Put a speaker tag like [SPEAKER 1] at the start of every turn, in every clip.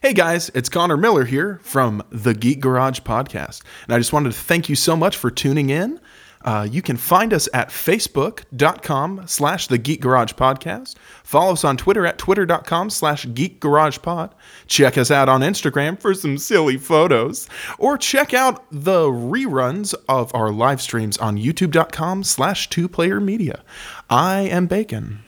[SPEAKER 1] Hey guys, it's Connor Miller here from the Geek Garage Podcast. And I just wanted to thank you so much for tuning in. Uh, you can find us at facebook.com slash the Geek Garage Podcast. Follow us on Twitter at twitter.com slash Geek Garage Pod. Check us out on Instagram for some silly photos. Or check out the reruns of our live streams on youtube.com slash two player media. I am Bacon.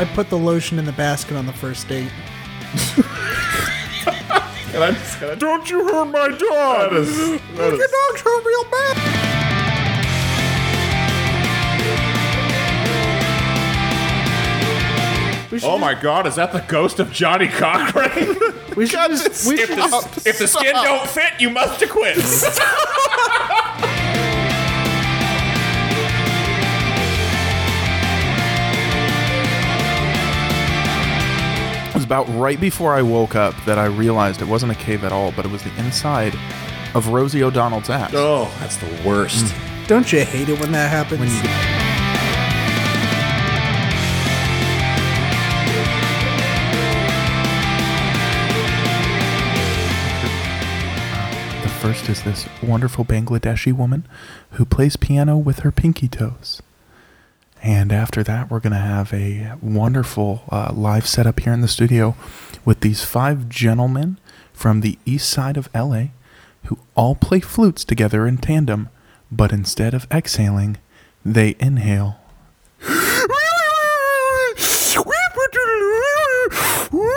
[SPEAKER 2] I put the lotion in the basket on the first date.
[SPEAKER 3] And I'm just gonna.
[SPEAKER 1] Don't you hurt my
[SPEAKER 3] That
[SPEAKER 1] dog!
[SPEAKER 3] is, that is,
[SPEAKER 2] real bad.
[SPEAKER 3] oh my god, is that the ghost of Johnny Cochran?
[SPEAKER 2] We should just, we
[SPEAKER 3] if,
[SPEAKER 2] should just-
[SPEAKER 3] the, if the skin don't fit, you must acquit.
[SPEAKER 1] It was about right before I woke up that I realized it wasn't a cave at all, but it was the inside of Rosie O'Donnell's ass.
[SPEAKER 3] oh, that's the worst.
[SPEAKER 2] don't you hate it when that happens?
[SPEAKER 1] The first is this wonderful Bangladeshi woman who plays piano with her pinky toes. And after that, we're going to have a wonderful uh, live setup here in the studio with these five gentlemen from the east side of LA who all play flutes together in tandem, but instead of exhaling, they inhale.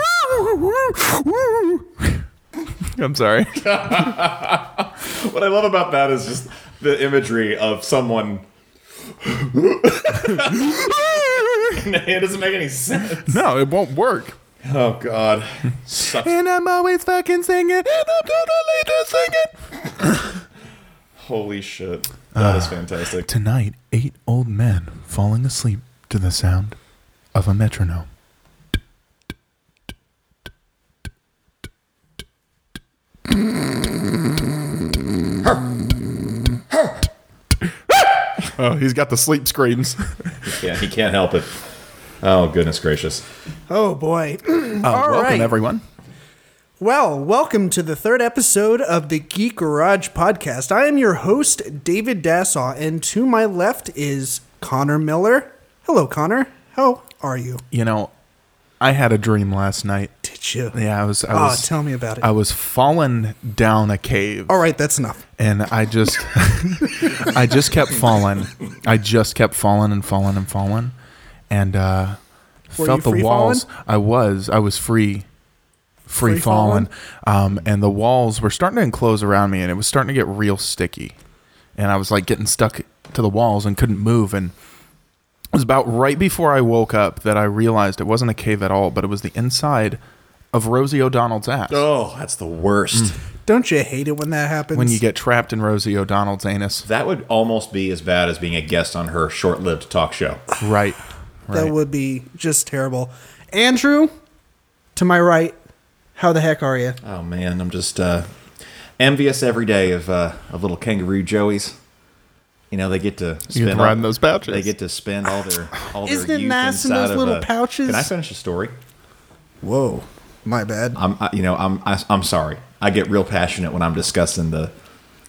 [SPEAKER 1] I'm sorry.
[SPEAKER 3] What I love about that is just the imagery of someone. it doesn't make any sense.
[SPEAKER 1] No, it won't work.
[SPEAKER 3] Oh god. Sucks.
[SPEAKER 1] And I'm always fucking singing. And I'm totally just singing.
[SPEAKER 3] Holy shit. That is fantastic.
[SPEAKER 1] Tonight, eight old men falling asleep to the sound of a metronome. Oh, he's got the sleep screams.
[SPEAKER 3] Yeah, he can't help it. Oh goodness gracious.
[SPEAKER 2] Oh boy. All
[SPEAKER 1] welcome,
[SPEAKER 2] right.
[SPEAKER 1] everyone.
[SPEAKER 2] Well, welcome to the third episode of the Geek Garage podcast. I am your host, David Dassaw, and to my left is Connor Miller. Hello, Connor. How are you?
[SPEAKER 1] You know, I had a dream last night.
[SPEAKER 2] Did you?
[SPEAKER 1] Yeah, I was. I
[SPEAKER 2] Oh,
[SPEAKER 1] was,
[SPEAKER 2] tell me about it.
[SPEAKER 1] I was falling down a cave.
[SPEAKER 2] All right, that's enough.
[SPEAKER 1] and I just I just kept falling. I just kept falling and falling and falling, and uh,
[SPEAKER 2] Were
[SPEAKER 1] felt
[SPEAKER 2] you
[SPEAKER 1] the
[SPEAKER 2] free
[SPEAKER 1] walls. I was I was free, free,
[SPEAKER 2] Free
[SPEAKER 1] falling, Um, and the walls were starting to enclose around me, and it was starting to get real sticky, and I was like getting stuck to the walls and couldn't move and. It was about right before I woke up that I realized it wasn't a cave at all, but it was the inside of Rosie O'Donnell's ass.
[SPEAKER 3] Oh, that's the worst.
[SPEAKER 2] Don't you hate it when that happens?
[SPEAKER 1] When you get trapped in Rosie O'Donnell's anus.
[SPEAKER 3] That would almost be as bad as being a guest on her short-lived talk show.
[SPEAKER 1] Right.
[SPEAKER 2] that
[SPEAKER 1] right.
[SPEAKER 2] would be just terrible. Andrew, to my right, how the heck are you?
[SPEAKER 3] Oh man, I'm just uh, envious every day of uh, of little kangaroo joeys. You know they get to spend
[SPEAKER 1] to ride in those pouches.
[SPEAKER 3] They get to spend all their all
[SPEAKER 2] Isn't
[SPEAKER 3] their
[SPEAKER 2] it
[SPEAKER 3] youth
[SPEAKER 2] nice in
[SPEAKER 3] inside
[SPEAKER 2] those
[SPEAKER 3] of
[SPEAKER 2] little
[SPEAKER 3] a-
[SPEAKER 2] pouches?
[SPEAKER 3] Can I finish the story?
[SPEAKER 2] Whoa, my bad.
[SPEAKER 3] I'm I, you know I'm I, I'm sorry. I get real passionate when I'm discussing the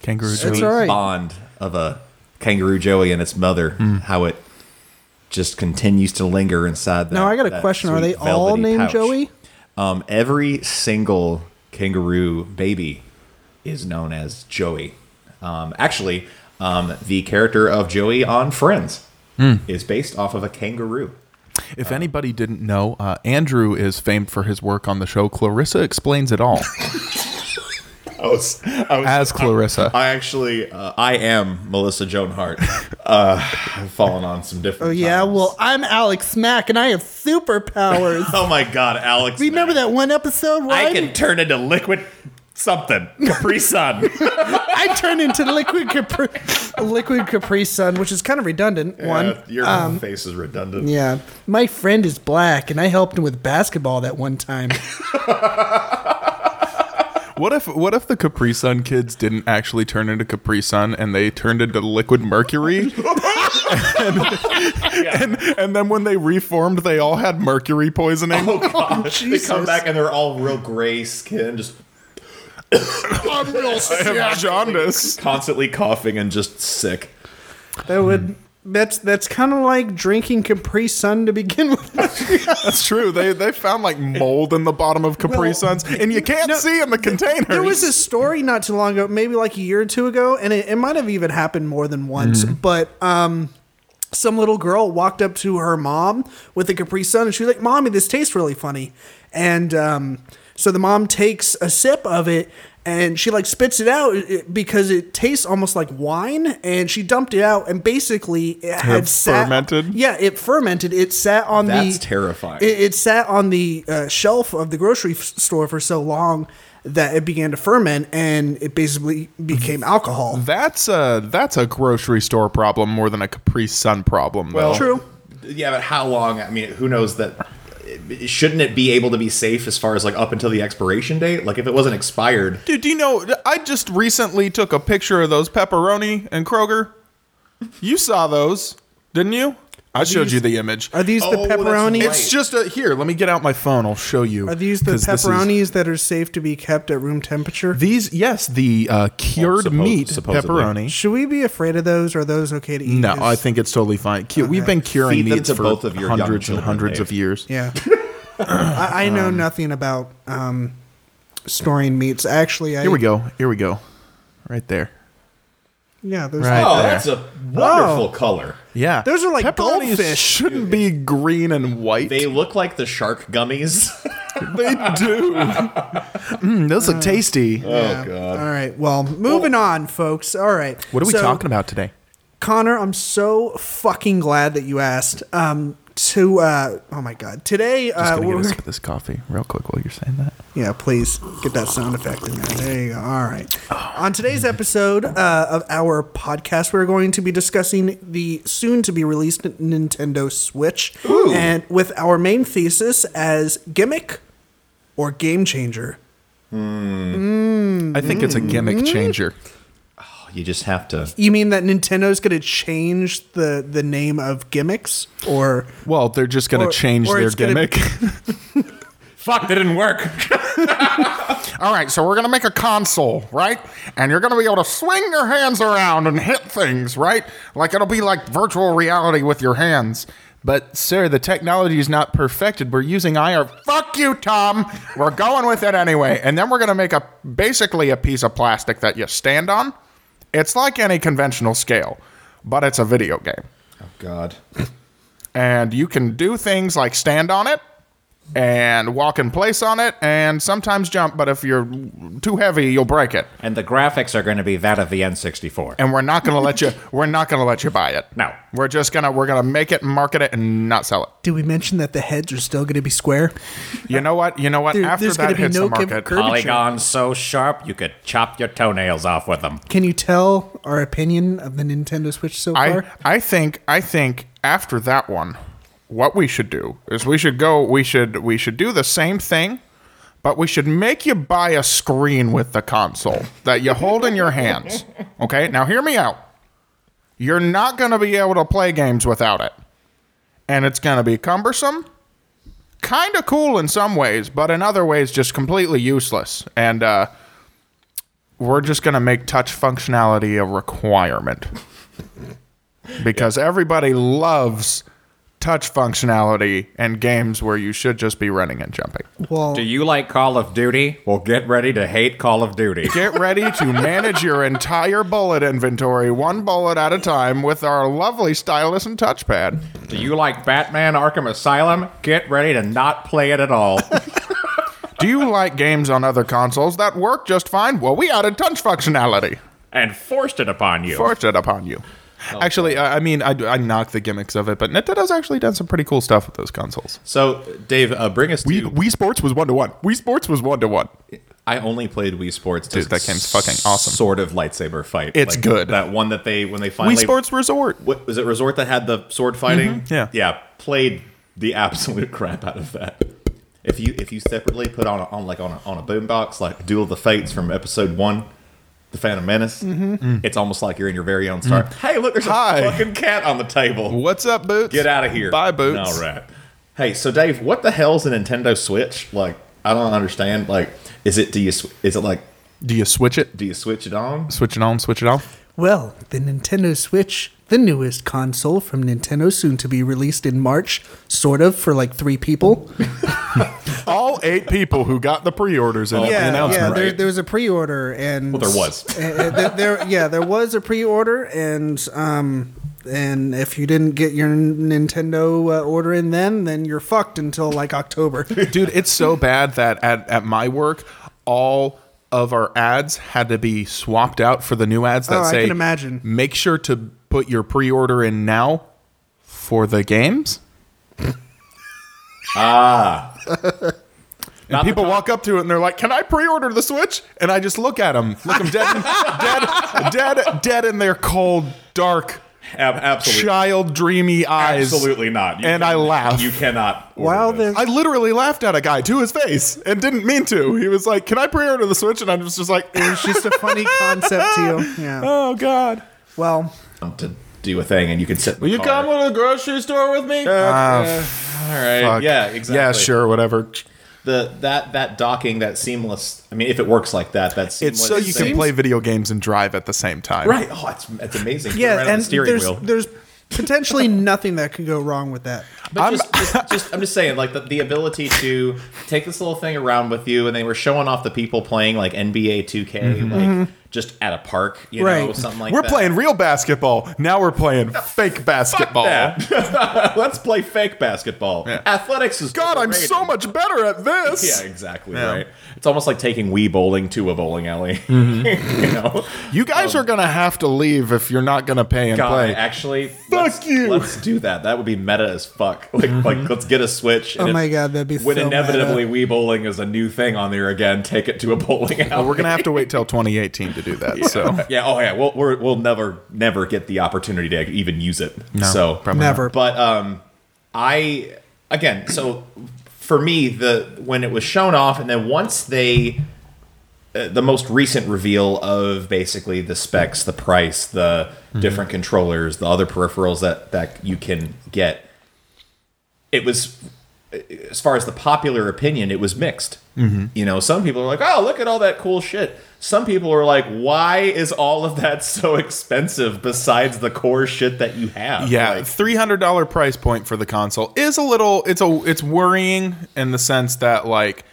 [SPEAKER 1] Kangaroo
[SPEAKER 2] It's
[SPEAKER 1] Joey.
[SPEAKER 2] all right.
[SPEAKER 3] bond of a kangaroo joey and its mother, how it just continues to linger inside. That,
[SPEAKER 2] Now I got a
[SPEAKER 3] that
[SPEAKER 2] question. Are
[SPEAKER 3] sweet
[SPEAKER 2] they all
[SPEAKER 3] velvety
[SPEAKER 2] named
[SPEAKER 3] pouch.
[SPEAKER 2] Joey?
[SPEAKER 3] Um, every single kangaroo baby is known as Joey. Um, actually, um, the character of Joey on Friends is based off of a kangaroo.
[SPEAKER 1] If anybody didn't know, uh, Andrew is famed for his work on the show Clarissa Explains It All
[SPEAKER 3] I was, I was,
[SPEAKER 1] as Clarissa.
[SPEAKER 3] I actually, uh, I am Melissa Joan Hart. Uh, I've fallen on some different.
[SPEAKER 2] Oh yeah.
[SPEAKER 3] times.
[SPEAKER 2] Well, I'm Alex Mack, and I have superpowers.
[SPEAKER 3] Oh my God, Alex!
[SPEAKER 2] Remember that one episode where
[SPEAKER 3] I
[SPEAKER 2] I,
[SPEAKER 3] can turn into liquid something Capri Sun.
[SPEAKER 2] I turned into liquid Capri, liquid Capri Sun, which is kind of redundant.
[SPEAKER 3] Yeah,
[SPEAKER 2] one. Uh,
[SPEAKER 3] your face is redundant.
[SPEAKER 2] Yeah. My friend is black, and I helped him with basketball that one time.
[SPEAKER 1] What if what if the Capri Sun kids didn't actually turn into Capri Sun and they turned into liquid mercury? and, and, and then when they reformed, they all had mercury poisoning.
[SPEAKER 2] Oh,
[SPEAKER 3] They come back and they're all real gray skin, just
[SPEAKER 4] I'm real
[SPEAKER 1] I have jaundice.
[SPEAKER 3] constantly coughing and just sick.
[SPEAKER 2] That would. That's that's kind of like drinking Capri Sun to begin with.
[SPEAKER 1] That's true. They they found like mold in the bottom of Capri Suns, and you can't see in the container.
[SPEAKER 2] There was a story not too long ago, maybe like a year or two ago, and it, it might have even happened more than once. But um, some little girl walked up to her mom with a Capri Sun, and she was like, "Mommy, this tastes really funny." And um, so the mom takes a sip of it, and she like spits it out it- it- because it tastes almost like wine. And she dumped it out, and basically it had sat-
[SPEAKER 1] fermented?
[SPEAKER 2] Yeah, it fermented. It sat on
[SPEAKER 3] That's
[SPEAKER 2] the-
[SPEAKER 3] terrifying.
[SPEAKER 2] It, it sat on the uh, shelf of the grocery f- store for so long that it began to ferment and it basically became alcohol.
[SPEAKER 1] That's a that's a grocery store problem more than a Capri Sun problem. Well,
[SPEAKER 2] True.
[SPEAKER 3] Yeah, but how long? I mean, who knows that? Shouldn't it be able to be safe as far as like up until the expiration date? Like if it wasn't expired,
[SPEAKER 1] dude, do you know? I just recently took a picture of those pepperoni and Kroger. You saw those, didn't you? I showed you the image.
[SPEAKER 2] Are these
[SPEAKER 3] Oh,
[SPEAKER 2] the
[SPEAKER 3] that's
[SPEAKER 2] pepperonis?
[SPEAKER 3] right.
[SPEAKER 1] It's just a here. Let me get out my phone. I'll show you.
[SPEAKER 2] Are these the
[SPEAKER 1] 'Cause this is-
[SPEAKER 2] pepperonis that are safe to be kept at room temperature?
[SPEAKER 1] these yes, the uh, cured
[SPEAKER 3] suppo-
[SPEAKER 1] meat
[SPEAKER 3] supposedly.
[SPEAKER 1] pepperoni.
[SPEAKER 2] Should we be afraid of those? Are those okay to eat?
[SPEAKER 1] No,
[SPEAKER 2] 'Cause-
[SPEAKER 1] I think it's totally fine. Cu- We've been curing
[SPEAKER 3] Feed them
[SPEAKER 1] meats
[SPEAKER 3] to
[SPEAKER 1] for
[SPEAKER 3] both of your young
[SPEAKER 1] hundreds
[SPEAKER 3] children,
[SPEAKER 1] and hundreds of
[SPEAKER 3] Dave.
[SPEAKER 1] years.
[SPEAKER 2] Yeah. I, I know nothing about um, storing meats. Actually, I.
[SPEAKER 1] Here we go. Here we go. Right there.
[SPEAKER 2] Yeah, those
[SPEAKER 1] Right.
[SPEAKER 3] oh,
[SPEAKER 1] there.
[SPEAKER 3] that's a wonderful color.
[SPEAKER 1] Yeah,
[SPEAKER 2] Those are like
[SPEAKER 1] Pepperonis
[SPEAKER 2] goldfish.
[SPEAKER 1] Shouldn't be green and white.
[SPEAKER 3] They look like the shark gummies.
[SPEAKER 1] They do. Uh, mm, those look tasty.
[SPEAKER 3] oh
[SPEAKER 2] All
[SPEAKER 3] god.
[SPEAKER 2] right. Well, moving on, folks. All right.
[SPEAKER 1] what are we
[SPEAKER 2] So-
[SPEAKER 1] talking about today?
[SPEAKER 2] Connor, I'm so fucking glad that you asked. Um, to uh, oh my god, today
[SPEAKER 1] Just
[SPEAKER 2] uh,
[SPEAKER 1] gonna get
[SPEAKER 2] we're,
[SPEAKER 1] a sip of this coffee real quick while you're saying that.
[SPEAKER 2] yeah, please get that sound effect in there. There you go. All right.
[SPEAKER 1] Oh.
[SPEAKER 2] On today's episode uh, of our podcast, we're going to be discussing the soon-to-be released Nintendo Switch, and with our main thesis as gimmick or game changer.
[SPEAKER 1] I think it's a gimmick changer.
[SPEAKER 3] You just have to.
[SPEAKER 2] You mean that Nintendo's going to change the the name of gimmicks or?
[SPEAKER 1] Well, they're just gonna
[SPEAKER 2] Or-
[SPEAKER 1] change
[SPEAKER 2] or
[SPEAKER 1] their
[SPEAKER 2] it's gonna-
[SPEAKER 1] gimmick.
[SPEAKER 3] Fuck, that didn't work.
[SPEAKER 1] All right, so we're gonna make a console, right? And you're gonna be able to swing your hands around and hit things, right? Like it'll be like virtual reality with your hands. But sir, the technology is not perfected. We're using IR. Fuck you, Tom. We're going with it anyway. And then we're gonna make a basically a piece of plastic that you stand on. It's like any conventional scale, but it's a video game,
[SPEAKER 3] Oh god.
[SPEAKER 1] and you can do things like stand on it. And walk in place on it, and sometimes jump, but if you're too heavy, you'll break it
[SPEAKER 3] And the graphics are going to be that of the N64.
[SPEAKER 1] and we're not going to let you we're not going to let you buy it.
[SPEAKER 3] No.
[SPEAKER 1] We're just going to we're going to make it, market it and not sell it.
[SPEAKER 2] Did we mention that the heads are still going to be square?
[SPEAKER 1] You know what? You know what?
[SPEAKER 2] There-
[SPEAKER 1] After
[SPEAKER 2] there's gonna
[SPEAKER 1] that
[SPEAKER 2] be
[SPEAKER 1] hits
[SPEAKER 2] no
[SPEAKER 1] the market.
[SPEAKER 2] curvature.
[SPEAKER 3] so sharp you could chop your toenails off with them.
[SPEAKER 2] Can you tell our opinion of the Nintendo Switch so
[SPEAKER 1] I
[SPEAKER 2] far?
[SPEAKER 1] I think I think after that one what we should do is we should go we should we should do the same thing but we should make you buy a screen with the console that you hold in your hands. Okay? Now hear me out. You're not going to be able to play games without it. And it's going to be cumbersome. Kind of cool in some ways, but in other ways just completely useless. And uh we're just going to make touch functionality a requirement. Because everybody loves touch functionality and games where you should just be running and jumping.
[SPEAKER 2] Well,
[SPEAKER 3] you like Call of Duty? Well, get ready to hate Call of Duty.
[SPEAKER 1] Get ready to manage your entire bullet inventory, one bullet at a time, with our lovely stylus and touchpad.
[SPEAKER 3] Do you like Batman Arkham Asylum? Get ready to not play it at all.
[SPEAKER 1] Do you like games on other consoles that work just fine? Well, we added touch functionality.
[SPEAKER 3] and forced it upon you.
[SPEAKER 1] Forced it upon you. actually, I I mean, I, I knock the gimmicks of it, but Nintendo's actually done some pretty cool stuff with those consoles.
[SPEAKER 3] so, Dave, uh, bring us
[SPEAKER 1] Wii,
[SPEAKER 3] to.
[SPEAKER 1] Wii Sports was one to one. Wii Sports was one to one.
[SPEAKER 3] I only played Wii Sports.
[SPEAKER 1] Dude, that game's fucking awesome.
[SPEAKER 3] Sort of lightsaber fight.
[SPEAKER 1] It's good.
[SPEAKER 3] That one that they when they finally
[SPEAKER 1] Wii Sports Resort.
[SPEAKER 3] What was it? Resort that had the sword fighting.
[SPEAKER 1] Mm-hmm. yeah.
[SPEAKER 3] yeah. Played the absolute crap out of that. If you if you separately put on a, on like on a, on a boombox like Duel of the Fates from episode one, The Phantom Menace, it's almost like you're in your very own star. Hey, look, there's
[SPEAKER 1] Mm-hmm. Mm. Hi.
[SPEAKER 3] a fucking cat on the table.
[SPEAKER 1] What's up, Boots?
[SPEAKER 3] Get out of here.
[SPEAKER 1] Bye, Boots.
[SPEAKER 3] All right. Hey, so Dave, what the hell's a Nintendo Switch? Like, I don't understand. Like, is it do you sw- is it like
[SPEAKER 1] Do you switch it?
[SPEAKER 3] do you switch it on?
[SPEAKER 1] Switch it on, switch it off.
[SPEAKER 2] Well, the Nintendo Switch, the newest console from Nintendo, soon to be released in March, sort of, for like three people.
[SPEAKER 1] All eight people who got the pre-orders
[SPEAKER 3] Oh,
[SPEAKER 1] and the announcement.
[SPEAKER 2] there,
[SPEAKER 3] right?
[SPEAKER 2] there was a pre-order, and
[SPEAKER 3] Well, there was.
[SPEAKER 2] Uh, uh, there, there- yeah, there was a pre-order, and um, and if you didn't get your Nintendo uh, order in then, then you're fucked until like October.
[SPEAKER 1] Dude, it's so bad that at, at my work, all of our ads had to be swapped out for the new ads that
[SPEAKER 2] Oh, I
[SPEAKER 1] say,
[SPEAKER 2] can imagine.
[SPEAKER 1] make sure to put your pre-order in now for the games. ah. And people walk up to it and they're like, "Can I pre-order the Switch?" And I just look at them, look them dead, in, dead, dead, dead in their cold, dark,
[SPEAKER 3] Ab- absolutely.
[SPEAKER 1] child, dreamy eyes.
[SPEAKER 3] Absolutely not.
[SPEAKER 1] And I laugh.
[SPEAKER 3] You cannot. order
[SPEAKER 2] While
[SPEAKER 3] this.
[SPEAKER 2] the
[SPEAKER 1] I literally laughed at a guy to his face and didn't mean to. He was like, "Can I pre-order the Switch?" And I was just like,
[SPEAKER 2] it's just a funny concept to you. Yeah.
[SPEAKER 1] "Oh God,
[SPEAKER 2] Well,
[SPEAKER 3] Um, to do a thing, and you can sit.
[SPEAKER 1] will you come to the grocery store with me?"
[SPEAKER 3] All right. Yeah. Exactly.
[SPEAKER 1] Yeah, sure, whatever.
[SPEAKER 3] The that that docking, that seamless. I mean, if it works like that, that's
[SPEAKER 1] It's
[SPEAKER 3] seamless.
[SPEAKER 1] so you
[SPEAKER 3] thing.
[SPEAKER 1] can play video games and drive at the same time.
[SPEAKER 3] Right. Oh, it's it's amazing. Turn around
[SPEAKER 2] yeah,
[SPEAKER 3] on
[SPEAKER 2] and
[SPEAKER 3] the steering
[SPEAKER 2] there's
[SPEAKER 3] wheel.
[SPEAKER 2] there's potentially nothing that could go wrong with that.
[SPEAKER 3] But just, just, just, I'm just saying, like the, the ability to take this little thing around with you, and they were showing off the people playing like NBA 2K, like just at a park, you know,
[SPEAKER 2] Right.
[SPEAKER 3] something like
[SPEAKER 1] Mm-hmm. we're
[SPEAKER 3] that.
[SPEAKER 1] playing real basketball. Now we're playing fake basketball.
[SPEAKER 3] Yeah. Let's play fake basketball. Athletics is
[SPEAKER 1] God, I'm
[SPEAKER 3] overrated.
[SPEAKER 1] so much better at this.
[SPEAKER 3] Yeah, exactly. Right. It's almost like taking Wii bowling to a bowling alley.
[SPEAKER 1] Mm-hmm.
[SPEAKER 3] you know,
[SPEAKER 1] You guys are gonna have to leave if you're not gonna pay and
[SPEAKER 3] God,
[SPEAKER 1] play.
[SPEAKER 3] actually, let's,
[SPEAKER 1] you. Mm-hmm.
[SPEAKER 3] Let's do that. That would be meta as fuck. Like, like let's get a switch.
[SPEAKER 2] Oh
[SPEAKER 3] and
[SPEAKER 2] my
[SPEAKER 3] if-
[SPEAKER 2] God, that'd be
[SPEAKER 3] when
[SPEAKER 2] so
[SPEAKER 3] inevitably Wii bowling is a new thing on there again. Take it to a bowling alley.
[SPEAKER 1] We're gonna have to wait till 2018 to do that. So
[SPEAKER 3] yeah. Oh yeah. We'll we're, we'll never never get the opportunity to even use it. so
[SPEAKER 1] probably not.
[SPEAKER 2] Never.
[SPEAKER 3] But um, I again, so for me, the when it was shown off, and then once they, uh, the most recent reveal of basically the specs, the price, the different controllers, the other peripherals that that you can get, it was uh, as far as the popular opinion, it was mixed. You know, some people are like, "Oh, look at all that cool shit." Some people are like, "Why is all of that so expensive besides the core shit that you have?"
[SPEAKER 1] Yeah,
[SPEAKER 3] Like,
[SPEAKER 1] three hundred dollar price point for the console is a little. It's a it's worrying in the sense that like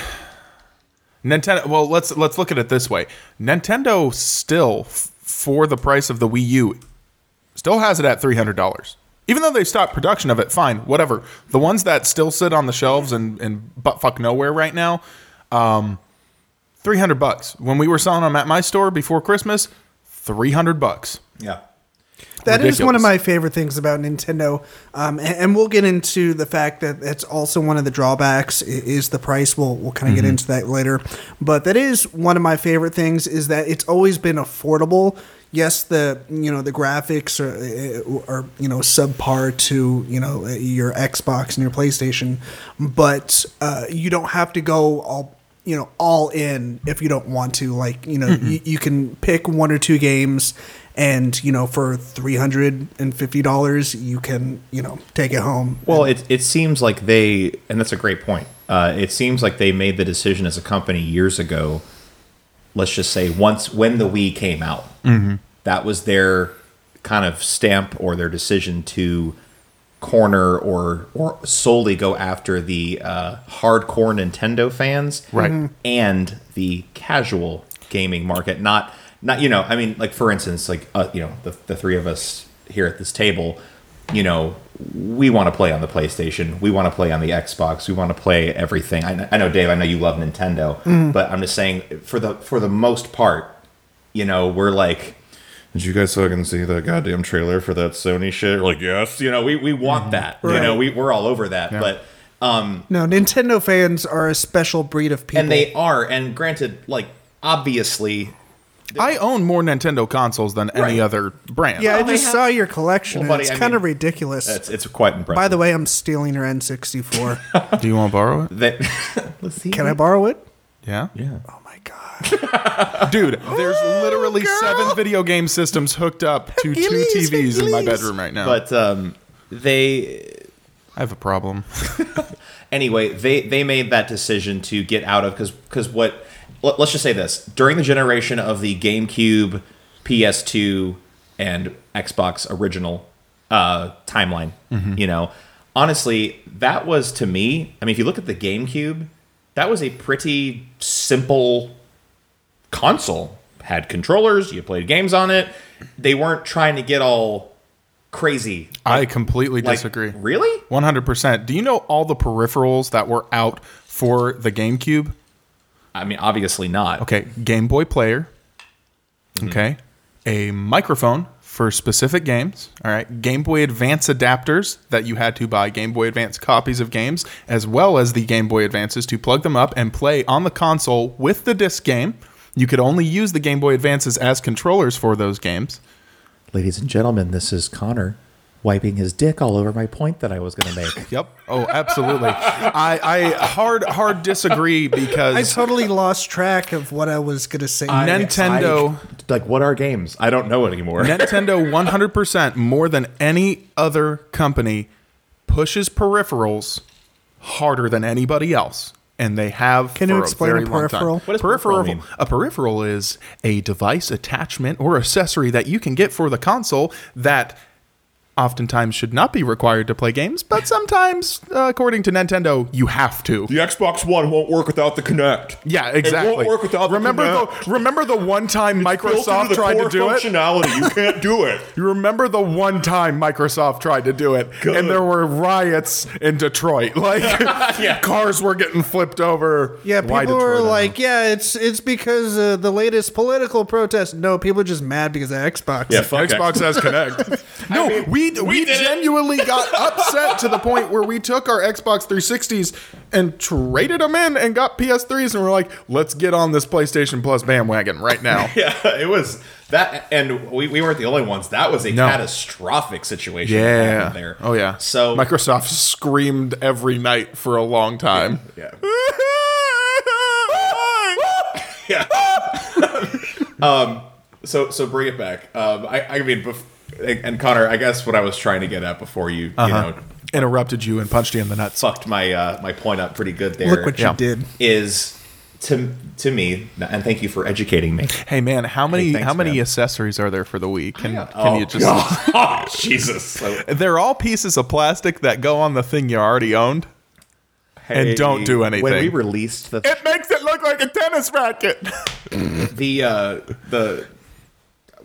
[SPEAKER 1] Nintendo. Well, let's let's look at it this way. Nintendo still f- for the price of the Wii U still has it at three hundred dollars. Even though they stopped production of it, fine, whatever. The ones that still sit on the shelves and and butt fuck nowhere right now, um, three hundred bucks. When we were selling them at my store before Christmas, three hundred bucks.
[SPEAKER 3] yeah.
[SPEAKER 2] That is
[SPEAKER 1] ridiculous.
[SPEAKER 2] one of my favorite things about Nintendo, um, and, and we'll get into the fact that that's also one of the drawbacks i- is the price. We'll we'll kind of
[SPEAKER 3] Mm-hmm.
[SPEAKER 2] get into that later, but that is one of my favorite things is that it's always been affordable. Yes, the you know the graphics are are you know subpar to you know your Xbox and your PlayStation, but uh, you don't have to go all you know all in if you don't want to like you know you, you can pick one or two games and you know for $350 you can you know take it home
[SPEAKER 3] Well, it it seems like they, and that's a great point. Uh, it seems like they made the decision as a company years ago. Let's just say once when the Wii came out, that was their kind of stamp or their decision to corner or or solely go after the uh, hardcore Nintendo fans,
[SPEAKER 1] Right. Mhm.
[SPEAKER 3] and the casual gaming market. Not not you know, I mean, like for instance, like uh, you know, the the three of us here at this table, you know, we want to play on the PlayStation, we want to play on the Xbox, we want to play everything. I, kn- I know, Dave, I know you love Nintendo, but I'm just saying for the for the most part, you know, we're like. Did you guys fucking see that goddamn trailer for that Sony shit? Like, yes, you know, we, we want that. You know,
[SPEAKER 2] Right.
[SPEAKER 3] we, we're all over that. But
[SPEAKER 2] no nintendo fans are a special breed of people
[SPEAKER 3] and they are and granted like obviously
[SPEAKER 1] I own more Nintendo consoles than any
[SPEAKER 5] Right.
[SPEAKER 1] other brand.
[SPEAKER 2] Yeah,
[SPEAKER 5] Well,
[SPEAKER 2] I
[SPEAKER 5] they
[SPEAKER 2] just
[SPEAKER 5] have-
[SPEAKER 2] saw your collection.
[SPEAKER 5] Well,
[SPEAKER 2] and
[SPEAKER 5] buddy,
[SPEAKER 2] it's
[SPEAKER 5] I
[SPEAKER 2] kind of
[SPEAKER 5] mean,
[SPEAKER 2] ridiculous.
[SPEAKER 5] It's, it's quite impressive.
[SPEAKER 2] By the way, I'm stealing your N64.
[SPEAKER 1] Do you want to borrow it?
[SPEAKER 5] That- let's see.
[SPEAKER 2] Can I borrow it?
[SPEAKER 1] Yeah.
[SPEAKER 5] Yeah.
[SPEAKER 2] Oh my god!
[SPEAKER 1] Dude,
[SPEAKER 5] Oh,
[SPEAKER 1] there's literally
[SPEAKER 2] girl.
[SPEAKER 1] seven video game systems hooked up to two
[SPEAKER 2] Hercules,
[SPEAKER 1] TVs in my
[SPEAKER 2] Hercules.
[SPEAKER 1] bedroom right now.
[SPEAKER 5] But um, they
[SPEAKER 1] I have a problem.
[SPEAKER 5] anyway they they made that decision to get out of because because what let, us just say this during the generation of the GameCube, PS2, and Xbox original uh, timeline, you know, honestly, that was to me. I mean, if you look at the GameCube, that was a pretty simple console. Had controllers, you played games on it. They weren't trying to get all crazy.
[SPEAKER 1] I completely
[SPEAKER 5] Like,
[SPEAKER 1] disagree.
[SPEAKER 5] Really?
[SPEAKER 1] 100%. Do you know all the peripherals that were out for the GameCube?
[SPEAKER 5] I mean, obviously not.
[SPEAKER 1] Okay, Game Boy player.
[SPEAKER 2] Mm-hmm.
[SPEAKER 1] Okay. A microphone for specific games. All right. Game Boy Advance adapters that you had to buy Game Boy Advance copies of games, as well as the Game Boy Advances to plug them up and play on the console with the disc game. You could only use the Game Boy Advances as controllers for those games.
[SPEAKER 5] Ladies and gentlemen, this is Connor wiping his dick all over my point that I was going to make.
[SPEAKER 1] Yep. Oh, absolutely. I, I hard hard disagree
[SPEAKER 2] I
[SPEAKER 1] because
[SPEAKER 2] totally lost track of what I was gonna say.
[SPEAKER 1] Nintendo
[SPEAKER 5] like, what are games? I don't know anymore.
[SPEAKER 1] Nintendo 100% more than any other company pushes peripherals harder than anybody else. And they have.
[SPEAKER 2] Can you
[SPEAKER 1] for
[SPEAKER 2] explain
[SPEAKER 1] a, very
[SPEAKER 2] a
[SPEAKER 1] long time.
[SPEAKER 2] peripheral?
[SPEAKER 5] What does
[SPEAKER 1] peripheral?
[SPEAKER 5] peripheral mean?
[SPEAKER 1] A peripheral is a device attachment or accessory that you can get for the console that oftentimes should not be required to play games, but sometimes, uh, according to Nintendo, you have to.
[SPEAKER 6] The Xbox One won't work without the Kinect.
[SPEAKER 1] Yeah, exactly.
[SPEAKER 6] It won't work without the
[SPEAKER 1] remember
[SPEAKER 6] Kinect.
[SPEAKER 1] the remember the one time
[SPEAKER 6] Built into
[SPEAKER 1] Microsoft
[SPEAKER 6] the
[SPEAKER 1] tried to
[SPEAKER 6] core
[SPEAKER 1] do it.
[SPEAKER 6] functionality. You can't do it.
[SPEAKER 1] You remember the one time Microsoft tried to do it, and there were riots in Detroit. Like cars were getting flipped over.
[SPEAKER 2] Yeah,
[SPEAKER 1] Why
[SPEAKER 2] people
[SPEAKER 1] Detroit, I
[SPEAKER 2] were
[SPEAKER 1] don't know.
[SPEAKER 2] like, "Yeah, it's it's because uh, the latest political protest." No, people are just mad because of Xbox.
[SPEAKER 5] Yeah, fuck
[SPEAKER 1] Xbox has Connect. no, we we,
[SPEAKER 6] did it.
[SPEAKER 1] genuinely got upset to the point where we took our Xbox 360s and traded them in and got PS3s, and we're like, let's get on this PlayStation Plus bandwagon right now.
[SPEAKER 5] Yeah, it was that, and we, we weren't the only ones. That was a
[SPEAKER 1] No.
[SPEAKER 5] catastrophic situation. that
[SPEAKER 1] Yeah.
[SPEAKER 5] happened There.
[SPEAKER 1] Oh yeah.
[SPEAKER 5] So
[SPEAKER 1] Microsoft screamed every night for a long time.
[SPEAKER 5] Yeah.
[SPEAKER 6] Yeah.
[SPEAKER 5] so so bring it back. Um, I I mean, bef- and Connor, I guess what I was trying to get at before you
[SPEAKER 6] Uh-huh.
[SPEAKER 5] you know
[SPEAKER 1] Interrupted you and punched you in the nuts.
[SPEAKER 5] fucked my uh, my point up pretty good there.
[SPEAKER 2] Look what
[SPEAKER 1] Yeah.
[SPEAKER 2] you did.
[SPEAKER 5] is to to me, and thank you for educating me.
[SPEAKER 1] Hey man, how many
[SPEAKER 5] thanks,
[SPEAKER 1] how many
[SPEAKER 5] man.
[SPEAKER 1] accessories are there for the Wii? Can can
[SPEAKER 5] Oh,
[SPEAKER 1] you just
[SPEAKER 5] God. Jesus? So,
[SPEAKER 1] They're all pieces of plastic that go on the thing you already owned. And
[SPEAKER 5] hey,
[SPEAKER 1] don't do anything.
[SPEAKER 5] When we released the
[SPEAKER 1] It makes it look like a tennis racket.
[SPEAKER 5] the uh, the.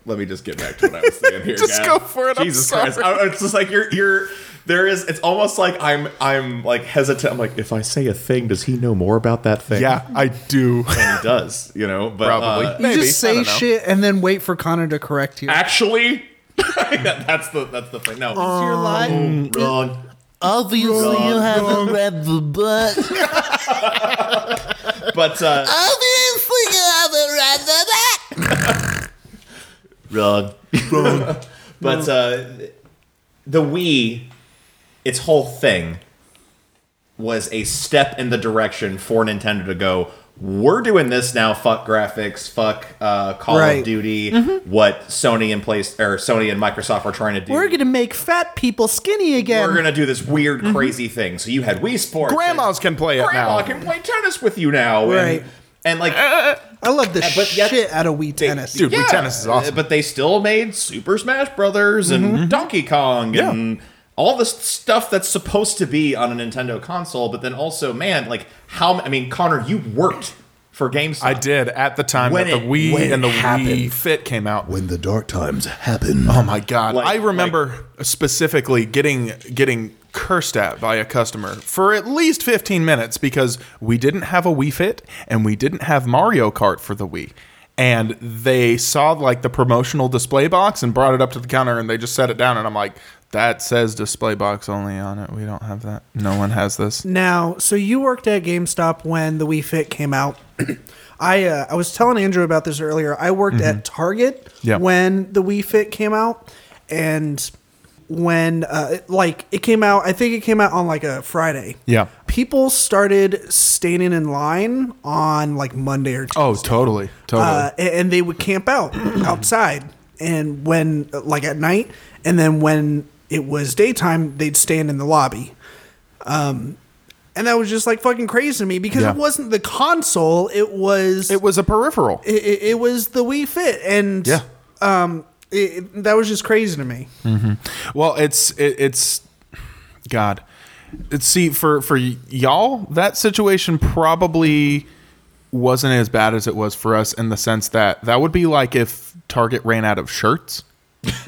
[SPEAKER 5] Let me just get back to what I was saying here.
[SPEAKER 1] Just
[SPEAKER 5] God.
[SPEAKER 1] go for it, I'm
[SPEAKER 5] Jesus
[SPEAKER 1] sorry.
[SPEAKER 5] Christ! I, it's just like you're you're. There is. It's almost like I'm I'm like hesitant. I'm like, if I say a thing, does he know more about that thing?
[SPEAKER 1] yeah, I do.
[SPEAKER 5] and he does. You know, but
[SPEAKER 1] Probably.
[SPEAKER 5] uh,
[SPEAKER 2] You
[SPEAKER 1] Maybe.
[SPEAKER 2] just
[SPEAKER 1] I
[SPEAKER 2] say
[SPEAKER 1] don't know.
[SPEAKER 2] shit and then wait for Connor to correct you.
[SPEAKER 5] actually, that's the that's the thing. No,
[SPEAKER 7] You're lying.
[SPEAKER 1] Um,
[SPEAKER 5] wrong.
[SPEAKER 7] Oh. Obviously, you haven't read the book.
[SPEAKER 5] But uh,
[SPEAKER 7] Obviously, you haven't read the book.
[SPEAKER 5] Wrong. but uh, the Wii, its whole thing, was a step in the direction for Nintendo to go. We're doing this now. Fuck graphics. Fuck uh, Call
[SPEAKER 2] Right.
[SPEAKER 5] of Duty. What Sony and place or Sony and Microsoft are trying to do.
[SPEAKER 7] Mm-hmm. We're gonna Mm-hmm. make fat people skinny again.
[SPEAKER 5] We're gonna do this weird, crazy thing. So you had Wii Sports.
[SPEAKER 1] Grandmas can play it
[SPEAKER 5] Grandma
[SPEAKER 1] now.
[SPEAKER 5] can play tennis with you now.
[SPEAKER 2] Right.
[SPEAKER 5] And, and like
[SPEAKER 7] Uh,
[SPEAKER 2] I love the
[SPEAKER 5] but yet-
[SPEAKER 2] shit out of Wii Tennis.
[SPEAKER 1] Dude, Wii tennis is awesome. Mm-hmm.
[SPEAKER 5] But they still made Super Smash Brothers and Donkey Kong and all this stuff that's supposed to be on a Nintendo console. But then also, man, like how? I mean, Connor, you worked for GameStop.
[SPEAKER 1] I did at the time
[SPEAKER 5] When
[SPEAKER 1] that the
[SPEAKER 5] it-
[SPEAKER 1] Wii
[SPEAKER 5] when
[SPEAKER 1] and the
[SPEAKER 5] it
[SPEAKER 1] Wii
[SPEAKER 5] happened.
[SPEAKER 1] Fit came out.
[SPEAKER 6] When the dark times happen.
[SPEAKER 1] Oh my god!
[SPEAKER 5] Like-
[SPEAKER 1] I remember specifically getting getting cursed at by a customer for at least 15 minutes because we didn't have a Wii Fit and we didn't have Mario Kart for the Wii. and they saw like the promotional display box and brought it up to the counter and they just set it down and I'm like, that says display box only on it. We don't have that. No one has this.
[SPEAKER 2] Now, so you worked at GameStop when the Wii Fit came out. I uh, I was telling Andrew about this earlier. I worked at Target
[SPEAKER 1] Mm-hmm. Yeah.
[SPEAKER 2] when the Wii Fit came out, and when uh, it- like it came out, I think it came out on like a Friday.
[SPEAKER 1] Yeah.
[SPEAKER 2] people started standing in line on like Monday or Tuesday,
[SPEAKER 1] Oh, totally, totally.
[SPEAKER 2] uh, a- and they would camp out outside, and when like at night, and then when it was daytime, they'd stand in the lobby. Um, And that was just like fucking crazy to me because
[SPEAKER 1] Yeah.
[SPEAKER 2] it wasn't the console. It was
[SPEAKER 1] it
[SPEAKER 2] it,
[SPEAKER 1] was a peripheral.
[SPEAKER 2] it, it was the Wii Fit, and
[SPEAKER 1] Yeah. Hmm.
[SPEAKER 2] um, it, it- that was just crazy to me.
[SPEAKER 1] Well, it's it, it's God. It's, see for for y- y'all that situation probably wasn't as bad as it was for us in the sense that that would be like if Target ran out of shirts.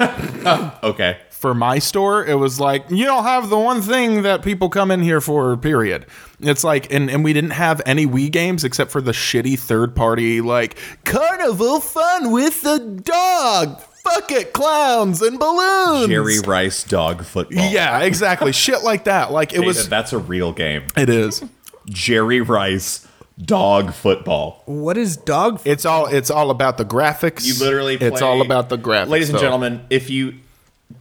[SPEAKER 5] Okay.
[SPEAKER 1] For my store, it was like you don't have the one thing that people come in here for. Period. It's like and and we didn't have any Wii games except for the shitty third party like Carnival Fun with the dog. Fuck it, clowns and balloons.
[SPEAKER 5] Jerry Rice dog football.
[SPEAKER 1] Yeah, exactly. Shit like that. Like it
[SPEAKER 5] David,
[SPEAKER 1] was.
[SPEAKER 5] that's a real game.
[SPEAKER 1] It is.
[SPEAKER 5] Jerry Rice dog football.
[SPEAKER 2] What is dog? F-
[SPEAKER 1] It's all. It's all about the graphics.
[SPEAKER 5] You literally play,
[SPEAKER 1] It's all about the graphics,
[SPEAKER 5] Ladies and
[SPEAKER 1] though.
[SPEAKER 5] gentlemen, if you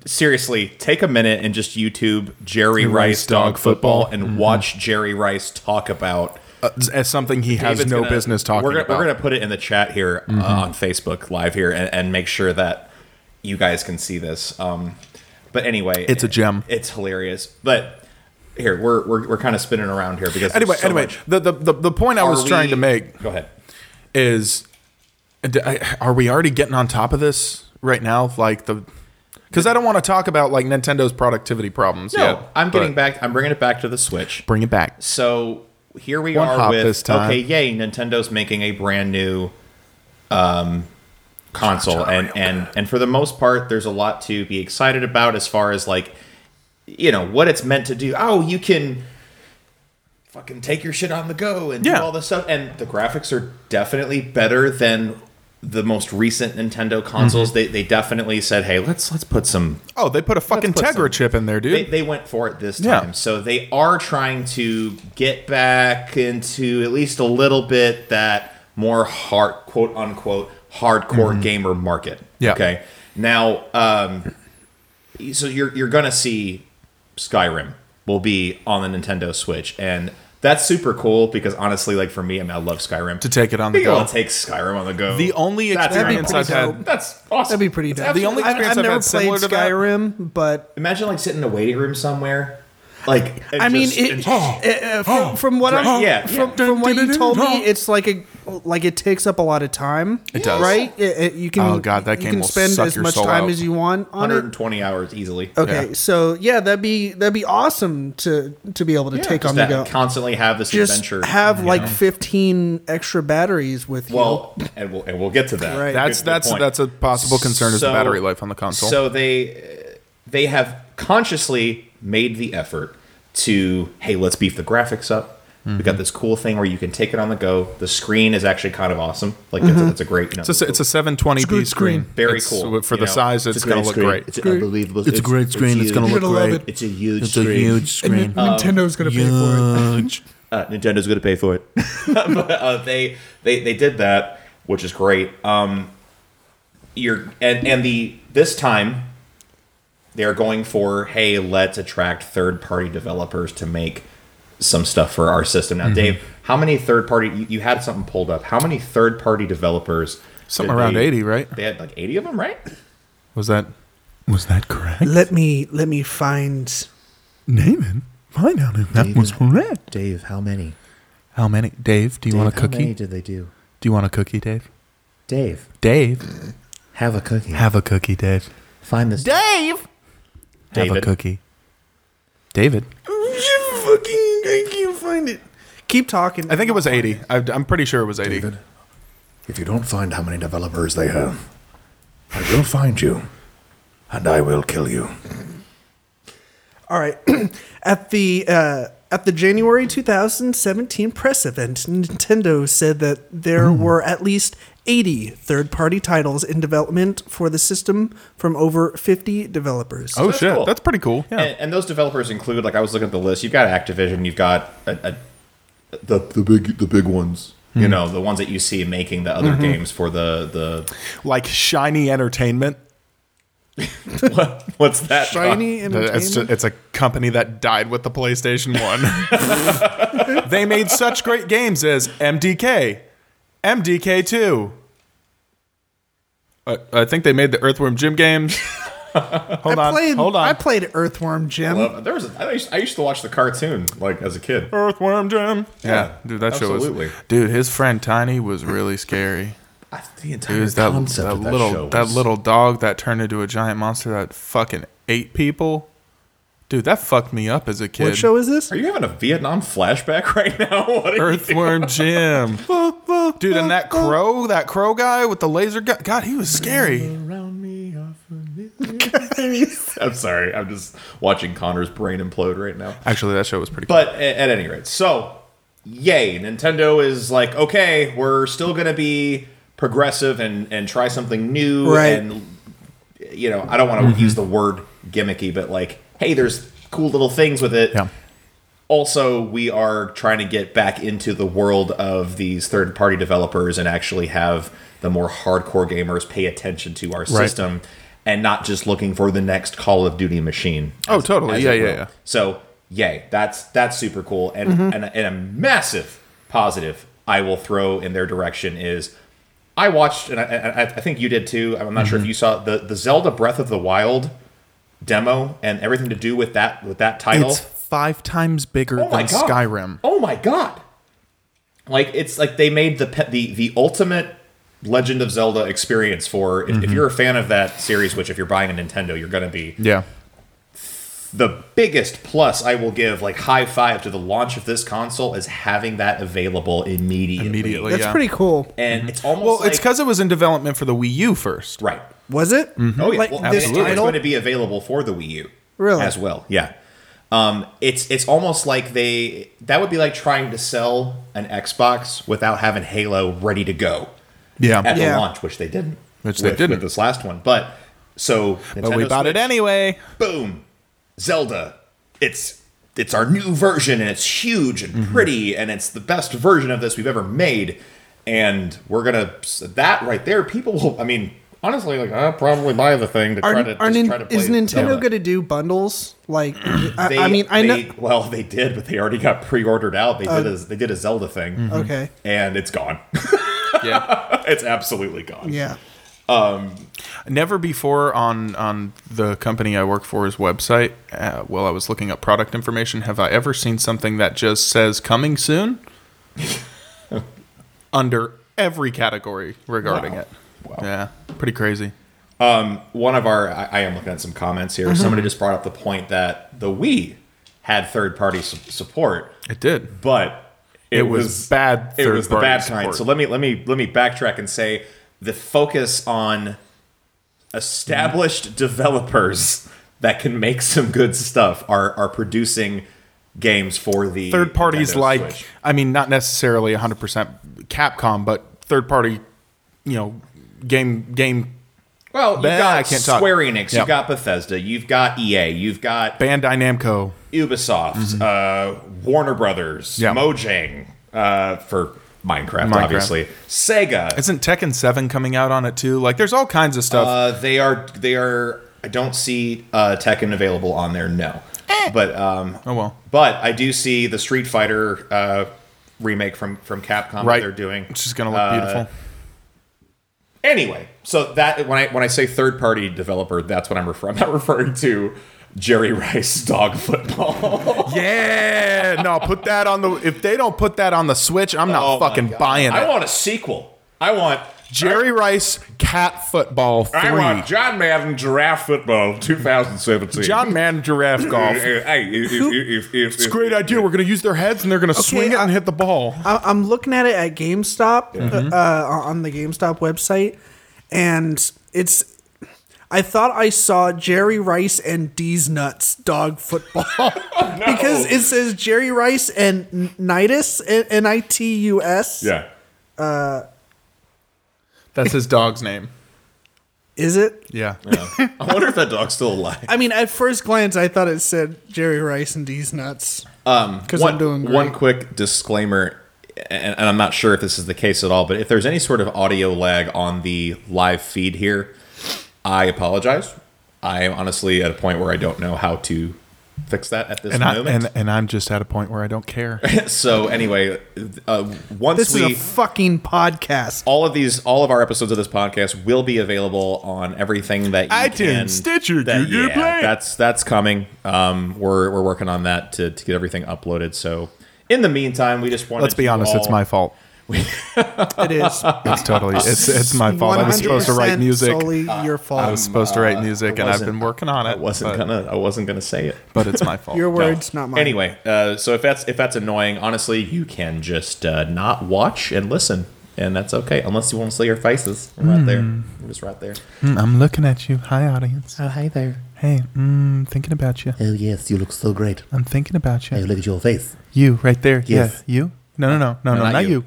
[SPEAKER 5] seriously take a minute and just YouTube Jerry Rice, dog, football, and
[SPEAKER 1] Mm-hmm.
[SPEAKER 5] watch Jerry Rice talk about
[SPEAKER 1] Uh, as something he has
[SPEAKER 5] David's
[SPEAKER 1] no
[SPEAKER 5] gonna-
[SPEAKER 1] business talking
[SPEAKER 5] we're gonna,
[SPEAKER 1] about. Mm-hmm.
[SPEAKER 5] We're going to put it in the chat here uh, on Facebook live here and, and make sure that you guys can see this. Um, but anyway,
[SPEAKER 1] It's a gem.
[SPEAKER 5] It's hilarious. But here we're we're, we're kind of spinning around here because there's
[SPEAKER 1] anyway,
[SPEAKER 5] so
[SPEAKER 1] anyway,
[SPEAKER 5] much.
[SPEAKER 1] the, the the the point I
[SPEAKER 5] Are
[SPEAKER 1] was trying
[SPEAKER 5] we-
[SPEAKER 1] to make
[SPEAKER 5] Go ahead.
[SPEAKER 1] is, d- I- are we already getting on top of this right now? Like the, because I don't want to talk about like Nintendo's productivity problems.
[SPEAKER 5] No,
[SPEAKER 1] yet,
[SPEAKER 5] I'm getting
[SPEAKER 1] but
[SPEAKER 5] back. I'm bringing it back to the Switch.
[SPEAKER 1] Bring it back.
[SPEAKER 5] So here we
[SPEAKER 1] One
[SPEAKER 5] are
[SPEAKER 1] hop
[SPEAKER 5] with
[SPEAKER 1] this time.
[SPEAKER 5] okay, yay! Nintendo's making a brand new um, console, and and and for the most part, there's a lot to be excited about as far as like you know what it's meant to do. Oh, you can fucking take your shit on the go and
[SPEAKER 1] Yeah.
[SPEAKER 5] do all this stuff, and the graphics are definitely better than the most recent Nintendo consoles. They they definitely said, hey, let's let's put some
[SPEAKER 1] Oh, they put a fucking
[SPEAKER 5] put some-
[SPEAKER 1] Tegra chip in there, dude.
[SPEAKER 5] they, they went for it this
[SPEAKER 1] Yeah.
[SPEAKER 5] time. So they are trying to get back into at least a little bit that more hard, quote unquote, hardcore gamer market.
[SPEAKER 1] Mm-hmm. Yeah.
[SPEAKER 5] Okay. Now, um, so you're you're gonna see Skyrim will be on the Nintendo Switch, and that's super cool because honestly, like for me, I mean, I love Skyrim.
[SPEAKER 1] to take it on the
[SPEAKER 5] People
[SPEAKER 1] go.
[SPEAKER 5] will take Skyrim on the go.
[SPEAKER 1] The only
[SPEAKER 5] That's
[SPEAKER 1] experience
[SPEAKER 5] incredible.
[SPEAKER 1] I've had.
[SPEAKER 5] That's awesome.
[SPEAKER 2] That'd be pretty.
[SPEAKER 5] That's
[SPEAKER 2] Dope.
[SPEAKER 1] The only
[SPEAKER 2] I've-
[SPEAKER 1] experience
[SPEAKER 2] I've,
[SPEAKER 1] I've
[SPEAKER 2] never
[SPEAKER 1] had
[SPEAKER 2] played
[SPEAKER 1] similar to that-
[SPEAKER 2] Skyrim, but
[SPEAKER 5] Imagine like sitting in a waiting room somewhere. Like and
[SPEAKER 2] I mean,
[SPEAKER 5] just-
[SPEAKER 2] it,
[SPEAKER 5] and-
[SPEAKER 2] it- uh, from, from what I'm,
[SPEAKER 5] yeah,
[SPEAKER 2] from,
[SPEAKER 5] yeah.
[SPEAKER 2] from what you told me, it's like a like it takes up a lot of time. It
[SPEAKER 1] does.
[SPEAKER 2] right? It- it- you can.
[SPEAKER 1] Oh, God, that
[SPEAKER 2] you
[SPEAKER 1] game
[SPEAKER 2] can
[SPEAKER 1] will
[SPEAKER 2] spend
[SPEAKER 1] suck
[SPEAKER 2] as
[SPEAKER 1] your
[SPEAKER 2] much
[SPEAKER 1] soul
[SPEAKER 2] time
[SPEAKER 1] out.
[SPEAKER 2] as you want on it.
[SPEAKER 5] 120 hours easily.
[SPEAKER 2] Okay,
[SPEAKER 1] Yeah.
[SPEAKER 2] so yeah, that'd be that'd be awesome to to be able to take on
[SPEAKER 5] Just
[SPEAKER 2] the
[SPEAKER 5] that
[SPEAKER 2] go.
[SPEAKER 5] constantly have this
[SPEAKER 2] Just
[SPEAKER 5] adventure.
[SPEAKER 2] have like fifteen extra batteries with you.
[SPEAKER 5] well, and we'll and we'll get to that.
[SPEAKER 2] Right.
[SPEAKER 5] Good-
[SPEAKER 1] That's
[SPEAKER 5] good
[SPEAKER 1] that's
[SPEAKER 5] point.
[SPEAKER 1] that's a possible concern is the
[SPEAKER 5] So-
[SPEAKER 1] battery life on the console.
[SPEAKER 5] So they they have consciously made the effort to hey, let's beef the graphics up. We
[SPEAKER 1] Mm-hmm.
[SPEAKER 5] got this cool thing where you can take it on the go. The screen is actually kind of awesome. Like
[SPEAKER 2] Mm-hmm.
[SPEAKER 5] it's, a, it's a great. You know,
[SPEAKER 1] It's a, it's a 720p
[SPEAKER 2] good
[SPEAKER 1] screen.
[SPEAKER 2] screen.
[SPEAKER 5] very
[SPEAKER 1] It's-
[SPEAKER 5] cool
[SPEAKER 1] For
[SPEAKER 5] you
[SPEAKER 1] the
[SPEAKER 5] know?
[SPEAKER 1] size, it's,
[SPEAKER 5] a
[SPEAKER 1] going
[SPEAKER 5] great
[SPEAKER 1] to look
[SPEAKER 5] screen.
[SPEAKER 1] great.
[SPEAKER 5] It's unbelievable. It's,
[SPEAKER 2] huge. gonna love it.
[SPEAKER 1] It's,
[SPEAKER 5] It's a huge
[SPEAKER 1] a
[SPEAKER 5] screen.
[SPEAKER 1] huge screen.
[SPEAKER 2] Nintendo's gonna pay for it.
[SPEAKER 5] uh, Nintendo's going to pay for it. but uh, they they they did that, which is great. Um, you're and and the this time they are going for hey, let's attract third party developers to make some stuff for our system.
[SPEAKER 1] Mm-hmm.
[SPEAKER 5] Now, Dave, how many third party you, you had something pulled up? How many third party developers?
[SPEAKER 1] Something
[SPEAKER 5] did
[SPEAKER 1] around
[SPEAKER 5] they-
[SPEAKER 1] 80, right?
[SPEAKER 5] They had like eighty of them, right?
[SPEAKER 1] Was that was that correct?
[SPEAKER 2] Let me let me find.
[SPEAKER 1] Naaman, find out if that was correct.
[SPEAKER 3] Dave, how many?
[SPEAKER 1] How many? Dave, do you want a
[SPEAKER 3] How many
[SPEAKER 1] cookie?
[SPEAKER 3] did they do?
[SPEAKER 1] Do you want a cookie, Dave?
[SPEAKER 3] Dave,
[SPEAKER 1] Dave,
[SPEAKER 3] have a cookie.
[SPEAKER 1] have a cookie, Dave.
[SPEAKER 3] Find this.
[SPEAKER 7] Dave!
[SPEAKER 1] Have a
[SPEAKER 5] David.
[SPEAKER 1] cookie. David.
[SPEAKER 2] Keep talking.
[SPEAKER 1] I think it was 80. I, I'm pretty sure it was 80.
[SPEAKER 6] David, if you don't find how many developers they have, I will find you, and I will kill you.
[SPEAKER 2] All right. at the uh, At the January 2017 press event, Nintendo said that there
[SPEAKER 5] Hmm.
[SPEAKER 2] were at least 80 third party titles in development for the system from over 50 developers.
[SPEAKER 1] Oh
[SPEAKER 5] that's
[SPEAKER 1] shit,
[SPEAKER 5] cool.
[SPEAKER 1] that's pretty cool. Yeah.
[SPEAKER 5] And, and those developers include, like I was looking at the list. You've got Activision. You've got a, a, the the big the big ones.
[SPEAKER 1] Hmm.
[SPEAKER 5] You know, the ones that you see making the other
[SPEAKER 1] Mm-hmm.
[SPEAKER 5] games for the
[SPEAKER 1] like shiny entertainment.
[SPEAKER 5] the what what's that?
[SPEAKER 2] Shiny Entertainment.
[SPEAKER 1] It's, ju- it's a company that died with the PlayStation 1. they made such great games as MDK, MDK2. I, I think they made the Earthworm Jim games. Hold
[SPEAKER 2] I
[SPEAKER 1] on.
[SPEAKER 2] played,
[SPEAKER 1] hold on.
[SPEAKER 2] I played Earthworm Jim.
[SPEAKER 5] Uh, there was a, I, used, I used to watch the cartoon like as a kid.
[SPEAKER 1] Earthworm Jim. Yeah,
[SPEAKER 5] Yeah,
[SPEAKER 1] dude, that show
[SPEAKER 5] absolutely.
[SPEAKER 1] was. Dude, his friend Tiny was really scary.
[SPEAKER 5] I, the
[SPEAKER 1] It
[SPEAKER 5] entire
[SPEAKER 1] was that,
[SPEAKER 5] concept
[SPEAKER 1] that
[SPEAKER 5] of that
[SPEAKER 1] little
[SPEAKER 5] show
[SPEAKER 1] that
[SPEAKER 5] was-
[SPEAKER 1] little dog that turned into a giant monster that fucking ate people. Dude, that fucked me up as a kid.
[SPEAKER 2] What show is this?
[SPEAKER 5] Are you having a Vietnam flashback right now? What are you-
[SPEAKER 1] Earthworm Jim. Dude, and that crow, that crow guy with the laser gun. God, he was scary.
[SPEAKER 5] I'm sorry. I'm just watching Connor's brain implode right now.
[SPEAKER 1] Actually, that show was pretty
[SPEAKER 5] But a- at any rate, so yay, Nintendo is like, okay, we're still gonna be progressive and and try something new.
[SPEAKER 2] Right.
[SPEAKER 5] And you know, I don't want to
[SPEAKER 1] Mm-hmm.
[SPEAKER 5] use the word gimmicky, but like, hey, there's cool little things with it.
[SPEAKER 1] Yeah.
[SPEAKER 5] Also, we are trying to get back into the world of these third party developers and actually have the more hardcore gamers pay attention to our system and not just looking for the next Call of Duty machine.
[SPEAKER 1] Oh, totally.
[SPEAKER 5] as
[SPEAKER 1] Yeah,
[SPEAKER 5] it
[SPEAKER 1] yeah,
[SPEAKER 5] will.
[SPEAKER 1] yeah.
[SPEAKER 5] So, yay, that's that's super cool, and and, a, and a massive positive I will throw in their direction is I watched, and I, I, I think you did too. I'm not sure
[SPEAKER 1] Mm-hmm.
[SPEAKER 5] if you saw the the Zelda Breath of the Wild demo and everything to do with that with that title.
[SPEAKER 1] It's five times bigger
[SPEAKER 5] oh my
[SPEAKER 1] than
[SPEAKER 5] god,
[SPEAKER 1] Skyrim.
[SPEAKER 5] Oh my god, like it's like they made the pe- the the ultimate. Legend of Zelda experience for if, if
[SPEAKER 1] Mm-hmm.
[SPEAKER 5] you're a fan of that series, which if you're buying a Nintendo, you're gonna be
[SPEAKER 1] Yeah.
[SPEAKER 5] the biggest plus I will give, like high five to the launch of this console, is having that available immediately.
[SPEAKER 1] Immediately.
[SPEAKER 2] That's
[SPEAKER 1] yeah.
[SPEAKER 2] pretty cool.
[SPEAKER 5] and it's almost
[SPEAKER 1] Well,
[SPEAKER 5] like,
[SPEAKER 1] it's because it was in development for the Wii U first.
[SPEAKER 5] right.
[SPEAKER 2] Was it?
[SPEAKER 5] Oh yeah,
[SPEAKER 2] Like
[SPEAKER 5] well,
[SPEAKER 2] this
[SPEAKER 5] absolutely. It's
[SPEAKER 2] title?
[SPEAKER 5] going to be available for the Wii U,
[SPEAKER 2] Really?
[SPEAKER 5] as well. Yeah, um, it's it's almost like they that would be like trying to sell an Xbox without having Halo ready to go
[SPEAKER 1] Yeah.
[SPEAKER 5] at
[SPEAKER 2] Yeah.
[SPEAKER 5] the launch, which they didn't.
[SPEAKER 1] Which they
[SPEAKER 5] with-
[SPEAKER 1] didn't.
[SPEAKER 5] with this last one, but so
[SPEAKER 1] But we
[SPEAKER 5] Nintendo
[SPEAKER 1] bought it
[SPEAKER 5] Switch-
[SPEAKER 1] anyway.
[SPEAKER 5] boom, Zelda. It's it's our new version and it's huge and
[SPEAKER 2] Mm-hmm.
[SPEAKER 5] pretty and it's the best version of this we've ever made. And we're gonna that right there. People will. I mean, honestly, like I probably buy the thing to
[SPEAKER 2] Are,
[SPEAKER 5] try to,
[SPEAKER 2] are
[SPEAKER 5] just
[SPEAKER 2] Nin-
[SPEAKER 5] try to play.
[SPEAKER 2] is Nintendo
[SPEAKER 5] Zelda.
[SPEAKER 2] going to do bundles? Like, I,
[SPEAKER 5] They,
[SPEAKER 2] I mean, I
[SPEAKER 5] they-
[SPEAKER 2] know. Uh,
[SPEAKER 5] Well, they did, but they already got pre-ordered out. They did a they did a Zelda thing,
[SPEAKER 2] Okay.
[SPEAKER 5] and it's gone.
[SPEAKER 1] Yeah.
[SPEAKER 5] it's absolutely gone.
[SPEAKER 2] Yeah.
[SPEAKER 1] Never before on on the company I work for's website, uh, while I was looking up product information, have I ever seen something that just says coming soon under every category regarding
[SPEAKER 5] Wow.
[SPEAKER 1] it.
[SPEAKER 5] Wow.
[SPEAKER 1] Yeah. Pretty crazy.
[SPEAKER 5] one of our I, I am looking at some comments
[SPEAKER 2] Mm-hmm.
[SPEAKER 5] here. Somebody just brought up the point that the Wii had third party su- support,
[SPEAKER 1] It did.
[SPEAKER 5] but it,
[SPEAKER 1] It was bad
[SPEAKER 5] It was the
[SPEAKER 1] third-party
[SPEAKER 5] bad kind.
[SPEAKER 1] support.
[SPEAKER 5] So let me let me let me backtrack and say the focus on established developers that can make some good stuff are are producing games for the
[SPEAKER 1] third parties
[SPEAKER 5] Nintendo
[SPEAKER 1] like
[SPEAKER 5] Switch.
[SPEAKER 1] I mean not necessarily 100% Capcom but third party you know game game
[SPEAKER 5] well, you've
[SPEAKER 1] Bah,
[SPEAKER 5] got
[SPEAKER 1] I can't talk.
[SPEAKER 5] Square Enix,
[SPEAKER 1] Yeah.
[SPEAKER 5] you've got Bethesda, you've got EA, you've got
[SPEAKER 1] Bandai Namco
[SPEAKER 5] Ubisoft, uh, Warner Brothers,
[SPEAKER 1] Mm-hmm. Yeah.
[SPEAKER 5] Mojang uh, for Minecraft,
[SPEAKER 1] Minecraft.
[SPEAKER 5] obviously. Sega.
[SPEAKER 1] isn't Tekken 7 coming out on it too like there's all kinds of stuff
[SPEAKER 5] Uh, they are. They are. I don't see uh, Tekken available on there. No, but um,
[SPEAKER 1] oh well
[SPEAKER 5] but I do see the Street Fighter uh, remake from from Capcom that
[SPEAKER 1] right
[SPEAKER 5] they're doing.
[SPEAKER 1] it's just going to look
[SPEAKER 5] Uh,
[SPEAKER 1] beautiful
[SPEAKER 5] Anyway, so that when I when I say third party developer, that's what I'm referring. I'm not referring to Jerry Rice Dog Football.
[SPEAKER 1] yeah no put that on the if they don't put that on the switch I'm not
[SPEAKER 5] Oh my
[SPEAKER 1] fucking
[SPEAKER 5] God.
[SPEAKER 1] buying it
[SPEAKER 5] I want a sequel. I want
[SPEAKER 1] Jerry Rice cat football 3
[SPEAKER 5] I want John Madden Giraffe Football 2017.
[SPEAKER 1] John Man Giraffe
[SPEAKER 8] Eh,
[SPEAKER 1] Golf
[SPEAKER 5] Hey, if, if, if, if,
[SPEAKER 1] it's a great idea we're going to use their heads and they're going to swing it
[SPEAKER 2] I-
[SPEAKER 1] and hit the ball
[SPEAKER 2] I, I'm looking at it at GameStop uh, uh, on the GameStop website, and it's. I thought I saw Jerry Rice and D's Nuts dog football because it says Jerry Rice and N- Nitus N I T U S.
[SPEAKER 5] Yeah.
[SPEAKER 1] That's his dog's name.
[SPEAKER 2] Is it?
[SPEAKER 1] Yeah.
[SPEAKER 5] I wonder if that dog's still alive.
[SPEAKER 2] I mean, at first glance, I thought it said Jerry Rice and D's Nuts. Um, because
[SPEAKER 5] one,
[SPEAKER 2] I'm doing great.
[SPEAKER 5] one quick disclaimer, and, and I'm not sure if this is the case at all, but if there's any sort of audio lag on the live feed here, I apologize. I am honestly at a point where I don't know how to fix that at this
[SPEAKER 1] And, I,
[SPEAKER 5] moment.
[SPEAKER 1] and, and I'm just at a point where I don't care.
[SPEAKER 5] so anyway, uh, once
[SPEAKER 2] this
[SPEAKER 5] we
[SPEAKER 2] is a fucking podcast.
[SPEAKER 5] all of these, all of our episodes of this podcast will be available on everything that you
[SPEAKER 1] iTunes,
[SPEAKER 5] can,
[SPEAKER 1] Stitcher,
[SPEAKER 5] that,
[SPEAKER 1] Google
[SPEAKER 5] yeah,
[SPEAKER 1] Play.
[SPEAKER 5] That's that's coming. Um, we're we're working on that to, to get everything uploaded. So in the meantime, we just wanted.
[SPEAKER 1] Let's be
[SPEAKER 5] you
[SPEAKER 1] honest, it's
[SPEAKER 5] all-
[SPEAKER 1] my fault.
[SPEAKER 2] It is.
[SPEAKER 1] It's totally it's it's my fault. I was supposed to write
[SPEAKER 2] 100%
[SPEAKER 1] music. Uh,
[SPEAKER 2] Solely your fault.
[SPEAKER 1] I was supposed to write music, and I've been
[SPEAKER 5] wasn't-
[SPEAKER 1] working on it.
[SPEAKER 5] I wasn't
[SPEAKER 1] but,
[SPEAKER 5] gonna. I wasn't gonna say it.
[SPEAKER 1] but it's my fault.
[SPEAKER 2] your
[SPEAKER 5] No.
[SPEAKER 2] words, not mine.
[SPEAKER 5] Anyway, uh, so if that's if that's annoying, honestly, you can just uh, not watch and listen, and that's okay. Unless you want to see our faces, we're
[SPEAKER 1] Hmm.
[SPEAKER 5] right there. We're just right there.
[SPEAKER 1] Mm, I'm looking at you. Hi, audience.
[SPEAKER 3] Oh, hey there.
[SPEAKER 1] Hey, mm, thinking about you.
[SPEAKER 3] Oh, yes, you look so great.
[SPEAKER 1] I'm thinking about
[SPEAKER 3] Oh,
[SPEAKER 1] you.
[SPEAKER 3] look at your face.
[SPEAKER 1] You right there.
[SPEAKER 3] Yes.
[SPEAKER 1] Yeah, you. No, no, no, no, no,
[SPEAKER 5] not
[SPEAKER 1] not you.
[SPEAKER 5] you.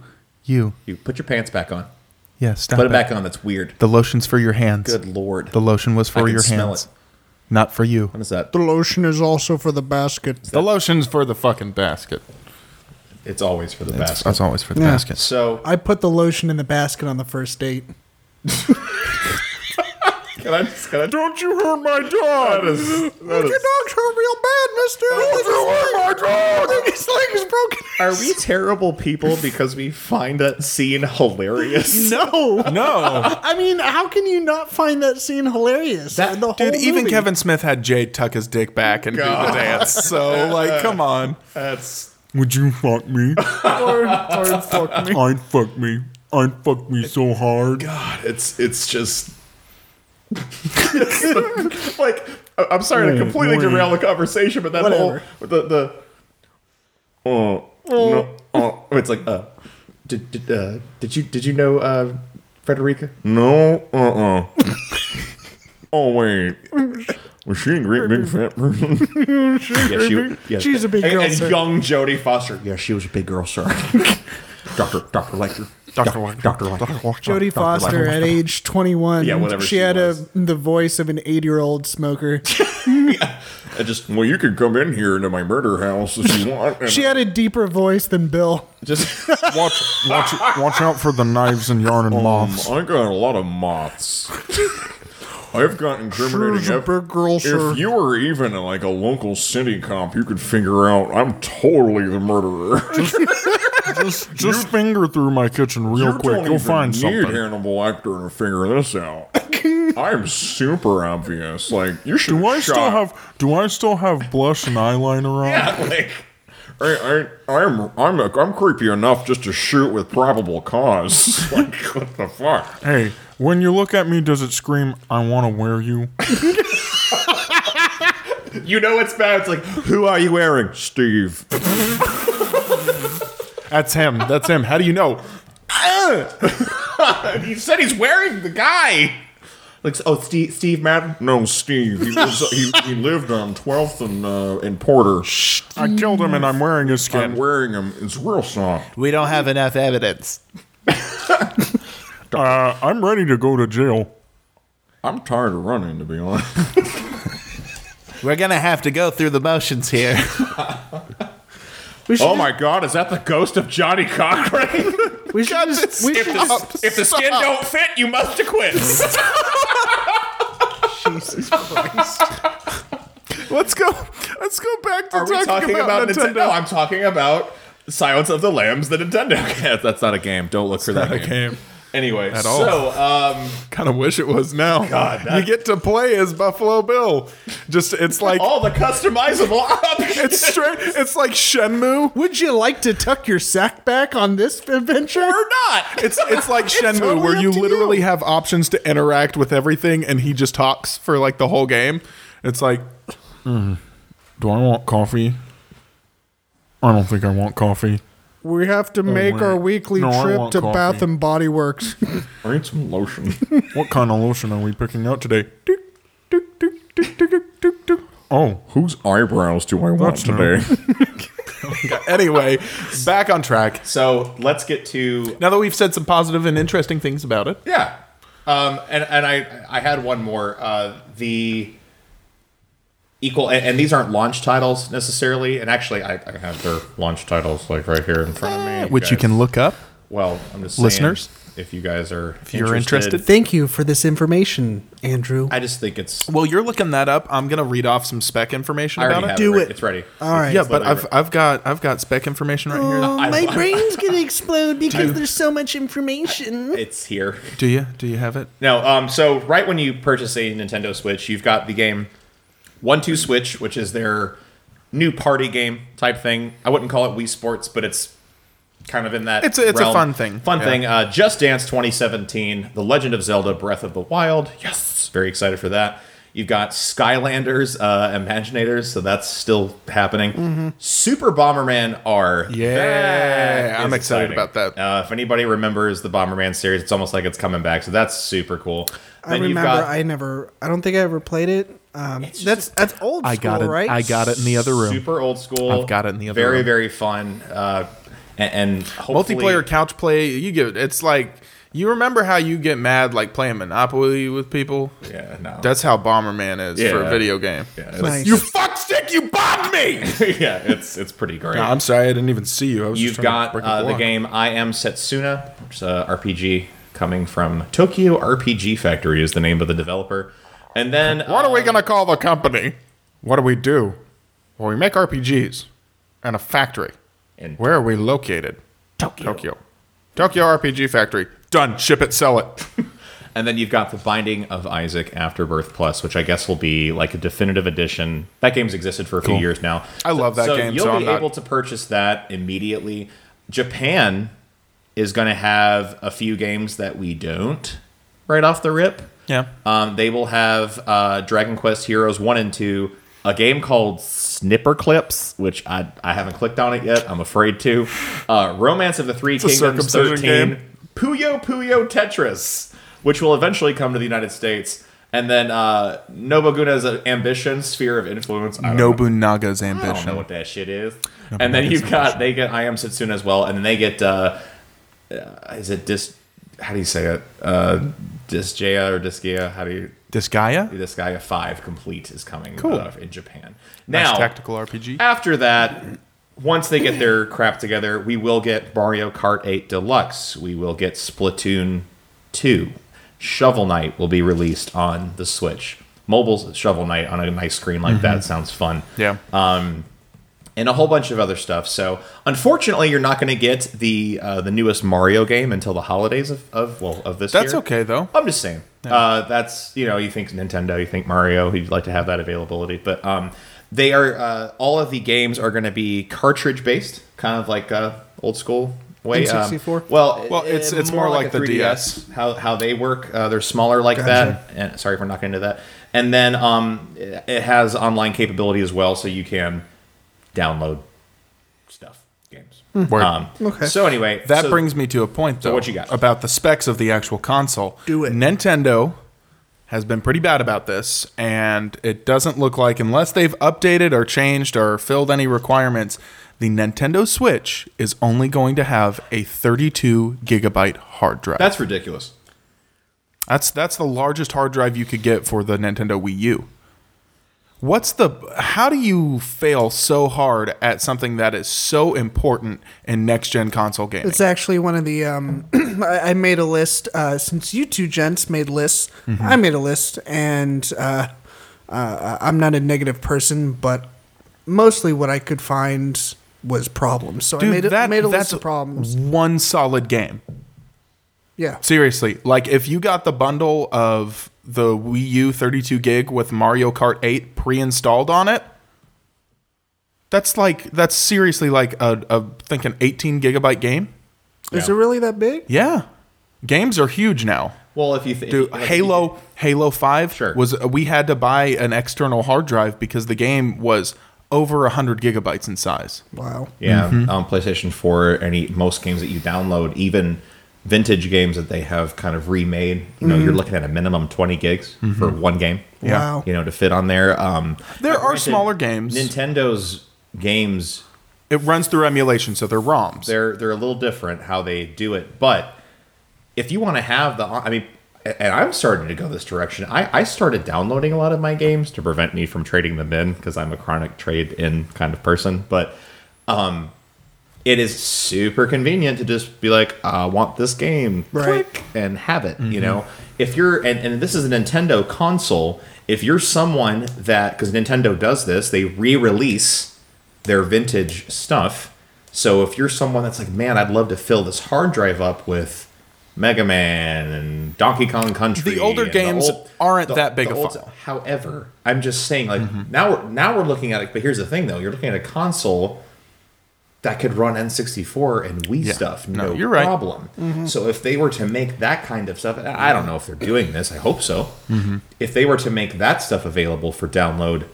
[SPEAKER 1] You.
[SPEAKER 5] You put your pants back on.
[SPEAKER 1] Yeah, stop
[SPEAKER 5] Put it back on. That's weird.
[SPEAKER 1] The lotion's for your hands.
[SPEAKER 5] Good lord.
[SPEAKER 1] The lotion was
[SPEAKER 5] I
[SPEAKER 1] for
[SPEAKER 5] can
[SPEAKER 1] your
[SPEAKER 5] smell
[SPEAKER 1] hands,
[SPEAKER 5] it.
[SPEAKER 1] not for you.
[SPEAKER 5] What is that?
[SPEAKER 2] The lotion is also for the basket.
[SPEAKER 1] The lotion's for the fucking basket.
[SPEAKER 5] It's always for the
[SPEAKER 1] That's,
[SPEAKER 5] basket.
[SPEAKER 1] always for the
[SPEAKER 2] Yeah.
[SPEAKER 1] basket.
[SPEAKER 5] So
[SPEAKER 2] I put the lotion in the basket on the first date.
[SPEAKER 5] can I just can I
[SPEAKER 1] Don't you hurt my dog! That is,
[SPEAKER 2] dog's hurt real bad, mister. His leg is broken.
[SPEAKER 5] Are we terrible people because we find that scene hilarious?
[SPEAKER 2] No.
[SPEAKER 1] no,
[SPEAKER 2] I mean, how can you not find that scene hilarious?
[SPEAKER 1] that,
[SPEAKER 2] the whole
[SPEAKER 1] dude. Even
[SPEAKER 2] movie.
[SPEAKER 1] Kevin Smith had Jade tuck his dick back and do the dance. So like, come on.
[SPEAKER 5] That's
[SPEAKER 8] Would you fuck me?
[SPEAKER 2] Or, or fuck me.
[SPEAKER 8] I'd fuck me. I'd fuck me so hard.
[SPEAKER 5] it's it's just like I- I'm sorry to completely derail the conversation, but that
[SPEAKER 2] Whatever.
[SPEAKER 5] whole the the
[SPEAKER 8] Uh,
[SPEAKER 5] oh no oh it's like uh did did, uh, did you did you know uh Frederica?
[SPEAKER 8] No, uh uh oh, wait. Was she a great big fat person?
[SPEAKER 5] Yeah, she, yeah.
[SPEAKER 2] She's a big
[SPEAKER 5] and,
[SPEAKER 2] girl,
[SPEAKER 5] and
[SPEAKER 2] sir.
[SPEAKER 5] young Jodie Foster. Yeah, she was a big girl, sir. Doctor Doctor Lecter.
[SPEAKER 1] Doctor Wang.
[SPEAKER 5] Doctor Lecter.
[SPEAKER 2] Jodie Foster at age 21.
[SPEAKER 5] Yeah, whatever
[SPEAKER 2] She,
[SPEAKER 5] she
[SPEAKER 2] had
[SPEAKER 5] was.
[SPEAKER 2] A, the voice of an eight year old smoker.
[SPEAKER 5] I just
[SPEAKER 8] Well, you could come in here into my murder house if you want. and
[SPEAKER 2] she had a deeper voice than Bill.
[SPEAKER 5] just
[SPEAKER 8] watch, watch,
[SPEAKER 1] Watch out for the knives and yarn and moths.
[SPEAKER 8] um, I got a lot of moths. I've got incriminating
[SPEAKER 2] She's a
[SPEAKER 8] ev-
[SPEAKER 2] big girl, sir.
[SPEAKER 8] If you were even like a local city cop, you could figure out I'm totally the murderer.
[SPEAKER 1] Just, just finger through my kitchen real
[SPEAKER 8] You don't even need Hannibal Lecter to figure this out. I'm super obvious. Like you should.
[SPEAKER 1] Do I
[SPEAKER 8] shot.
[SPEAKER 1] still have? Do I still have blush and eyeliner on?
[SPEAKER 8] like? I, I, I'm I'm I'm creepy enough just to shoot with probable cause. like what the fuck?
[SPEAKER 1] Hey, when you look at me, does it scream, I want to wear you?
[SPEAKER 5] you know it's bad. It's like
[SPEAKER 8] Who are you wearing, Steve?
[SPEAKER 1] That's him. That's him. How do you know?
[SPEAKER 5] he said he's wearing the guy. Like oh Steve Steve Madden.
[SPEAKER 8] No, Steve. He, lives, he, he lived on 12th and uh, and Porter.
[SPEAKER 1] I killed him and I'm wearing his
[SPEAKER 8] I'm
[SPEAKER 1] skin.
[SPEAKER 8] wearing him. It's real soft.
[SPEAKER 3] We don't have enough evidence.
[SPEAKER 1] Uh, I'm ready to go to jail.
[SPEAKER 8] I'm tired of running, to be honest.
[SPEAKER 3] We're going to have to go through the motions here.
[SPEAKER 2] We should
[SPEAKER 5] Oh my God! Is that the ghost of Johnny Cochran?
[SPEAKER 2] just- we should just, we
[SPEAKER 5] if,
[SPEAKER 2] should just
[SPEAKER 5] the, if the skin don't fit, you must acquit.
[SPEAKER 1] Let's go. Let's go back to
[SPEAKER 5] Are we talking, about, Nintendo? No, I'm talking about Silence of the Lambs, the Nintendo. game. That's not a game. Don't look for that game. Anyway,
[SPEAKER 1] At all.
[SPEAKER 5] so um,
[SPEAKER 1] Kind of wish it was now.
[SPEAKER 5] God, that-
[SPEAKER 1] you get to play as Buffalo Bill. Just it's like
[SPEAKER 2] Oh.
[SPEAKER 5] all the customizable options.
[SPEAKER 1] it's straight. It's like Shenmue.
[SPEAKER 2] Would you like to tuck your sack back on this adventure?
[SPEAKER 5] or not.
[SPEAKER 1] It's it's like Shenmue
[SPEAKER 2] totally
[SPEAKER 1] where
[SPEAKER 2] up
[SPEAKER 1] you
[SPEAKER 2] to
[SPEAKER 1] literally have options to interact with everything, and he just talks for like the whole game. It's like
[SPEAKER 8] Do I want coffee? I don't think I want coffee.
[SPEAKER 2] We have
[SPEAKER 1] oh
[SPEAKER 2] to make
[SPEAKER 8] wait.
[SPEAKER 2] our weekly
[SPEAKER 8] No, I
[SPEAKER 2] trip
[SPEAKER 8] want
[SPEAKER 2] to
[SPEAKER 8] coffee.
[SPEAKER 2] Bath and Body Works.
[SPEAKER 8] I need some lotion.
[SPEAKER 1] what kind of lotion are we picking out today?
[SPEAKER 8] Oh, whose eyebrows do I want today?
[SPEAKER 1] Anyway, back on track.
[SPEAKER 5] So let's get to
[SPEAKER 1] Now that we've said some positive and interesting things about it,
[SPEAKER 5] yeah. Um, and and I I had one more. Uh, the equal and, and these aren't launch titles necessarily. And actually, I, I have their launch titles like right here in front of me,
[SPEAKER 1] which you
[SPEAKER 5] guys.
[SPEAKER 1] can look up.
[SPEAKER 5] Well, I'm just saying,
[SPEAKER 1] Listeners?
[SPEAKER 5] If you guys are if
[SPEAKER 1] you're interested.
[SPEAKER 2] Thank you for this information, Andrew.
[SPEAKER 5] I just think it's
[SPEAKER 1] Well, you're looking that up. I'm gonna read off some spec information
[SPEAKER 5] I
[SPEAKER 1] about
[SPEAKER 5] already
[SPEAKER 1] it.
[SPEAKER 5] have
[SPEAKER 2] Do
[SPEAKER 5] it. right-
[SPEAKER 2] it.
[SPEAKER 5] It's ready.
[SPEAKER 2] All right.
[SPEAKER 1] Yeah, but I've I've got I've got spec information right here.
[SPEAKER 7] Oh, my brain's gonna explode because there's so much information.
[SPEAKER 5] It's here.
[SPEAKER 1] Do you do you have it?
[SPEAKER 5] No, um, so right when you purchase a Nintendo Switch, you've got the game One Two Switch, which is their new party game type thing. I wouldn't call it Wii Sports, but it's kind of in that.
[SPEAKER 1] It's a- it's a
[SPEAKER 5] realm.
[SPEAKER 1] fun thing.
[SPEAKER 5] Fun
[SPEAKER 1] Yeah.
[SPEAKER 5] thing. Uh, Just Dance 2017, The Legend of Zelda: Breath of the Wild. Yes, very excited for that. You've got Skylanders, uh, Imaginators, so that's still happening. Super Bomberman R.
[SPEAKER 1] Mm-hmm. Yeah,
[SPEAKER 5] That
[SPEAKER 1] I'm
[SPEAKER 5] is
[SPEAKER 1] excited about that.
[SPEAKER 5] Uh, if anybody remembers the Bomberman series, it's almost like it's coming back, so that's super cool.
[SPEAKER 2] I remember I never. I don't think I ever played it. Um, that's that's old school,
[SPEAKER 1] I got it.
[SPEAKER 2] right?
[SPEAKER 1] I got it in the other room.
[SPEAKER 5] super old school.
[SPEAKER 1] I've got it in the other
[SPEAKER 5] Very
[SPEAKER 1] room.
[SPEAKER 5] very fun. Uh, and, and hopefully-
[SPEAKER 1] Multiplayer couch play. You get it's like you remember how you get mad like playing Monopoly with people.
[SPEAKER 5] Yeah, no.
[SPEAKER 1] That's how Bomberman is for a
[SPEAKER 5] Yeah.
[SPEAKER 1] video game.
[SPEAKER 5] yeah, it's,
[SPEAKER 2] Nice.
[SPEAKER 1] You fuck stick, you bombed me.
[SPEAKER 5] yeah, it's it's pretty great.
[SPEAKER 1] I'm sorry, I didn't even see you. I was
[SPEAKER 5] You've got uh, the game I Am Setsuna, which is a RPG coming from Tokyo RPG Factory is the name of the developer. And then
[SPEAKER 1] What are we gonna call the company? What do we do? Well, we make RPGs and a factory.
[SPEAKER 5] uh, And-
[SPEAKER 1] Where are we located? Tokyo. Tokyo. Tokyo RPG Factory. Done. Ship it. Sell it.
[SPEAKER 5] And then you've got The Binding of Isaac Afterbirth Plus, which I guess will be like a definitive edition. That game's existed for a few years now.
[SPEAKER 1] I love that game,
[SPEAKER 5] You'll
[SPEAKER 1] so
[SPEAKER 5] be
[SPEAKER 1] I'm not-
[SPEAKER 5] able to purchase that immediately. Japan is going to have a few games that we don't right off the rip.
[SPEAKER 1] Yeah.
[SPEAKER 5] Um, they will have uh, Dragon Quest Heroes 1 and 2, a game called Snipper Clips, which I, I haven't clicked on it yet. I'm afraid to. Uh, Romance of the Three
[SPEAKER 1] a
[SPEAKER 5] Kingdoms
[SPEAKER 1] circumcision
[SPEAKER 5] 13,
[SPEAKER 1] game.
[SPEAKER 5] Puyo Puyo Tetris, which will eventually come to the United States. And then uh, Nobuguna's Ambition, Sphere of Influence. I don't know.
[SPEAKER 1] Nobunaga's
[SPEAKER 5] I don't know what that shit is. and then you've got they get I am Setsuna as well, and then they get uh, uh is it dis how do you say it? Uh Disgaea or Disgaea? How do you
[SPEAKER 1] This Gaia?
[SPEAKER 5] Disgaea five complete is coming
[SPEAKER 1] Cool.
[SPEAKER 5] uh, in Japan.
[SPEAKER 1] Nice
[SPEAKER 5] Now
[SPEAKER 1] tactical RPG.
[SPEAKER 5] after that, once they get their crap together, we will get Mario Kart 8 Deluxe. We will get Splatoon 2. Shovel Knight will be released on the Switch. Mobile Shovel Knight on a nice screen like that sounds fun
[SPEAKER 1] Mm-hmm. Yeah.
[SPEAKER 5] and a whole bunch of other stuff. So unfortunately, you're not going to get the uh, the newest Mario game until the holidays of, of well of this.
[SPEAKER 1] That's
[SPEAKER 5] year.
[SPEAKER 1] okay, though.
[SPEAKER 5] I'm just saying. Uh, that's you know you think Nintendo, you think Mario, you'd like to have that availability, but um, they are uh, all of the games are going to be cartridge based, kind of like uh, old school way. um,
[SPEAKER 2] N64?
[SPEAKER 5] well,
[SPEAKER 1] Well,
[SPEAKER 5] uh,
[SPEAKER 1] it's- it's more like the
[SPEAKER 5] a 3DS
[SPEAKER 1] DS.
[SPEAKER 5] how how they work. Uh, they're smaller like that. And sorry for knocking into that. And then um, it it has online capability as well, so you can download stuff, games.
[SPEAKER 1] Hmm. Word.
[SPEAKER 5] Um,
[SPEAKER 2] Okay.
[SPEAKER 5] So anyway,
[SPEAKER 1] That
[SPEAKER 5] so-
[SPEAKER 1] brings me to a point, though.
[SPEAKER 5] what you got?
[SPEAKER 1] about the specs of the actual console?
[SPEAKER 2] Do it.
[SPEAKER 1] Nintendo has been pretty bad about this, and it doesn't look like unless they've updated or changed or filled any requirements, the Nintendo Switch is only going to have a 32 gigabyte hard drive.
[SPEAKER 5] that's ridiculous.
[SPEAKER 1] That's that's the largest hard drive you could get for the Nintendo Wii U. What's the how do you fail so hard at something that is so important in next gen console gaming?
[SPEAKER 2] It's actually one of the. Um, I, I made a list uh, since you two gents made lists.
[SPEAKER 1] Mm-hmm.
[SPEAKER 2] I made a list, and uh, uh, I'm not a negative person, but mostly what I could find was problems. So I made a, made a list of problems.
[SPEAKER 1] One solid game.
[SPEAKER 2] Yeah.
[SPEAKER 1] Seriously, like if you got the bundle of the Wii U 32 gig with Mario Kart 8 pre-installed on it, that's like that's seriously like a, a thinking 18 gigabyte game.
[SPEAKER 2] Is it really that big?
[SPEAKER 1] Yeah, games are huge now.
[SPEAKER 5] Well, if you think
[SPEAKER 1] Dude, Halo Halo 5
[SPEAKER 5] Sure.
[SPEAKER 1] was uh, we had to buy an external hard drive because the game was over 100 gigabytes in size.
[SPEAKER 2] Wow.
[SPEAKER 1] Mm-hmm.
[SPEAKER 5] um, yeah, on PlayStation Four, any most games that you download, even vintage games that they have kind of remade. You know, you're looking at a minimum 20 gigs for one game.
[SPEAKER 1] Mm-hmm. Yeah.
[SPEAKER 2] Mm-hmm. Wow.
[SPEAKER 5] You know, to fit on there. Um,
[SPEAKER 1] There
[SPEAKER 5] now,
[SPEAKER 1] are smaller games.
[SPEAKER 5] Nintendo's games
[SPEAKER 1] It runs through emulation, so they're ROMs.
[SPEAKER 5] they're they're a little different how they do it but if you want to have the i mean and i'm starting to go this direction i i started downloading a lot of my games to prevent me from trading them in because i'm a chronic trade in kind of person but um it is super convenient to just be like i want this game
[SPEAKER 2] Right.
[SPEAKER 5] click, and have it you know if you're and, and this is a nintendo console if you're someone that because nintendo does this they re-release their vintage stuff so if you're someone that's like man i'd love to fill this hard drive up with mega man and donkey kong country
[SPEAKER 1] The older
[SPEAKER 5] and
[SPEAKER 1] games aren't that big a
[SPEAKER 5] old-
[SPEAKER 1] file.
[SPEAKER 5] however i'm just saying like now we're now we're looking at it but here's the thing though you're looking at a console that could run N64 and Wii stuff, no,
[SPEAKER 1] No, you're right.
[SPEAKER 5] problem. So if they were to make that kind of stuff, I I don't know if they're doing this. I hope so. If they were to make that stuff available for download,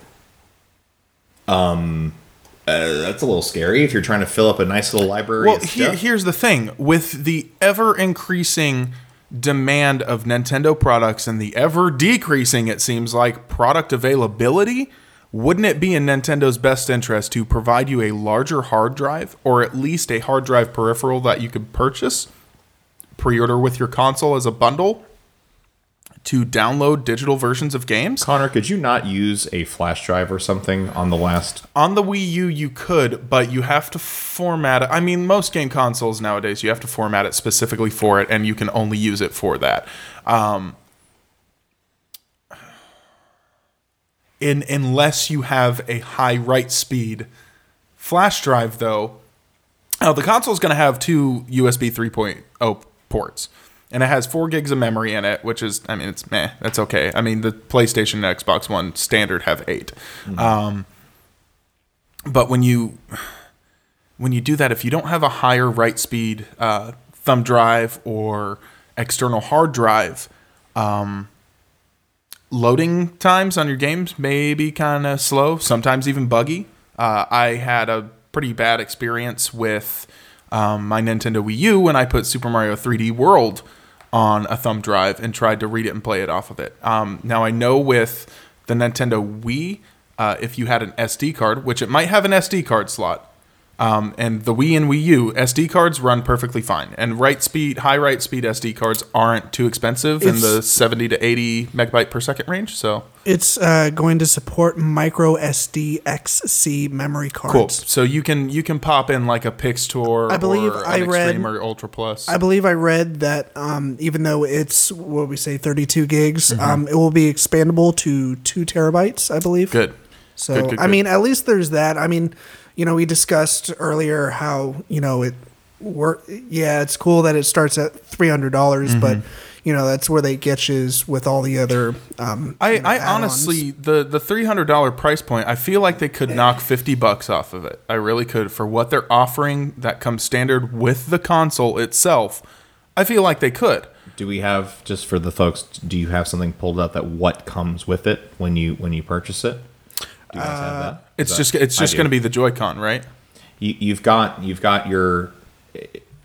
[SPEAKER 5] um, uh, that's a little scary. If you're trying to fill up a nice little library,
[SPEAKER 1] Well,
[SPEAKER 5] of
[SPEAKER 1] he-
[SPEAKER 5] stuff.
[SPEAKER 1] here's the thing with the ever increasing demand of Nintendo products and the ever decreasing, it seems like, product availability, wouldn't it be in Nintendo's best interest to provide you a larger hard drive or at least a hard drive peripheral that you could purchase, pre order with your console as a bundle? To download digital versions of games
[SPEAKER 5] Connor, could you not use a flash drive or something on the last?
[SPEAKER 1] on the Wii U, you could, but you have to format it. I mean, most game consoles nowadays, you have to format it specifically for it, and you can only use it for that. Um, in unless you have a high write speed flash drive, though, now the console is going to have two USB 3.0 ports, and it has four gigs of memory in it, which is, I mean, it's meh, that's okay. I mean, the PlayStation and Xbox One standard have 8 Um, but when you when you do that, if you don't have a higher write speed uh, thumb drive or external hard drive, um, loading times on your games may be kind of slow, sometimes even buggy. Uh, I had a pretty bad experience with um, my Nintendo Wii U when I put Super Mario 3D World on a thumb drive and tried to read it and play it off of it. Um, now I know with the Nintendo Wii, uh, if you had an SD card, which it might have an SD card slot, um, and the Wii and Wii U SD cards run perfectly fine, and write speed, high write speed SD cards aren't too expensive in the
[SPEAKER 2] It's-
[SPEAKER 1] seventy to eighty megabyte per second range. So
[SPEAKER 2] It's uh, going to support micro SD XC memory cards.
[SPEAKER 1] cool. So you can you can pop in like a Pixtor,
[SPEAKER 2] I believe
[SPEAKER 1] or
[SPEAKER 2] I
[SPEAKER 1] an
[SPEAKER 2] read-
[SPEAKER 1] Extreme or Ultra Plus.
[SPEAKER 2] I believe I read that um, even though it's what we say 32 gigs,
[SPEAKER 1] Mm-hmm.
[SPEAKER 2] um, it will be expandable to two terabytes, I believe.
[SPEAKER 1] good.
[SPEAKER 2] So
[SPEAKER 1] Good, good,
[SPEAKER 2] I
[SPEAKER 1] good.
[SPEAKER 2] mean, at least there's that. I mean, you know, we discussed earlier how you know it work. Yeah, it's cool that it starts at three hundred dollars,
[SPEAKER 1] Mm-hmm.
[SPEAKER 2] but you know that's where they get you is with all the other. Um,
[SPEAKER 1] I,
[SPEAKER 2] you know,
[SPEAKER 1] I
[SPEAKER 2] add-ons.
[SPEAKER 1] honestly the the three hundred dollar price point. I feel like they could knock fifty bucks off of it. I really could for what they're offering that comes standard with the console itself. I feel like they could.
[SPEAKER 5] Do we have just for the folks? Do you have something pulled up that what comes with it when you when you purchase it? Do you guys have that?
[SPEAKER 1] It's
[SPEAKER 5] Is
[SPEAKER 1] just
[SPEAKER 5] that-
[SPEAKER 1] it's
[SPEAKER 5] I
[SPEAKER 1] just
[SPEAKER 5] do.
[SPEAKER 1] going to be the Joy-Con, right?
[SPEAKER 5] you, you've got you've got your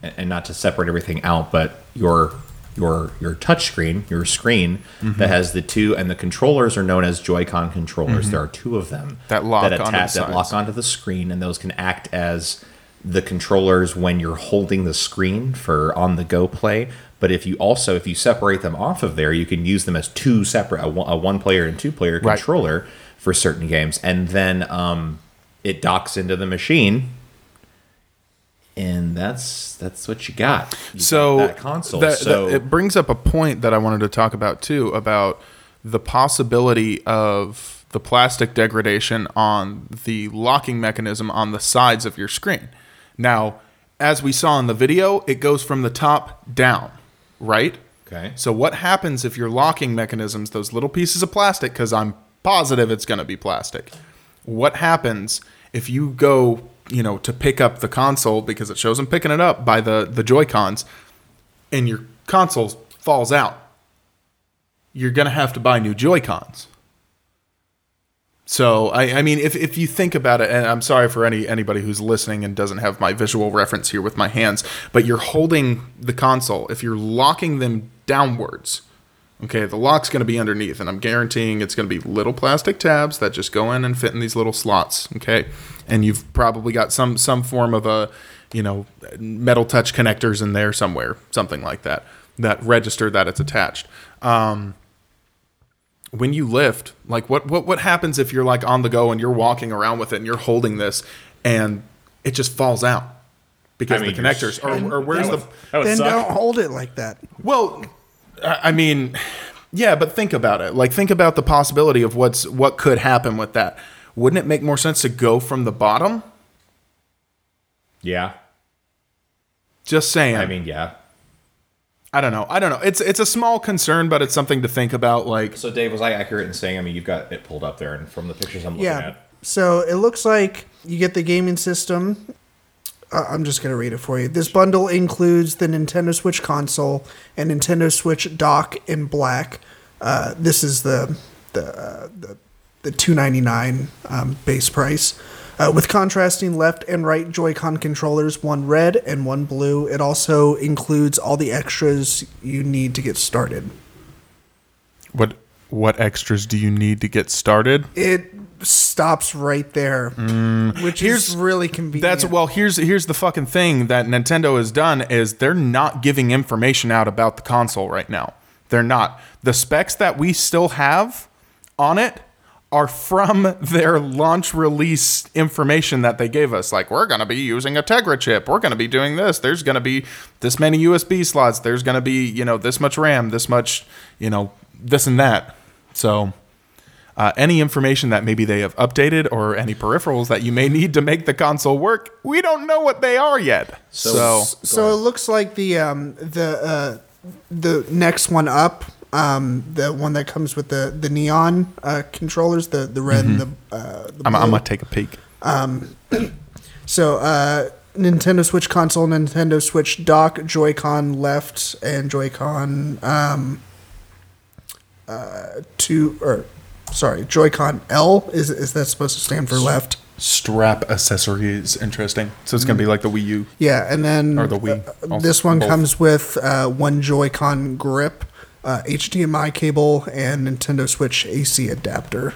[SPEAKER 5] and not to separate everything out but your your your touch screen your screen
[SPEAKER 1] Mm-hmm.
[SPEAKER 5] that has the two and the controllers are known as joy-con controllers there are two of them
[SPEAKER 1] Mm-hmm. That lock onto the
[SPEAKER 5] attach- that
[SPEAKER 1] sides.
[SPEAKER 5] lock onto the screen and those can act as the controllers when you're holding the screen for on the go play but if you also if you separate them off of there you can use them as two separate a one, a one player and two player
[SPEAKER 1] Right.
[SPEAKER 5] controller for certain games and then um, it docks into the machine and that's that's what you got. You
[SPEAKER 1] so
[SPEAKER 5] got that console.
[SPEAKER 1] that- that-
[SPEAKER 5] so
[SPEAKER 1] it brings up a point that I wanted to talk about too about the possibility of the plastic degradation on the locking mechanism on the sides of your screen. Now, as we saw in the video, it goes from the top down, right?
[SPEAKER 5] Okay.
[SPEAKER 1] So what happens if your locking mechanisms, those little pieces of plastic, because I'm positive it's going to be plastic. What happens if you go, you know, to pick up the console because it shows them picking it up by the the Joy Cons, and your console falls out? You're going to have to buy new Joy Cons. So I, I mean, if, if you think about it, and I'm sorry for any anybody who's listening and doesn't have my visual reference here with my hands, but you're holding the console. If you're locking them downwards, okay, the lock's going to be underneath, and I'm guaranteeing it's going to be little plastic tabs that just go in and fit in these little slots. Okay, and you've probably got some some form of a you know metal touch connectors in there somewhere, something like that that register that it's attached Um, when you lift, like what what what happens if you're like on the go and you're walking around with it and you're holding this and it just falls out because
[SPEAKER 8] I mean,
[SPEAKER 1] the
[SPEAKER 8] you're
[SPEAKER 1] connectors or, or where's the
[SPEAKER 8] That would
[SPEAKER 2] Then
[SPEAKER 8] suck.
[SPEAKER 2] don't hold it like that.
[SPEAKER 1] well, I I mean, yeah, but think about it. Like think about the possibility of what's what could happen with that. Wouldn't it make more sense to go from the bottom?
[SPEAKER 5] Yeah.
[SPEAKER 1] Just saying.
[SPEAKER 5] I mean, yeah.
[SPEAKER 1] I don't know. I don't know. It's it's a small concern, but it's something to think about. Like
[SPEAKER 5] So, Dave, was I accurate in saying? I mean, you've got it pulled up there, and from the pictures I'm looking
[SPEAKER 2] Yeah.
[SPEAKER 5] at,
[SPEAKER 2] So it looks like you get the gaming system. Uh, I'm just going to read it for you. This bundle includes the Nintendo Switch console and Nintendo Switch dock in black. Uh, this is the the uh, the, the 299 um, base price. Uh, with contrasting left and right Joy-Con controllers, one red and one blue. It also includes all the extras you need to get started.
[SPEAKER 1] what what extras do you need to get started?
[SPEAKER 2] It stops right there,
[SPEAKER 5] Mm.
[SPEAKER 2] which is really convenient.
[SPEAKER 1] That's well. Here's here's the fucking thing that Nintendo has done is they're not giving information out about the console right now. They're not. The specs that we still have on it are from their launch release information that they gave us. Like we're gonna be using a Tegra chip. We're gonna be doing this. There's gonna be this many USB slots. There's gonna be you know this much RAM. This much you know this and that. So uh, any information that maybe they have updated or any peripherals that you may need to make the console work, we don't know what they are yet. So,
[SPEAKER 2] So it looks like the um, the uh, the next one up, um, the one that comes with the the neon uh, controllers, the the red and the, uh, the
[SPEAKER 1] Mm-hmm. I'm,
[SPEAKER 2] blue.
[SPEAKER 1] I'm going to take a peek.
[SPEAKER 2] so uh, Nintendo Switch console, Nintendo Switch dock, Joy-Con left, and Joy-Con um, uh, two or sorry, Joy-Con L is is that supposed to stand for left?
[SPEAKER 1] Strap accessories, interesting. So it's going to be like the Wii U.
[SPEAKER 2] Yeah, and then
[SPEAKER 1] Or the Wii,
[SPEAKER 2] uh,
[SPEAKER 1] also,
[SPEAKER 2] this one
[SPEAKER 1] both.
[SPEAKER 2] comes with uh, one Joy-Con grip, uh, HDMI cable, and Nintendo Switch AC adapter.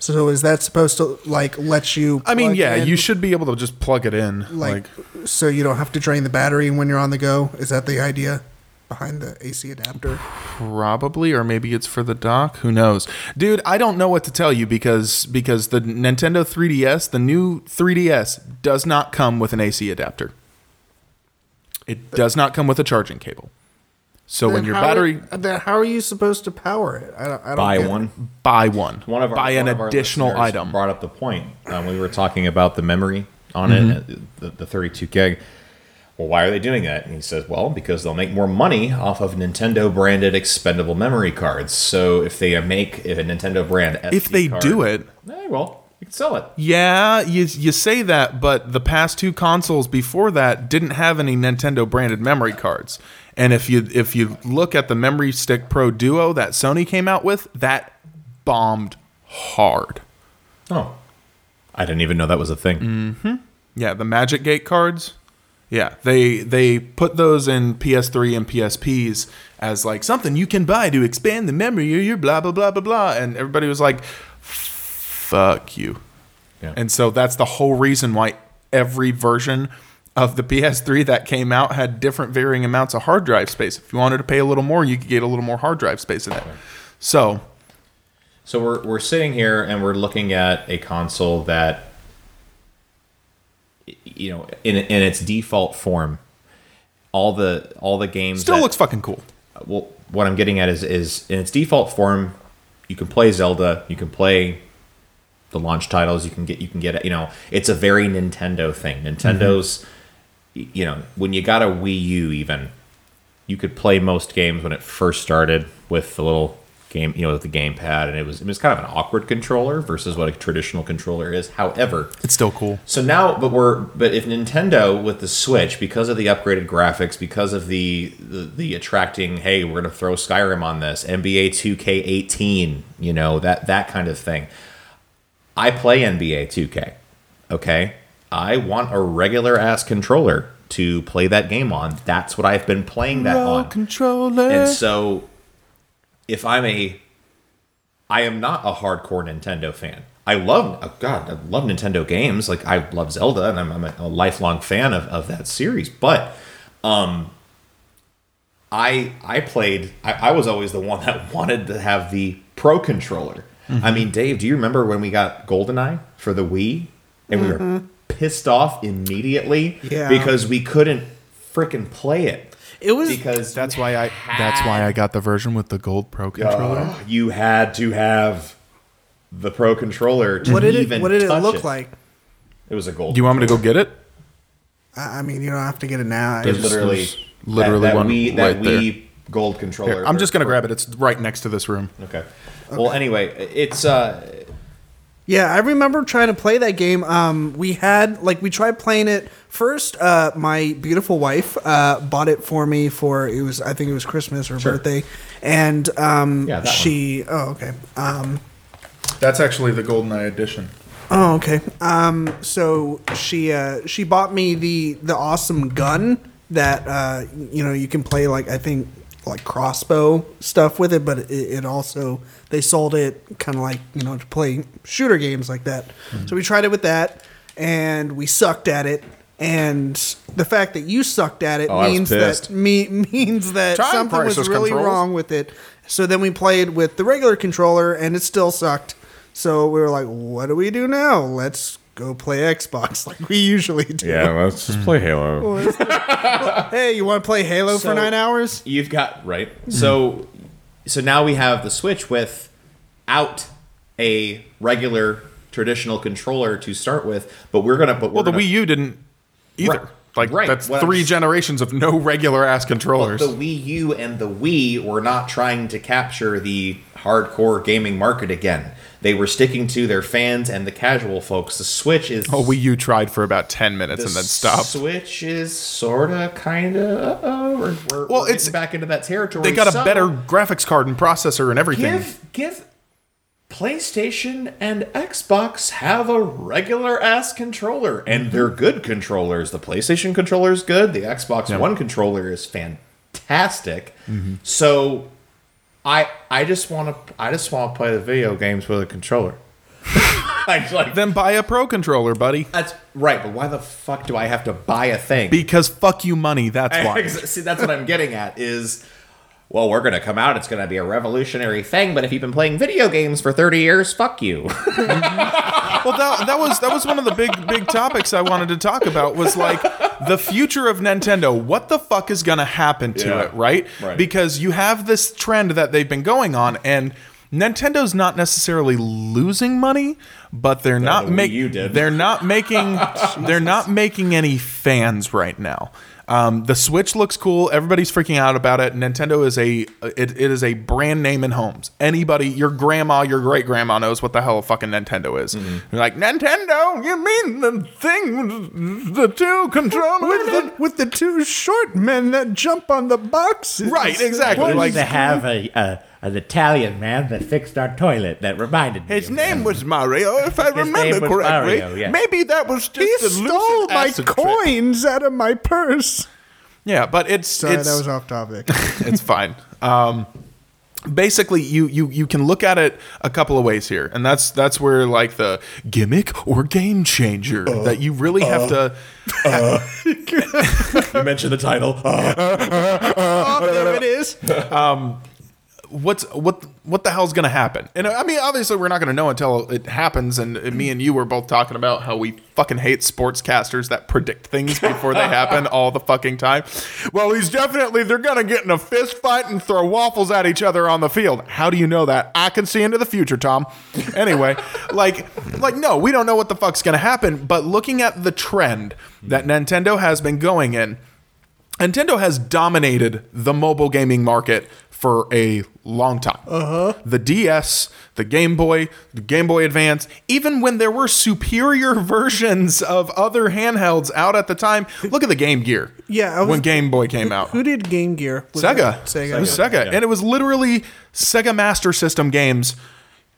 [SPEAKER 2] So is that supposed to like let you?
[SPEAKER 1] I mean,
[SPEAKER 2] plug
[SPEAKER 1] yeah,
[SPEAKER 2] in,
[SPEAKER 1] you should be able to just plug it in. Like,
[SPEAKER 2] like, so you don't have to drain the battery when you're on the go. Is that the idea behind the AC adapter?
[SPEAKER 1] probably, or maybe it's for the dock. Who knows, dude? I don't know what to tell you because because the Nintendo 3DS, the new 3DS, does not come with an AC adapter. It
[SPEAKER 5] Uh,
[SPEAKER 1] does not come with a charging cable. So when
[SPEAKER 2] Then
[SPEAKER 1] your
[SPEAKER 2] how-
[SPEAKER 1] battery
[SPEAKER 2] then how are you supposed to power it? I don't. I don't
[SPEAKER 5] buy
[SPEAKER 2] get it.
[SPEAKER 5] one.
[SPEAKER 1] buy one,
[SPEAKER 5] one of our,
[SPEAKER 1] buy an
[SPEAKER 5] one of our
[SPEAKER 1] additional
[SPEAKER 5] listeners
[SPEAKER 1] item.
[SPEAKER 5] Brought up the point. Um, we were talking about the memory on
[SPEAKER 1] Mm-hmm.
[SPEAKER 5] it, uh, the, the 32 gig. Well, why are they doing that? And he says, well, because they'll make more money off of Nintendo branded expendable memory cards. So if they make if a Nintendo brand, SD
[SPEAKER 1] if they do
[SPEAKER 5] card-
[SPEAKER 1] it,
[SPEAKER 5] eh, well, you can sell it.
[SPEAKER 1] yeah, you you say that, but the past two consoles before that didn't have any Nintendo branded memory cards. And if you if you look at the Memory Stick Pro Duo that Sony came out with, that bombed hard.
[SPEAKER 5] Oh, I didn't even know that was a thing.
[SPEAKER 1] Yeah, the Magic Gate cards. Yeah, they they put those in PS3 and PSPs as like something you can buy to expand the memory of your blah blah blah blah blah, and everybody was like, "Fuck you."
[SPEAKER 5] Yeah.
[SPEAKER 1] And so that's the whole reason why every version of the PS3 that came out had different varying amounts of hard drive space. If you wanted to pay a little more, you could get a little more hard drive space in it. So
[SPEAKER 5] So we're we're sitting here and we're looking at a console that y- you know in in its default form all the all the games
[SPEAKER 1] still
[SPEAKER 5] that-
[SPEAKER 1] looks fucking cool.
[SPEAKER 5] well, what I'm getting at is is in its default form you can play Zelda, you can play the launch titles, you can get you can get you know, it's a very Nintendo thing. Nintendo's y- you know, when you got a Wii U even you could play most games when it first started with the little game, you know, with the gamepad, and it was it was kind of an awkward controller versus what a traditional controller is. However,
[SPEAKER 1] It's still cool.
[SPEAKER 5] so now, but we're but if Nintendo with the Switch, because of the upgraded graphics, because of the the, the attracting, hey, we're gonna throw Skyrim on this NBA 2K18, you know that that kind of thing. I play NBA 2K, okay. I want a regular ass controller to play that game on. That's what I've been playing that on.
[SPEAKER 1] Controller.
[SPEAKER 5] And so if I'm a I am not a hardcore Nintendo fan. I love oh god, I love Nintendo games. Like I love Zelda and I'm, I'm a, a lifelong fan of, of that series, but um I I played I, I was always the one that wanted to have the pro controller. I mean, Dave, do you remember when we got GoldenEye for the Wii? And we
[SPEAKER 7] Mm-hmm.
[SPEAKER 5] were pissed off immediately
[SPEAKER 2] Yeah.
[SPEAKER 5] because we couldn't freaking play it.
[SPEAKER 7] It was
[SPEAKER 5] Because
[SPEAKER 1] that's why I. That's why I got the version with the gold Pro controller.
[SPEAKER 5] Uh, you had to have the pro controller to
[SPEAKER 2] What did
[SPEAKER 5] even
[SPEAKER 2] it? What did it
[SPEAKER 5] touch
[SPEAKER 2] look like?
[SPEAKER 5] It was a gold.
[SPEAKER 1] Do you want me to go get it?
[SPEAKER 2] I I mean, you don't have to get it now.
[SPEAKER 5] There's literally,
[SPEAKER 1] there's literally
[SPEAKER 5] that, that
[SPEAKER 1] one
[SPEAKER 5] Wii, that
[SPEAKER 1] right there.
[SPEAKER 5] Wii gold controller.
[SPEAKER 1] Here, I'm just gonna grab it. It's right next to this room.
[SPEAKER 5] Okay. Well, anyway, it's uh,
[SPEAKER 2] Yeah, I remember trying to play that game. Um, we had like we tried playing it first. Uh, my beautiful wife uh, bought it for me for it was I think it was Christmas or birthday, and um,
[SPEAKER 5] Yeah, that one.
[SPEAKER 2] she oh okay um,
[SPEAKER 1] That's actually the GoldenEye edition.
[SPEAKER 2] oh okay um, so she uh, she bought me the the awesome gun that uh, you know you can play like I think like crossbow stuff with it, but it, it also they sold it kind of like you know to play shooter games like that.
[SPEAKER 5] Mm-hmm.
[SPEAKER 2] So we tried it with that, and we sucked at it. And the fact that you sucked at it
[SPEAKER 5] Oh, I was
[SPEAKER 2] means
[SPEAKER 5] pissed.
[SPEAKER 2] that me, means that
[SPEAKER 1] Try and
[SPEAKER 2] something
[SPEAKER 1] price
[SPEAKER 2] was
[SPEAKER 1] those
[SPEAKER 2] really
[SPEAKER 1] controls.
[SPEAKER 2] wrong with it. So then we played with the regular controller, and it still sucked. So we were like, "What do we do now? Let's go play Xbox like we usually do."
[SPEAKER 8] Yeah, let's just play Halo.
[SPEAKER 2] Hey, you want to play Halo
[SPEAKER 5] So-
[SPEAKER 2] for nine hours?
[SPEAKER 5] you've got right.
[SPEAKER 1] Hmm.
[SPEAKER 5] So, so now we have the Switch without a regular traditional controller to start with, but we're gonna. But we're
[SPEAKER 1] Well, the
[SPEAKER 5] gonna,
[SPEAKER 1] Wii U didn't either.
[SPEAKER 5] Right.
[SPEAKER 1] Like
[SPEAKER 5] Right.
[SPEAKER 1] that's
[SPEAKER 5] What I'm
[SPEAKER 1] three
[SPEAKER 5] s-
[SPEAKER 1] generations of no regular ass controllers.
[SPEAKER 5] The Wii U and the Wii were not trying to capture the hardcore gaming market again. They were sticking to their fans and the casual folks. The Switch is
[SPEAKER 1] oh, Wii U tried for about ten minutes
[SPEAKER 5] the
[SPEAKER 1] and then stopped.
[SPEAKER 5] Switch is sorta, kinda. Uh, we're, we're,
[SPEAKER 1] Well,
[SPEAKER 5] we're
[SPEAKER 1] it's-
[SPEAKER 5] getting back into that territory.
[SPEAKER 1] they got a
[SPEAKER 5] So,
[SPEAKER 1] better graphics card and processor and everything.
[SPEAKER 5] give give. PlayStation and Xbox have a regular ass controller, and they're good controllers. The PlayStation controller is good. The Xbox One controller is fantastic. So I I just want to I just want to play the video games with a controller. I like
[SPEAKER 1] Then buy a Pro controller, buddy.
[SPEAKER 5] that's right, but why the fuck do I have to buy a thing?
[SPEAKER 1] Because fuck you, money. That's
[SPEAKER 5] I-
[SPEAKER 1] why.
[SPEAKER 5] See, that's what I'm getting at is, well, we're gonna come out. It's gonna be a revolutionary thing. But if you've been playing video games for 30 years, fuck you.
[SPEAKER 1] well, that, that was that was one of the big big topics I wanted to talk about was like the future of Nintendo. What the fuck is gonna happen to
[SPEAKER 8] Yeah.
[SPEAKER 1] it, right?
[SPEAKER 5] Right.
[SPEAKER 1] Because you have this trend that they've been going on, and Nintendo's not necessarily losing money, but they're not
[SPEAKER 5] the Wii U
[SPEAKER 1] making
[SPEAKER 5] did.
[SPEAKER 1] they're not making they're not making any fans right now. Um, the Switch looks cool. Everybody's freaking out about it. Nintendo is a it, it is a brand name in homes. Anybody, your grandma, your great grandma knows what the hell a fucking Nintendo is.
[SPEAKER 9] Mm-hmm.
[SPEAKER 1] You're like Nintendo. You mean the thing, the two controllers?
[SPEAKER 2] with the, with the two short men that jump on the boxes.
[SPEAKER 1] right, exactly. Like
[SPEAKER 9] to have a, a an Italian man that fixed our toilet that reminded me.
[SPEAKER 3] His
[SPEAKER 9] of
[SPEAKER 3] name was Mario, if I remember
[SPEAKER 9] name was
[SPEAKER 3] correctly.
[SPEAKER 9] Mario, yeah.
[SPEAKER 3] Maybe that was just
[SPEAKER 2] He
[SPEAKER 3] a
[SPEAKER 2] stole
[SPEAKER 3] lucid
[SPEAKER 2] my
[SPEAKER 3] acid trip.
[SPEAKER 2] coins out of my purse.
[SPEAKER 1] yeah, but it's
[SPEAKER 2] Sorry,
[SPEAKER 1] it's
[SPEAKER 2] that was off topic.
[SPEAKER 1] it's fine. Um, basically, you you you can look at it a couple of ways here, and that's that's where like the gimmick or game changer
[SPEAKER 2] Uh,
[SPEAKER 1] that you really have to.
[SPEAKER 6] You mentioned the title. Uh,
[SPEAKER 2] there it is.
[SPEAKER 1] What's what what the hell's going to happen? And I mean, obviously, we're not going to know until it happens. And me and you were both talking about how we fucking hate sportscasters that predict things before they happen all the fucking time. Well, he's definitely they're going to get in a fist fight and throw waffles at each other on the field. How do you know that? I can see into the future, Tom. Anyway, like like no, we don't know what the fuck's going to happen. But looking at the trend that Nintendo has been going in Nintendo has dominated the mobile gaming market for a long time. Uh-huh. The DS, the Game Boy, the Game Boy Advance, even when there were superior versions of other handhelds out at the time. Look at the Game Gear.
[SPEAKER 2] Yeah, I was-
[SPEAKER 1] when Game Boy came
[SPEAKER 2] Who-
[SPEAKER 1] out.
[SPEAKER 2] Who did Game Gear? Was
[SPEAKER 1] Sega.
[SPEAKER 2] it Sega.
[SPEAKER 1] It was Sega.
[SPEAKER 5] Yeah.
[SPEAKER 1] And it was literally Sega Master System games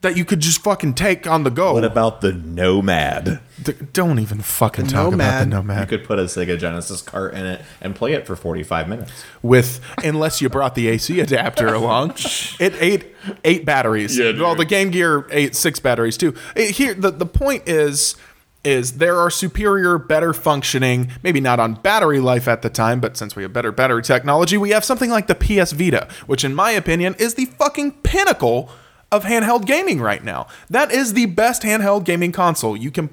[SPEAKER 1] that you could just fucking take on the go.
[SPEAKER 5] What about the Nomad?
[SPEAKER 1] D- don't even fucking talk about the
[SPEAKER 2] Nomad.
[SPEAKER 1] Nomad.
[SPEAKER 5] You could put a Sega Genesis cart in it and play it for 45 minutes.
[SPEAKER 1] with unless you brought the AC adapter along. It ate eight batteries.
[SPEAKER 8] Yeah, dude.
[SPEAKER 1] well, the Game Gear ate six batteries too. It- here, the, the point is is there are superior, better functioning, maybe not on battery life at the time, but since we have better battery technology, we have something like the PS Vita, which in my opinion is the fucking pinnacle of handheld gaming right now. That is the best handheld gaming console. You can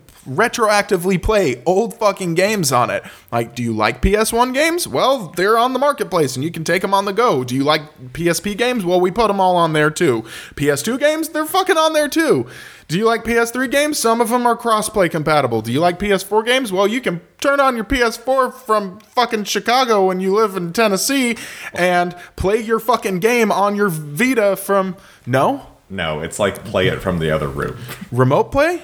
[SPEAKER 1] retroactively play old fucking games on it. Like, do you like PS1 games? Well, they're on the marketplace and you can take them on the go. Do you like PSP games? Well, we put them all on there too. PS2 games? They're fucking on there too. Do you like PS3 games? Some of them are crossplay compatible. Do you like PS4 games? Well, you can turn on your PS4 from fucking Chicago when you live in Tennessee and play your fucking game on your Vita from no?
[SPEAKER 5] No, it's like play it from the other room.
[SPEAKER 1] Remote play?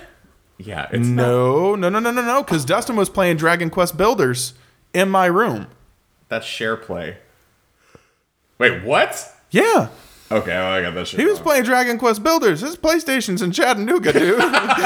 [SPEAKER 5] Yeah, it's
[SPEAKER 1] No, no, no, no, no, no. Because Dustin was playing Dragon Quest Builders in my room.
[SPEAKER 5] that's share play. Wait, what?
[SPEAKER 1] Yeah,
[SPEAKER 5] Okay, well, I got that shit.
[SPEAKER 1] he was
[SPEAKER 5] wrong.
[SPEAKER 1] playing Dragon Quest Builders. His PlayStation's in Chattanooga, dude. like,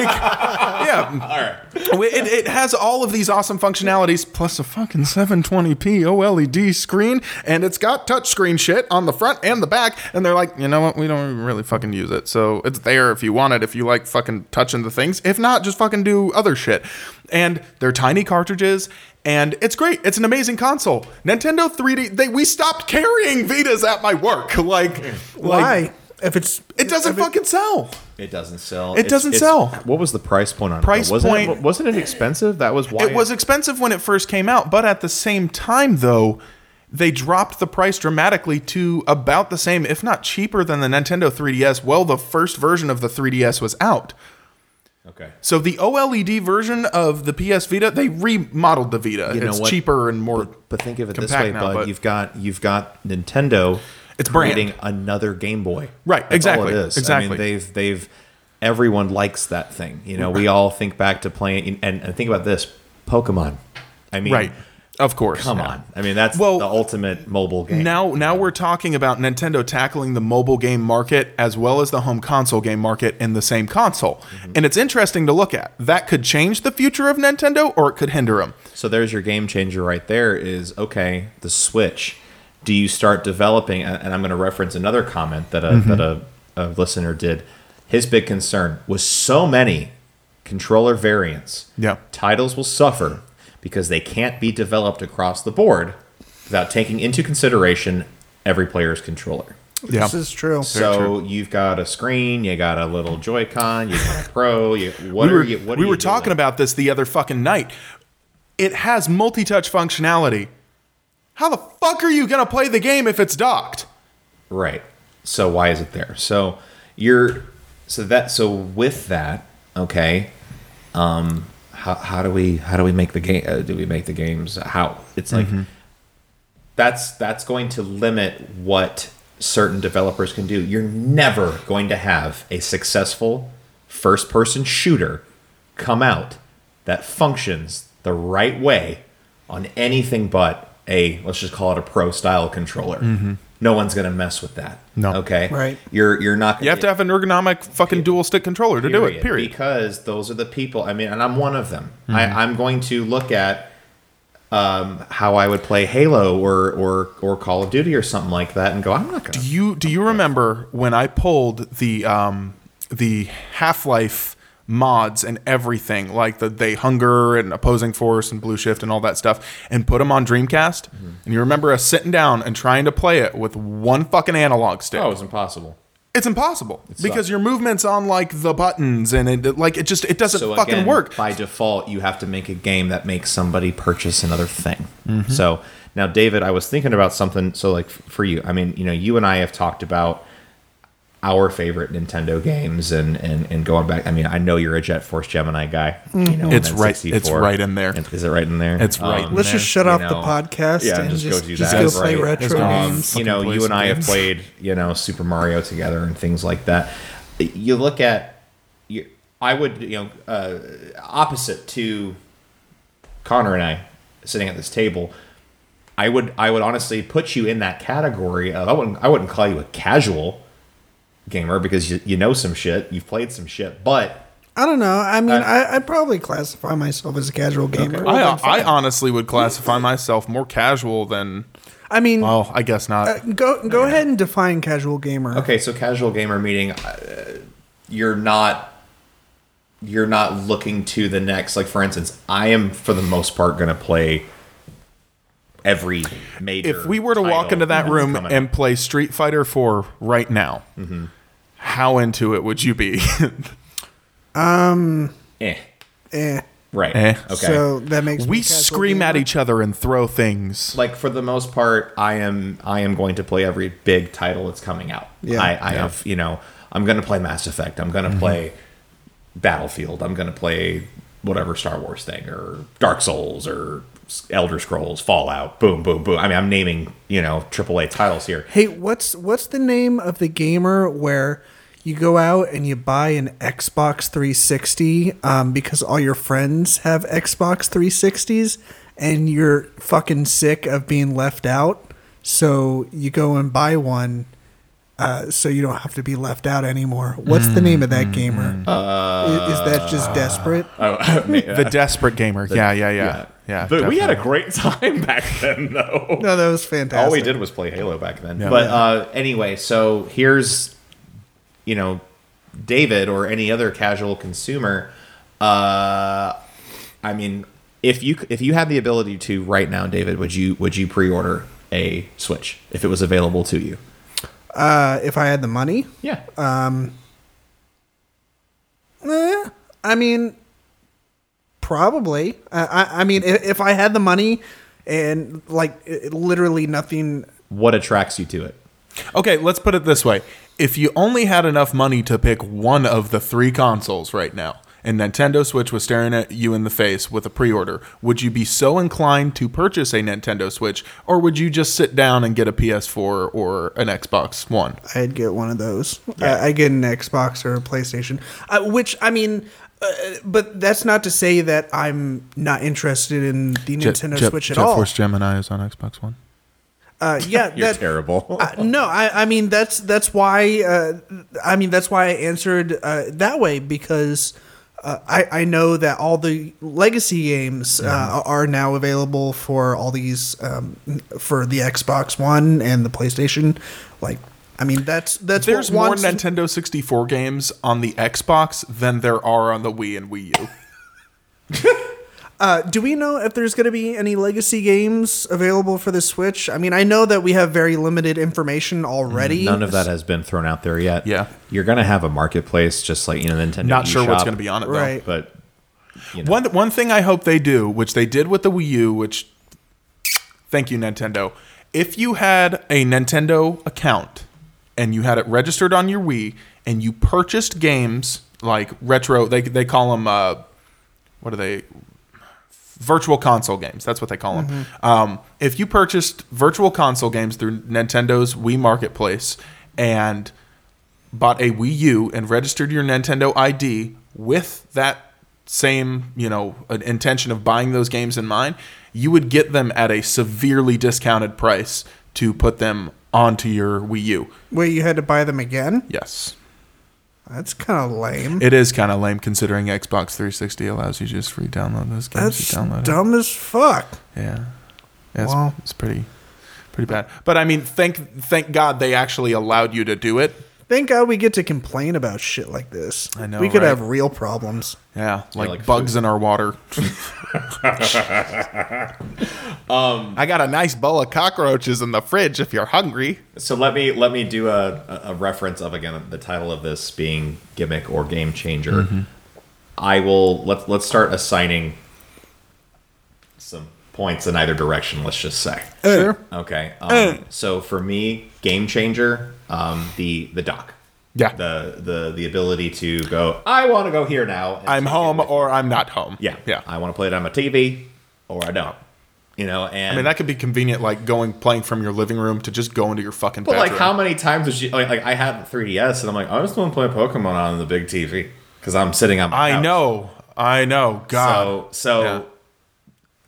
[SPEAKER 1] yeah. All right. It, it has all of these awesome functionalities, plus a fucking 720p OLED E screen, and it's got touchscreen shit on the front and the back. And they're like, you know what? We don't really fucking use it, so it's there if you want it. If you like fucking touching the things, if not, just fucking do other shit. And they're tiny cartridges. And it's great. It's an amazing console. Nintendo 3D. They we stopped carrying Vitas at my work. Like,
[SPEAKER 2] Why?
[SPEAKER 1] like
[SPEAKER 2] if it's
[SPEAKER 1] it doesn't fucking sell.
[SPEAKER 5] It doesn't sell.
[SPEAKER 1] It doesn't sell.
[SPEAKER 5] What was the price point on
[SPEAKER 1] Price
[SPEAKER 5] it? Wasn't
[SPEAKER 1] point-
[SPEAKER 5] It, wasn't it expensive? That was why
[SPEAKER 1] It was expensive when it first came out, but at the same time, though, they dropped the price dramatically to about the same, if not cheaper, than the Nintendo 3DS. Well, the first version of the 3DS was out.
[SPEAKER 5] okay.
[SPEAKER 1] So the OLED version of the PS Vita, they remodeled the Vita.
[SPEAKER 5] know
[SPEAKER 1] it's
[SPEAKER 5] what?
[SPEAKER 1] cheaper and more.
[SPEAKER 5] But think of it this
[SPEAKER 1] compact
[SPEAKER 5] way,
[SPEAKER 1] now,
[SPEAKER 5] bud.
[SPEAKER 1] but-
[SPEAKER 5] You've got you've got Nintendo.
[SPEAKER 1] It's brand.
[SPEAKER 5] creating another Game Boy.
[SPEAKER 1] Right,
[SPEAKER 5] That's all
[SPEAKER 1] exactly,
[SPEAKER 5] it is. I
[SPEAKER 1] exactly.
[SPEAKER 5] mean, they've they've everyone likes that thing. You know, we all think back to playing and, and think about this Pokemon. I mean,
[SPEAKER 1] right, of course.
[SPEAKER 5] Come
[SPEAKER 1] yeah.
[SPEAKER 5] on. I mean, that's
[SPEAKER 1] Well,
[SPEAKER 5] the ultimate mobile game.
[SPEAKER 1] Now, now we're talking about Nintendo tackling the mobile game market as well as the home console game market in the same console,
[SPEAKER 5] Mm-hmm.
[SPEAKER 1] and it's interesting to look at. That could change the future of Nintendo, or it could hinder them.
[SPEAKER 5] So there's your game changer right there is okay, the Switch. Do you start developing and and I'm going to reference another comment that a that a,
[SPEAKER 1] Mm-hmm.
[SPEAKER 5] a listener did. His big concern was so many controller variants.
[SPEAKER 1] Yeah.
[SPEAKER 5] Titles will suffer because they can't be developed across the board without taking into consideration every player's controller.
[SPEAKER 1] Yeah.
[SPEAKER 2] this is true.
[SPEAKER 5] So you've got a screen, you got a little Joy-Con, you got a Pro, you what
[SPEAKER 1] we were,
[SPEAKER 5] are you what are
[SPEAKER 1] we
[SPEAKER 5] you
[SPEAKER 1] were
[SPEAKER 5] doing?
[SPEAKER 1] talking about this the other fucking night. It has multi-touch functionality. How the fuck are you gonna play the game if it's docked?
[SPEAKER 5] Right. So why is it there? So you're so that so with that, okay. Um how how do we how do we make the game uh, do we make the games how it's like
[SPEAKER 1] Mm-hmm.
[SPEAKER 5] that's that's going to limit what certain developers can do. You're never going to have a successful first person shooter come out that functions the right way on anything but a let's just call it a pro style controller. No one's going to mess with that.
[SPEAKER 1] Mm-hmm. No.
[SPEAKER 5] Okay.
[SPEAKER 2] Right.
[SPEAKER 5] You're you're not.
[SPEAKER 1] You have to have an ergonomic fucking dual stick controller to do it. Period. Mm-hmm.
[SPEAKER 5] Because those are the people. I mean, and I'm one of them. I, I'm going to look at um, how I would play Halo or or or Call of Duty or something like that, and go, I'm not going
[SPEAKER 1] Do
[SPEAKER 5] to.
[SPEAKER 1] you do you remember when I pulled the um, the Half Life mods and everything like the They Hunger and Opposing Force and Blue Shift and all that stuff and put them on Dreamcast? And you remember us sitting down and trying to play it with one fucking analog stick?
[SPEAKER 5] Oh, it's impossible.
[SPEAKER 1] It's impossible because your movements on like the buttons and it like it just it doesn't
[SPEAKER 5] So
[SPEAKER 1] fucking
[SPEAKER 5] again,
[SPEAKER 1] work.
[SPEAKER 5] by default, you have to make a game that makes somebody purchase another thing. So now, David, I was thinking about something. So like f- for you, I mean, you know, you and I have talked about our favorite Nintendo games and, and, and going back. I mean, I know you're a Jet Force Gemini guy. You know, and
[SPEAKER 1] It's
[SPEAKER 5] that
[SPEAKER 1] right- it's
[SPEAKER 5] 64.
[SPEAKER 1] right in there.
[SPEAKER 5] Is it right in there?
[SPEAKER 1] It's right in
[SPEAKER 2] Let's
[SPEAKER 1] there.
[SPEAKER 2] just shut
[SPEAKER 5] you
[SPEAKER 2] off the
[SPEAKER 5] know,
[SPEAKER 2] podcast
[SPEAKER 5] Um, yeah,
[SPEAKER 2] and
[SPEAKER 5] just,
[SPEAKER 2] just,
[SPEAKER 5] go do
[SPEAKER 2] just
[SPEAKER 5] that.
[SPEAKER 2] go
[SPEAKER 5] That's
[SPEAKER 2] play
[SPEAKER 5] right.
[SPEAKER 2] retro
[SPEAKER 5] Um,
[SPEAKER 2] games.
[SPEAKER 5] You know,
[SPEAKER 1] Fucking
[SPEAKER 5] you
[SPEAKER 1] play
[SPEAKER 5] and I
[SPEAKER 1] some
[SPEAKER 5] have
[SPEAKER 1] games.
[SPEAKER 5] played, you know, Super Mario together and things like that. You look at, you, I would, you know, uh, opposite to Connor and I sitting at this table. I would, I would honestly put you in that category of I wouldn't, I wouldn't call you a casual gamer because you, you know some shit, you've played some shit, but
[SPEAKER 2] I don't know. I mean, I, I probably classify myself as a casual gamer.
[SPEAKER 1] I, I honestly would classify myself more casual than.
[SPEAKER 2] I mean,
[SPEAKER 1] Well, uh, I guess not.
[SPEAKER 2] go go ahead and define casual gamer.
[SPEAKER 5] Okay, so casual gamer meaning uh, you're not you're not looking to the next. Like for instance, I am for the most part going to play every major.
[SPEAKER 1] if we were to walk
[SPEAKER 5] title
[SPEAKER 1] into that
[SPEAKER 5] that's
[SPEAKER 1] room
[SPEAKER 5] coming Mm-hmm.
[SPEAKER 1] and play Street Fighter 4 right now, how into it would you be?
[SPEAKER 5] out. Eh,
[SPEAKER 2] Eh.
[SPEAKER 5] right,
[SPEAKER 1] Eh.
[SPEAKER 5] okay.
[SPEAKER 2] So that makes me
[SPEAKER 1] we
[SPEAKER 2] a casual
[SPEAKER 1] scream at
[SPEAKER 2] gamer.
[SPEAKER 1] each other and throw things.
[SPEAKER 5] like for the most part, I am I am going to play every big title that's coming out.
[SPEAKER 2] Yeah.
[SPEAKER 5] I, I have you know I'm going to play Mass Effect. I'm going to play Battlefield. I'm going to play whatever Star Wars thing or Dark Souls or Elder Scrolls, Fallout. Boom, boom, boom. I mean, I'm naming you know AAA titles here.
[SPEAKER 2] Hey, what's what's the name of the gamer where you go out and you buy an Xbox 360 um, because all your friends have Xbox 360s and you're fucking sick of being left out, so you go and buy one. Uh, so you don't have to be left out anymore. What's the name of that gamer? Uh, is, that just desperate?
[SPEAKER 1] The desperate gamer. yeah, yeah, yeah. Yeah.
[SPEAKER 5] But we had a
[SPEAKER 1] definitely.
[SPEAKER 5] great time back then, though.
[SPEAKER 2] no, that was fantastic.
[SPEAKER 5] All we did was play Halo back then. But uh, anyway, so here's, you know, David or any other casual consumer. Uh, I mean, if you if you had the ability to right now, David, would you would you pre-order a Switch if it was available to you?
[SPEAKER 2] Uh, if I had the money,
[SPEAKER 5] Yeah.
[SPEAKER 2] Eh, I mean, probably. I, I, I mean, if, if I had the money and like i- literally nothing,
[SPEAKER 5] what attracts you to it?
[SPEAKER 1] Okay, let's put it this way. If you only had enough money to pick one of the three consoles right now, and Nintendo Switch was staring at you in the face with a pre order, would you be so inclined to purchase a Nintendo Switch, or would you just sit down and get a PS4 or an Xbox One?
[SPEAKER 2] I'd get one of those. I, I get an Xbox or a PlayStation, uh, which I mean. Uh, but that's not to say that I'm not interested in the Nintendo Switch at all.
[SPEAKER 1] Force Gemini is on Xbox One.
[SPEAKER 2] Uh, yeah,
[SPEAKER 5] You're
[SPEAKER 2] that,
[SPEAKER 5] terrible.
[SPEAKER 2] Uh, no, I, I mean that's that's why uh, I mean that's why I answered uh, that way because uh, I I know that all the legacy games uh, are now available for all these um, for the Xbox One and the PlayStation. Like, I mean that's that's what
[SPEAKER 1] There's more
[SPEAKER 2] wants-
[SPEAKER 1] Nintendo 64 games on the Xbox than there are on the Wii and Wii U.
[SPEAKER 2] Uh, do we know if there's going to be any legacy games available for the Switch? I mean, I know that we have very limited information already.
[SPEAKER 5] None of that has been thrown out there yet.
[SPEAKER 1] Yeah.
[SPEAKER 5] You're gonna have a marketplace, just like you know Nintendo.
[SPEAKER 1] Not sure what's
[SPEAKER 5] eShop,
[SPEAKER 1] going to be on it, though.
[SPEAKER 2] Right.
[SPEAKER 5] but
[SPEAKER 1] One one thing I hope they do, which they did with the Wii U, which thank you Nintendo. If you had a Nintendo account and you had it registered on your Wii and you purchased games like retro, they they call them uh, what are they? Virtual console games. That's what they call them. Um, if you purchased virtual console games through Nintendo's Wii Marketplace and bought a Wii U and registered your Nintendo ID with that same, you know, uh, intention of buying those games in mind, you would get them at a severely discounted price to put them onto your Wii U.
[SPEAKER 2] Where you had to buy them again?
[SPEAKER 1] Yes.
[SPEAKER 2] That's kind of lame.
[SPEAKER 1] It is kind of lame considering Xbox 360 allows you to just free download those games.
[SPEAKER 2] That's
[SPEAKER 1] you download it.
[SPEAKER 2] dumb as fuck.
[SPEAKER 1] Yeah. yeah it's,
[SPEAKER 2] Wow.
[SPEAKER 1] it's pretty pretty bad. But I mean, thank thank God they actually allowed you to do it.
[SPEAKER 2] Thank God we get to complain about shit like this.
[SPEAKER 1] I know,
[SPEAKER 2] We could
[SPEAKER 1] right?
[SPEAKER 2] have real problems.
[SPEAKER 1] Yeah, like,
[SPEAKER 5] like
[SPEAKER 1] bugs in our water.
[SPEAKER 5] Um,
[SPEAKER 1] I got a nice bowl of cockroaches in the fridge if you're hungry.
[SPEAKER 5] So let me let me do a, a- a reference of again the title of this being gimmick or game changer.
[SPEAKER 1] Mm-hmm.
[SPEAKER 5] I will let's let's start assigning some points in either direction. Let's just say
[SPEAKER 2] Sure.
[SPEAKER 5] okay. Um, So for me, game changer, um, the the dock.
[SPEAKER 1] Yeah.
[SPEAKER 5] the the the ability to go. I want to go here now. and
[SPEAKER 1] I'm
[SPEAKER 5] take it
[SPEAKER 1] home
[SPEAKER 5] with me."
[SPEAKER 1] or I'm not home.
[SPEAKER 5] Yeah,
[SPEAKER 1] Yeah.
[SPEAKER 5] I want to play it on my TV or I don't. You know, and
[SPEAKER 1] I mean, that could be convenient, like going playing from your living room to just go into your fucking
[SPEAKER 5] But
[SPEAKER 1] bedroom.
[SPEAKER 5] like, how many times was you like, like? I had the 3DS, and I'm like, I just want to play Pokemon on the big TV because I'm sitting on. My
[SPEAKER 1] I
[SPEAKER 5] couch.
[SPEAKER 1] know. I know. God.
[SPEAKER 5] So so
[SPEAKER 1] Yeah.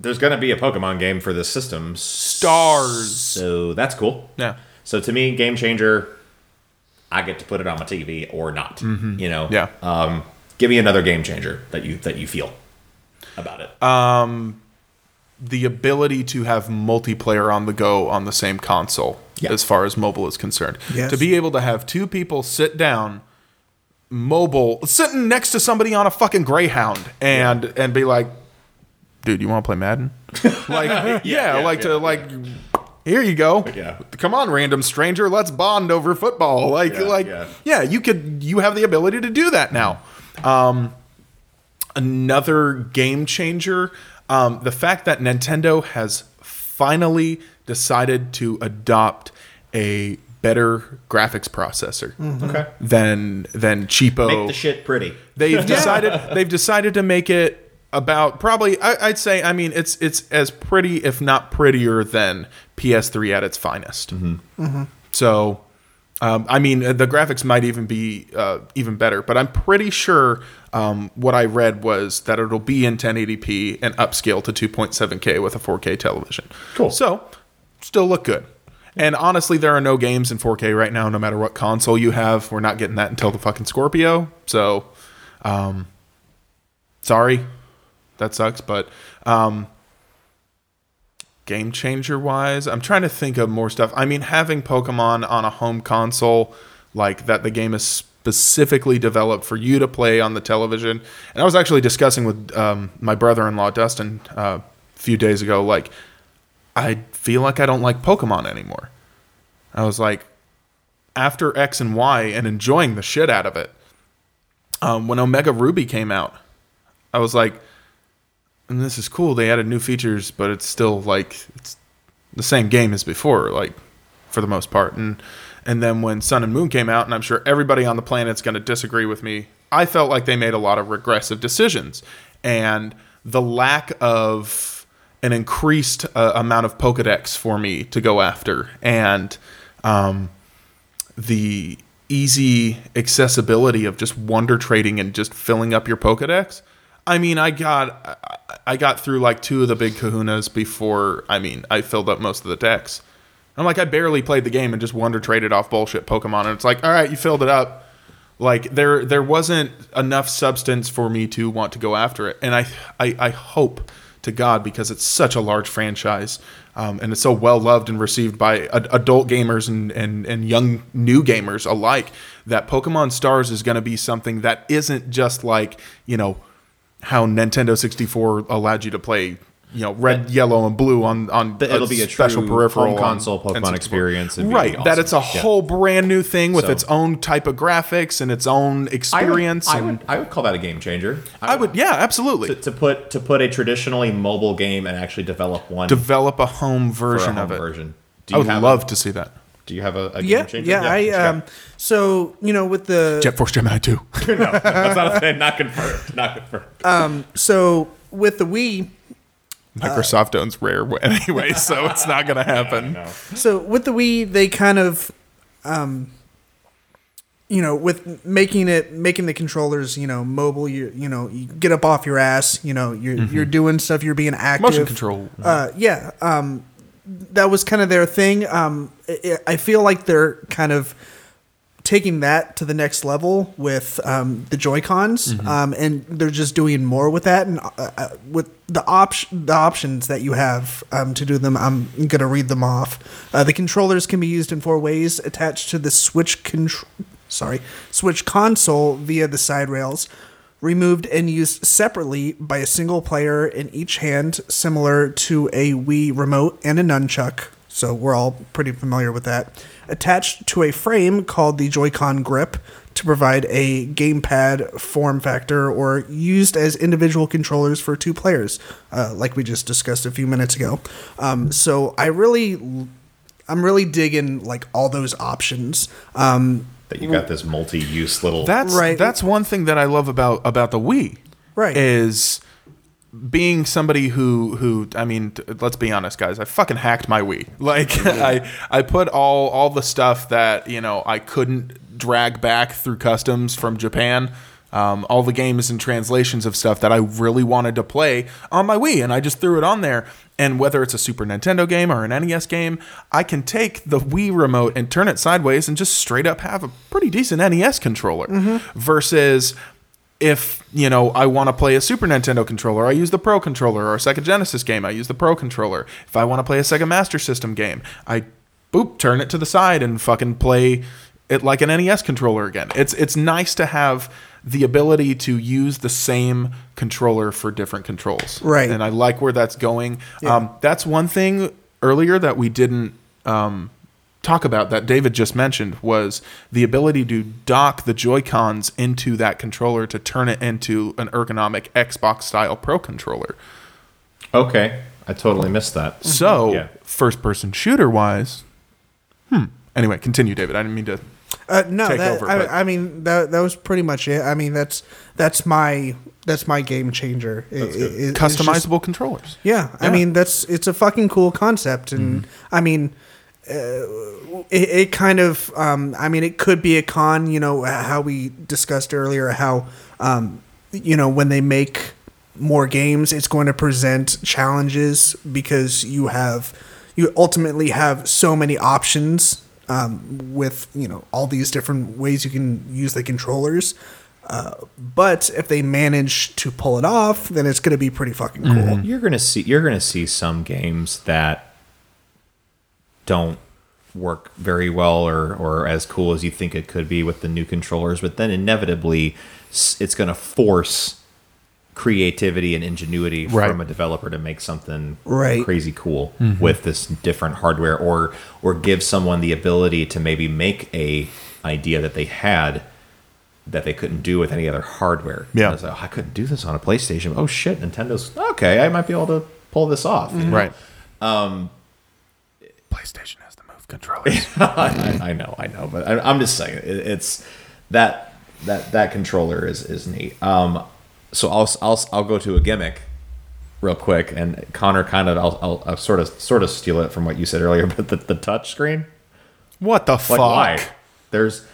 [SPEAKER 5] there's gonna be a Pokemon game for this system.
[SPEAKER 1] Stars.
[SPEAKER 5] So that's cool.
[SPEAKER 1] Yeah.
[SPEAKER 5] So to me, game changer. I get to put it on my TV or not. You know.
[SPEAKER 1] Mm-hmm. Yeah.
[SPEAKER 5] Um, give me another game changer that you that you feel about it.
[SPEAKER 1] The ability to have multiplayer on the go on the same console,
[SPEAKER 5] Yeah.
[SPEAKER 1] as far as mobile is concerned.
[SPEAKER 2] Yes.
[SPEAKER 1] To be able to have two people sit down, mobile, sitting next to somebody on a fucking Greyhound, and and be like, "Dude, you want to play Madden?" like, yeah, like to like. Here you go.
[SPEAKER 5] Yeah.
[SPEAKER 1] Come on, random stranger. Let's bond over football. Like,
[SPEAKER 5] Yeah,
[SPEAKER 1] like,
[SPEAKER 5] yeah.
[SPEAKER 1] yeah. You could. You have the ability to do that now. Um, another game changer. Um, the fact that Nintendo has finally decided to adopt a better graphics processor
[SPEAKER 5] okay.
[SPEAKER 1] than than cheapo
[SPEAKER 5] Make the shit pretty.
[SPEAKER 1] They've decided they've decided to make it about probably I, I'd say I mean it's it's as pretty if not prettier than PS3 at its finest. So. Um, I mean, uh, the graphics might even be uh, even better, but I'm pretty sure um, what I read was that it'll be in 1080p and upscale to 2.7K with a 4K television. Cool. So, still look good. And honestly, there are no games in 4K right now, no matter what console you have. We're not getting that until the fucking Scorpio. So, um, sorry, that sucks. But um, game changer wise, I'm trying to think of more stuff. I mean, having Pokemon on a home console, like that, the game is specifically developed for you to play on the television. And I was actually discussing with um, my brother-in-law Dustin uh, a few days ago, like. I feel like I don't like Pokemon anymore. I was like, after X and Y and enjoying the shit out of it, um, when Omega Ruby came out, I was like, and this is cool. They added new features, but it's still like it's the same game as before, like for the most part. And and then when Sun and Moon came out, and I'm sure everybody on the planet's going to disagree with me, I felt like they made a lot of regressive decisions, and the lack of an increased uh, amount of Pokedex for me to go after, and um, the easy accessibility of just wonder trading and just filling up your Pokedex. I mean, I got I- I got through like two of the big Kahunas before. I mean, I filled up most of the decks. I'm like, I barely played the game and just wonder traded off bullshit Pokemon, and it's like, all right, you filled it up. Like there there wasn't enough substance for me to want to go after it, and I I, I hope to God because it's such a large franchise um, and it's so well loved and received by ad- adult gamers and, and, and young new gamers alike that Pokemon Stars is going to be something that isn't just like, you know, how Nintendo 64 allowed you to play, you know, red, yellow, and blue on, on
[SPEAKER 5] That it'll be a true home console
[SPEAKER 1] on
[SPEAKER 5] Pokemon
[SPEAKER 1] N64.
[SPEAKER 5] experience and be
[SPEAKER 1] Right. That
[SPEAKER 5] awesome.
[SPEAKER 1] it's a
[SPEAKER 5] Yeah.
[SPEAKER 1] whole brand new thing with
[SPEAKER 5] So-
[SPEAKER 1] its own type of graphics and its own experience.
[SPEAKER 5] I would, I
[SPEAKER 1] and,
[SPEAKER 5] would, I would call that a game changer.
[SPEAKER 1] I would- yeah, absolutely.
[SPEAKER 5] to, to put to put a traditionally mobile game and actually develop one for
[SPEAKER 1] Develop a home
[SPEAKER 5] a
[SPEAKER 1] version
[SPEAKER 5] home
[SPEAKER 1] of it.
[SPEAKER 5] version. Do
[SPEAKER 1] I would
[SPEAKER 5] have Uh,
[SPEAKER 1] love to see that.
[SPEAKER 5] Do you have a, a
[SPEAKER 2] Yeah,
[SPEAKER 5] game changer?
[SPEAKER 2] yeah. I um. So you know, with the
[SPEAKER 1] Jet Force Gemini 2.
[SPEAKER 5] that's not a thing. Not confirmed. Not confirmed.
[SPEAKER 2] so with the Wii,
[SPEAKER 1] Microsoft owns Rare anyway, so it's not going to happen.
[SPEAKER 2] so with the Wii, they kind of, um, you know, with making it making the controllers, you know, mobile. You you know, you get up off your ass. You know, you're you're doing stuff. You're being active.
[SPEAKER 1] Mm-hmm. Motion control.
[SPEAKER 2] Uh, yeah. Um, that was kind of their thing. Um, i I I feel like they're kind of taking that to the next level with um, the Joy Cons, um, and they're just doing more with that and uh, uh, with the option the options that you have um, to do them. I'm gonna read them off. Uh, the controllers can be used in four ways, attached to the Switch control. Sorry, Switch console via the side rails, removed and used separately by a single player in each hand, similar to a Wii remote and a nunchuck. So we're all pretty familiar with that. Attached to a frame called the Joy-Con grip to provide a gamepad form factor or used as individual controllers for two players, uh, like we just discussed a few minutes ago. Um, so I really I'm really digging like all those options. Um,
[SPEAKER 5] that you got this multi-use little.
[SPEAKER 1] That's
[SPEAKER 2] Right.
[SPEAKER 1] That's one thing that I love about about the Wii.
[SPEAKER 2] Right.
[SPEAKER 1] Is being somebody who who I mean, t- let's be honest, guys. I fucking hacked my Wii. Like I I put all all the stuff that you know I couldn't drag back through customs from Japan. Um, all the games and translations of stuff that I really wanted to play on my Wii, and I just threw it on there. And whether it's a Super Nintendo game or an NES game, I can take the Wii remote and turn it sideways and just straight up have a pretty decent NES controller. Versus if you know I want to play a Super Nintendo controller, I use the Pro controller, or a Sega Genesis game, I use the Pro controller. If I want to play a Sega Master System game, I boop turn it to the side and fucking play it like an NES controller again. It's it's nice to have the ability to use the same controller for different controls.
[SPEAKER 2] Right.
[SPEAKER 1] And I like where that's going. Um, that's one thing earlier that we didn't um, talk about that David just mentioned was the ability to dock the Joy Cons into that controller to turn it into an ergonomic Xbox style Pro controller.
[SPEAKER 5] okay, I totally missed that.
[SPEAKER 1] So,
[SPEAKER 5] Yeah.
[SPEAKER 1] first person shooter wise, hmm. Anyway, continue, David. I didn't mean to.
[SPEAKER 2] Uh, no,
[SPEAKER 1] take
[SPEAKER 2] that,
[SPEAKER 1] over, but-
[SPEAKER 2] I, I mean that that was pretty much it. I mean that's that's my that's my game changer. I- i- i- it's just-
[SPEAKER 1] Customizable controllers.
[SPEAKER 2] yeah, I mean that's it's a fucking cool concept, and I mean. Uh, it, it kind of, um, I mean, it could be a con, you know, how we discussed earlier, how, um, you know, when they make more games, it's going to present challenges because you have, you ultimately have so many options um, with, you know, all these different ways you can use the controllers. Uh, but if they manage to pull it off, then it's going to be pretty fucking cool.
[SPEAKER 5] you're gonna see you're gonna see some games that don't work very well or or as cool as you think it could be with the new controllers but then inevitably s- it's gonna force creativity and ingenuity from a developer to make something
[SPEAKER 2] Right.
[SPEAKER 5] crazy cool with this different hardware or or give someone the ability to maybe make a idea that they had that they couldn't do with any other hardware.
[SPEAKER 1] Yeah.
[SPEAKER 5] I was like, oh, I couldn't do this on a PlayStation. Oh shit, Nintendo's okay. I might be able to pull this off. you know?
[SPEAKER 1] Right. Um, PlayStation has the move controllers.
[SPEAKER 5] I, I know, I know, but I, I'm just saying it, it's that that that controller is is neat. Um, so I'll I'll I'll go to a gimmick real quick, and Connor kind of I'll, I'll, I'll sort of sort of steal it from what you said earlier, but the, the touch screen.
[SPEAKER 1] what the
[SPEAKER 5] Like
[SPEAKER 1] fuck?
[SPEAKER 5] why? There's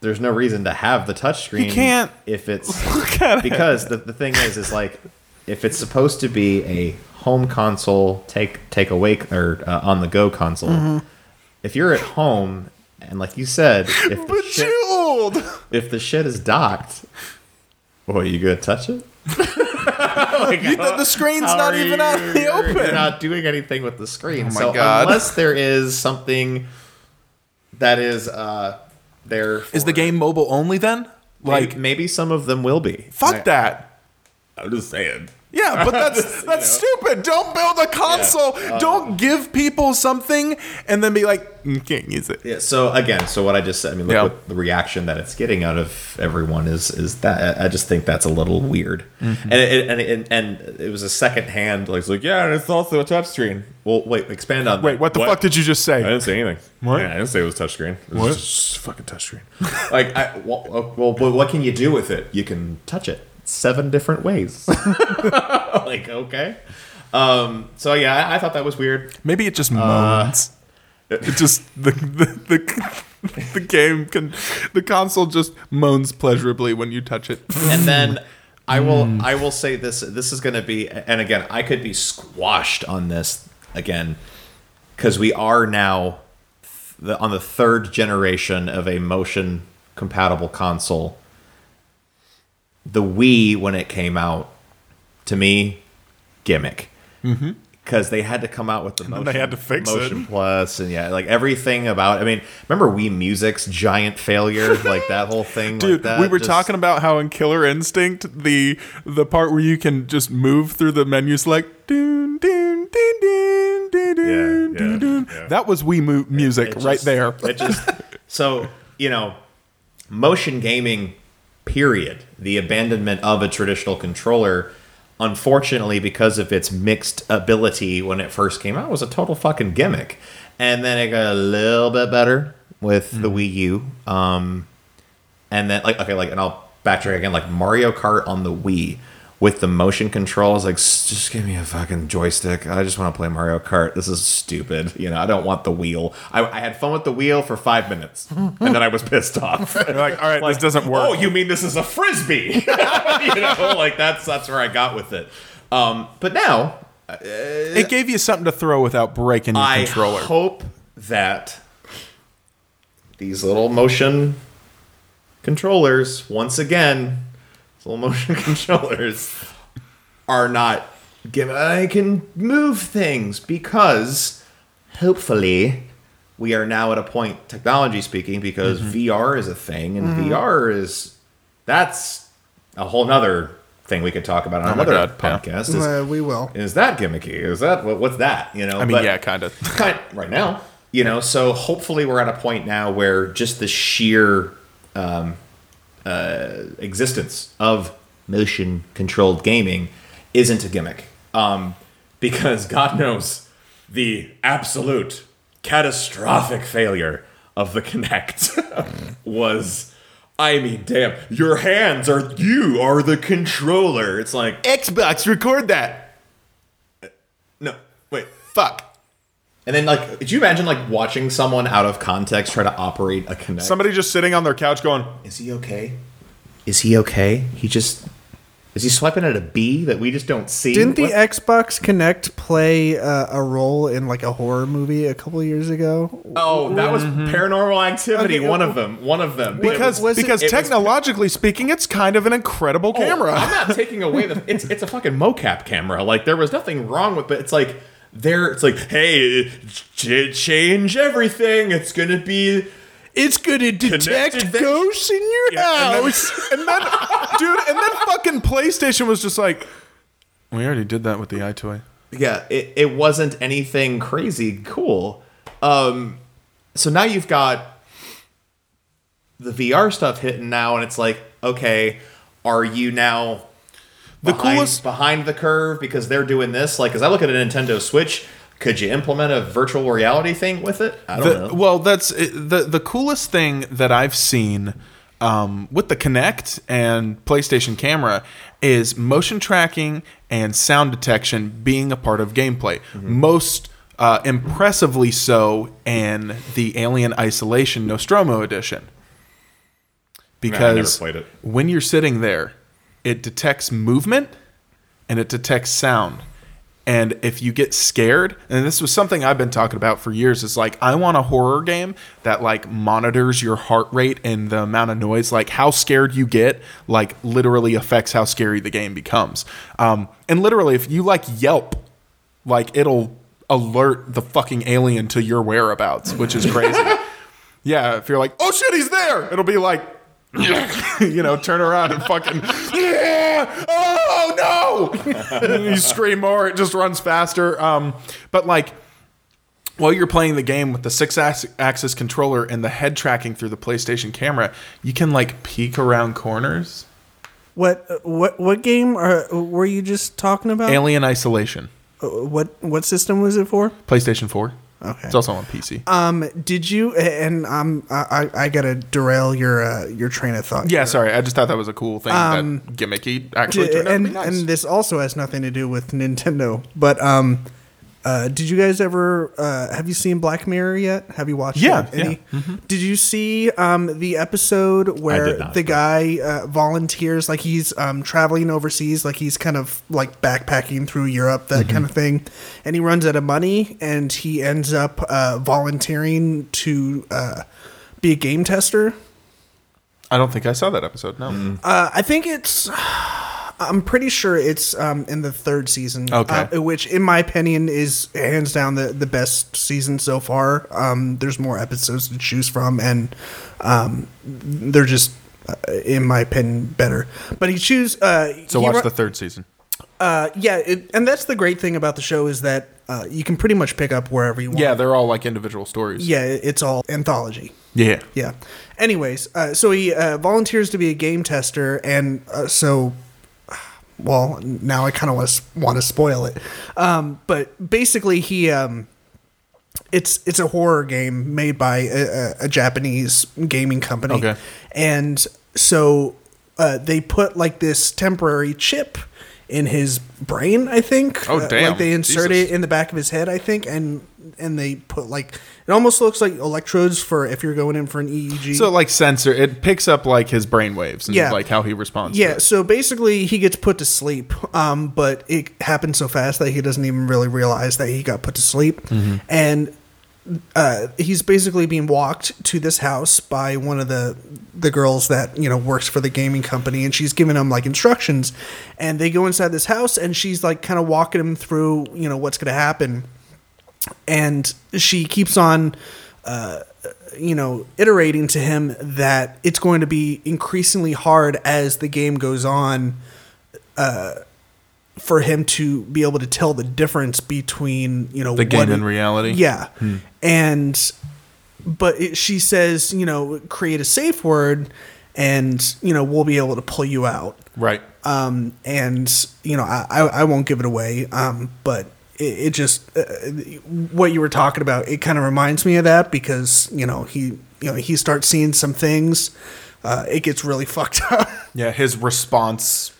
[SPEAKER 5] there's no reason to have the touchscreen.
[SPEAKER 1] You can't
[SPEAKER 5] if it's
[SPEAKER 1] look at it.
[SPEAKER 5] because the the thing is is like if it's supposed to be a home console take take awake or uh, on the go console. If you're at home and like you said, if the, shit,
[SPEAKER 1] Bejeweled.
[SPEAKER 5] if the shit is docked, boy, you gonna touch it?
[SPEAKER 1] the, the screen's
[SPEAKER 5] How
[SPEAKER 1] not
[SPEAKER 5] are
[SPEAKER 1] even out in the
[SPEAKER 5] you- You're
[SPEAKER 1] open.
[SPEAKER 5] not doing anything with the screen.
[SPEAKER 1] Oh my
[SPEAKER 5] so
[SPEAKER 1] God.
[SPEAKER 5] unless there is something that is uh, there,
[SPEAKER 1] Is the
[SPEAKER 5] for-
[SPEAKER 1] game mobile only then?
[SPEAKER 5] Maybe-
[SPEAKER 1] Like,
[SPEAKER 5] maybe some of them will be.
[SPEAKER 1] fuck that.
[SPEAKER 5] I'm just saying.
[SPEAKER 1] Yeah, but that's that's stupid. Don't build a console. Don't give people something and then be like, "Mm, can't use it.
[SPEAKER 5] Yeah. So again, so what I just said. I mean, look
[SPEAKER 1] Yeah.
[SPEAKER 5] what the reaction that it's getting out of everyone is is that I I just think that's a little weird.
[SPEAKER 1] Mm-hmm.
[SPEAKER 5] And, it, and it, and and it was a second hand. Like it's like yeah, and it's also a touchscreen. Well, wait, expand on.
[SPEAKER 1] Wait, what the fuck did you just
[SPEAKER 8] I
[SPEAKER 1] say?
[SPEAKER 8] didn't say anything. What? Yeah, I didn't say it was touchscreen. It was just fucking touchscreen.
[SPEAKER 5] like, I, well, uh, well, but what can you do with it? You can touch it seven different ways. like okay. Um, so yeah, I, I thought that was weird.
[SPEAKER 1] Maybe it just moans. it just the the, the, the game can the console just moans pleasurably when you touch it.
[SPEAKER 5] and then
[SPEAKER 1] Mm.
[SPEAKER 5] I will I will say this this is going to be and again I could be squashed on this again because we are now the, on the third generation of a motion compatible console. The Wii when it came out to me gimmick because they had to come out with the motion,
[SPEAKER 1] Mm-hmm. they had to fix it.
[SPEAKER 5] motion plus and yeah like everything about I mean remember Wii Music's giant failure like that whole thing like
[SPEAKER 1] Dude,
[SPEAKER 5] that,
[SPEAKER 1] we were
[SPEAKER 5] just-
[SPEAKER 1] talking about how in Killer Instinct the the part where you can just move through the menu select doon doon doon doon doon doon
[SPEAKER 8] yeah,
[SPEAKER 1] doon doon.
[SPEAKER 8] yeah.
[SPEAKER 1] That was Wii mu- music
[SPEAKER 5] It
[SPEAKER 1] right
[SPEAKER 5] just-
[SPEAKER 1] there.
[SPEAKER 5] It just so you know, motion gaming, period. The abandonment of a traditional controller, unfortunately, because of its mixed ability when it first came out, was a total fucking gimmick. And then it got a little bit better, with
[SPEAKER 1] Mm-hmm.
[SPEAKER 5] the Wii U. Um, and then like okay, like and I'll backtrack again. Like Mario Kart on the Wii with the motion controls, like "S- just give me a fucking joystick. I just want to play Mario Kart. This is stupid. You know, I don't want the wheel. I, I had fun with the wheel for five minutes, and then I was pissed off.
[SPEAKER 10] like, all right, this doesn't work.
[SPEAKER 5] Oh, you mean this is a frisbee? you know, like that's that's where I got with it. Um, but now
[SPEAKER 1] It gave you something to throw without breaking your
[SPEAKER 5] I
[SPEAKER 1] controller.
[SPEAKER 5] hope that these little motion controllers, once again, these little motion controllers are not given. I can move things because hopefully we are now at a point, technology speaking, because
[SPEAKER 1] Mm-hmm.
[SPEAKER 5] VR is a thing and VR is that's a whole nother thing we could talk about on another
[SPEAKER 1] Oh God, yeah.
[SPEAKER 5] podcast. Is,
[SPEAKER 2] Uh, we will.
[SPEAKER 5] is that gimmicky? Is that what, what's that? You know,
[SPEAKER 1] I mean,
[SPEAKER 5] but-
[SPEAKER 1] yeah, kind of.
[SPEAKER 5] kind right now. You know, so hopefully we're at a point now where just the sheer um, uh, existence of motion controlled gaming isn't a gimmick. Um, because God knows the absolute catastrophic failure of the Kinect was. I mean, damn! Your hands are you are the controller. It's like Uh,
[SPEAKER 3] Xbox, record that.
[SPEAKER 5] no, wait.
[SPEAKER 3] Fuck.
[SPEAKER 5] And then, like, could you imagine like watching someone out of context try to operate a connect?
[SPEAKER 10] Somebody just sitting on their couch going,
[SPEAKER 5] is he okay? Is he okay? He just is he swiping at a B that we just don't see?
[SPEAKER 2] Didn't the
[SPEAKER 5] What-
[SPEAKER 2] Xbox Connect play uh, a role in like a horror movie a couple years ago?
[SPEAKER 5] oh that was Paranormal Activity?
[SPEAKER 2] Okay,
[SPEAKER 5] one of them. One of them.
[SPEAKER 1] Because,
[SPEAKER 2] was it-
[SPEAKER 1] because
[SPEAKER 5] it was-
[SPEAKER 1] technologically speaking, it's kind of an incredible
[SPEAKER 5] Oh,
[SPEAKER 1] camera.
[SPEAKER 5] I'm not taking away the. It's it's a fucking mocap camera. Like there was nothing wrong with, but it's like there. It's like hey, ch- change everything. It's gonna be
[SPEAKER 1] It's gonna detect
[SPEAKER 5] Connected that-
[SPEAKER 1] ghosts in your
[SPEAKER 10] Yeah, and then-
[SPEAKER 1] house. And then, dude, and then fucking PlayStation was just like, we already did that with the iToy.
[SPEAKER 5] yeah it, it wasn't anything crazy cool um so now you've got the vr stuff hitting now and it's like okay are you now
[SPEAKER 1] The
[SPEAKER 5] behind,
[SPEAKER 1] coolest-
[SPEAKER 5] behind the curve because they're doing this like as i look at a nintendo switch could you implement a virtual reality thing with it i don't
[SPEAKER 1] The-
[SPEAKER 5] know
[SPEAKER 1] well, that's it- the the coolest thing that I've seen um, with the Kinect and PlayStation camera is motion tracking and sound detection being a part of gameplay.
[SPEAKER 5] Mm-hmm.
[SPEAKER 1] Most uh, impressively so in the Alien Isolation Nostromo edition. Because
[SPEAKER 5] played it.
[SPEAKER 1] when you're sitting there, it detects movement and it detects sound. And if you get scared, and this was something I've been talking about for years, it's like I want a horror game that like monitors your heart rate and the amount of noise, like how scared you get, like literally affects how scary the game becomes. Um, and literally, if you like Yelp, like it'll alert the fucking alien to your whereabouts, which is crazy. yeah, if you're like, oh shit, he's there, it'll be like, you know, turn around and fucking, yeah, oh no! And you scream more, it just runs faster. Um, but like, while you're playing the game with the six ax- axis controller and the head tracking through the PlayStation camera, you can like peek around corners.
[SPEAKER 2] What what what game are, were you just talking about?
[SPEAKER 1] Alien Isolation,
[SPEAKER 2] Uh, what what system was it for?
[SPEAKER 1] PlayStation 4.
[SPEAKER 2] Okay.
[SPEAKER 1] It's also on PC.
[SPEAKER 2] Um, did you? And um, I I I gotta derail your uh, your train of thought.
[SPEAKER 1] Yeah, sorry. I just thought that was a cool thing. that gimmicky actually
[SPEAKER 2] D-
[SPEAKER 1] turned out to
[SPEAKER 2] Um, and
[SPEAKER 1] be nice.
[SPEAKER 2] and this also has nothing to do with Nintendo, but um, uh, did you guys ever uh, have you seen Black Mirror yet? Have you watched?
[SPEAKER 1] Yeah, Mm-hmm.
[SPEAKER 2] it? Did you see um the episode where
[SPEAKER 5] did not,
[SPEAKER 2] the
[SPEAKER 5] but-
[SPEAKER 2] guy uh, volunteers like he's um traveling overseas, like he's kind of like backpacking through Europe, that
[SPEAKER 1] Mm-hmm.
[SPEAKER 2] kind of thing, and he runs out of money and he ends up uh, volunteering to uh, be a game tester.
[SPEAKER 1] I don't think I saw that episode. No.
[SPEAKER 2] Uh, I think it's. I'm pretty sure it's um, in the third season.
[SPEAKER 1] Okay.
[SPEAKER 2] uh, which, in my opinion, is hands down the, the best season so far. Um, there's more episodes to choose from, and um, they're just, uh, in my opinion, better. But he choose. Uh,
[SPEAKER 1] So
[SPEAKER 2] he
[SPEAKER 1] watch
[SPEAKER 2] ru-
[SPEAKER 1] the third season.
[SPEAKER 2] Uh, yeah, it, and that's the great thing about the show is that uh, you can pretty much pick up wherever you want.
[SPEAKER 1] Yeah, they're all like individual stories.
[SPEAKER 2] Yeah, it- it's all anthology.
[SPEAKER 1] Yeah.
[SPEAKER 2] Yeah. Anyways, uh, so he uh, volunteers to be a game tester, and uh, so, well, now I kind of want to want to spoil it, um, but basically he um, it's it's a horror game made by a, a, a Japanese gaming company,
[SPEAKER 1] Okay.
[SPEAKER 2] and so uh, they put like this temporary chip in his brain. I think.
[SPEAKER 1] Oh,
[SPEAKER 2] Uh,
[SPEAKER 1] damn.
[SPEAKER 2] like they insert
[SPEAKER 1] Jesus.
[SPEAKER 2] it in the back of his head, I think, and and they put like it almost looks like electrodes for if you're going in for an E EEG.
[SPEAKER 1] So like sensor, it picks up like his brain waves and
[SPEAKER 2] Yeah.
[SPEAKER 1] like how he responds. to
[SPEAKER 2] Yeah,
[SPEAKER 1] it.
[SPEAKER 2] so basically he gets put to sleep, um, but it happened so fast that he doesn't even really realize that he got put to sleep. And uh, he's basically being walked to this house by one of the the girls that you know works for the gaming company, and she's giving him like instructions. And they go inside this house, and she's like kind of walking him through you know what's going to happen. And she keeps on uh, you know, iterating to him that it's going to be increasingly hard as the game goes on uh, for him to be able to tell the difference between, you know,
[SPEAKER 1] the game
[SPEAKER 2] what-
[SPEAKER 1] in reality. Hmm.
[SPEAKER 2] Yeah. And, but it, she says, you know, create a safe word and, you know, we'll be able to pull you out.
[SPEAKER 1] Right.
[SPEAKER 2] Um, and, you know, I, I, I won't give it away, um, but. It it just uh, what you were talking about. It kind of reminds me of that because you know he you know he starts seeing some things. Uh, it gets really fucked up.
[SPEAKER 1] yeah. His response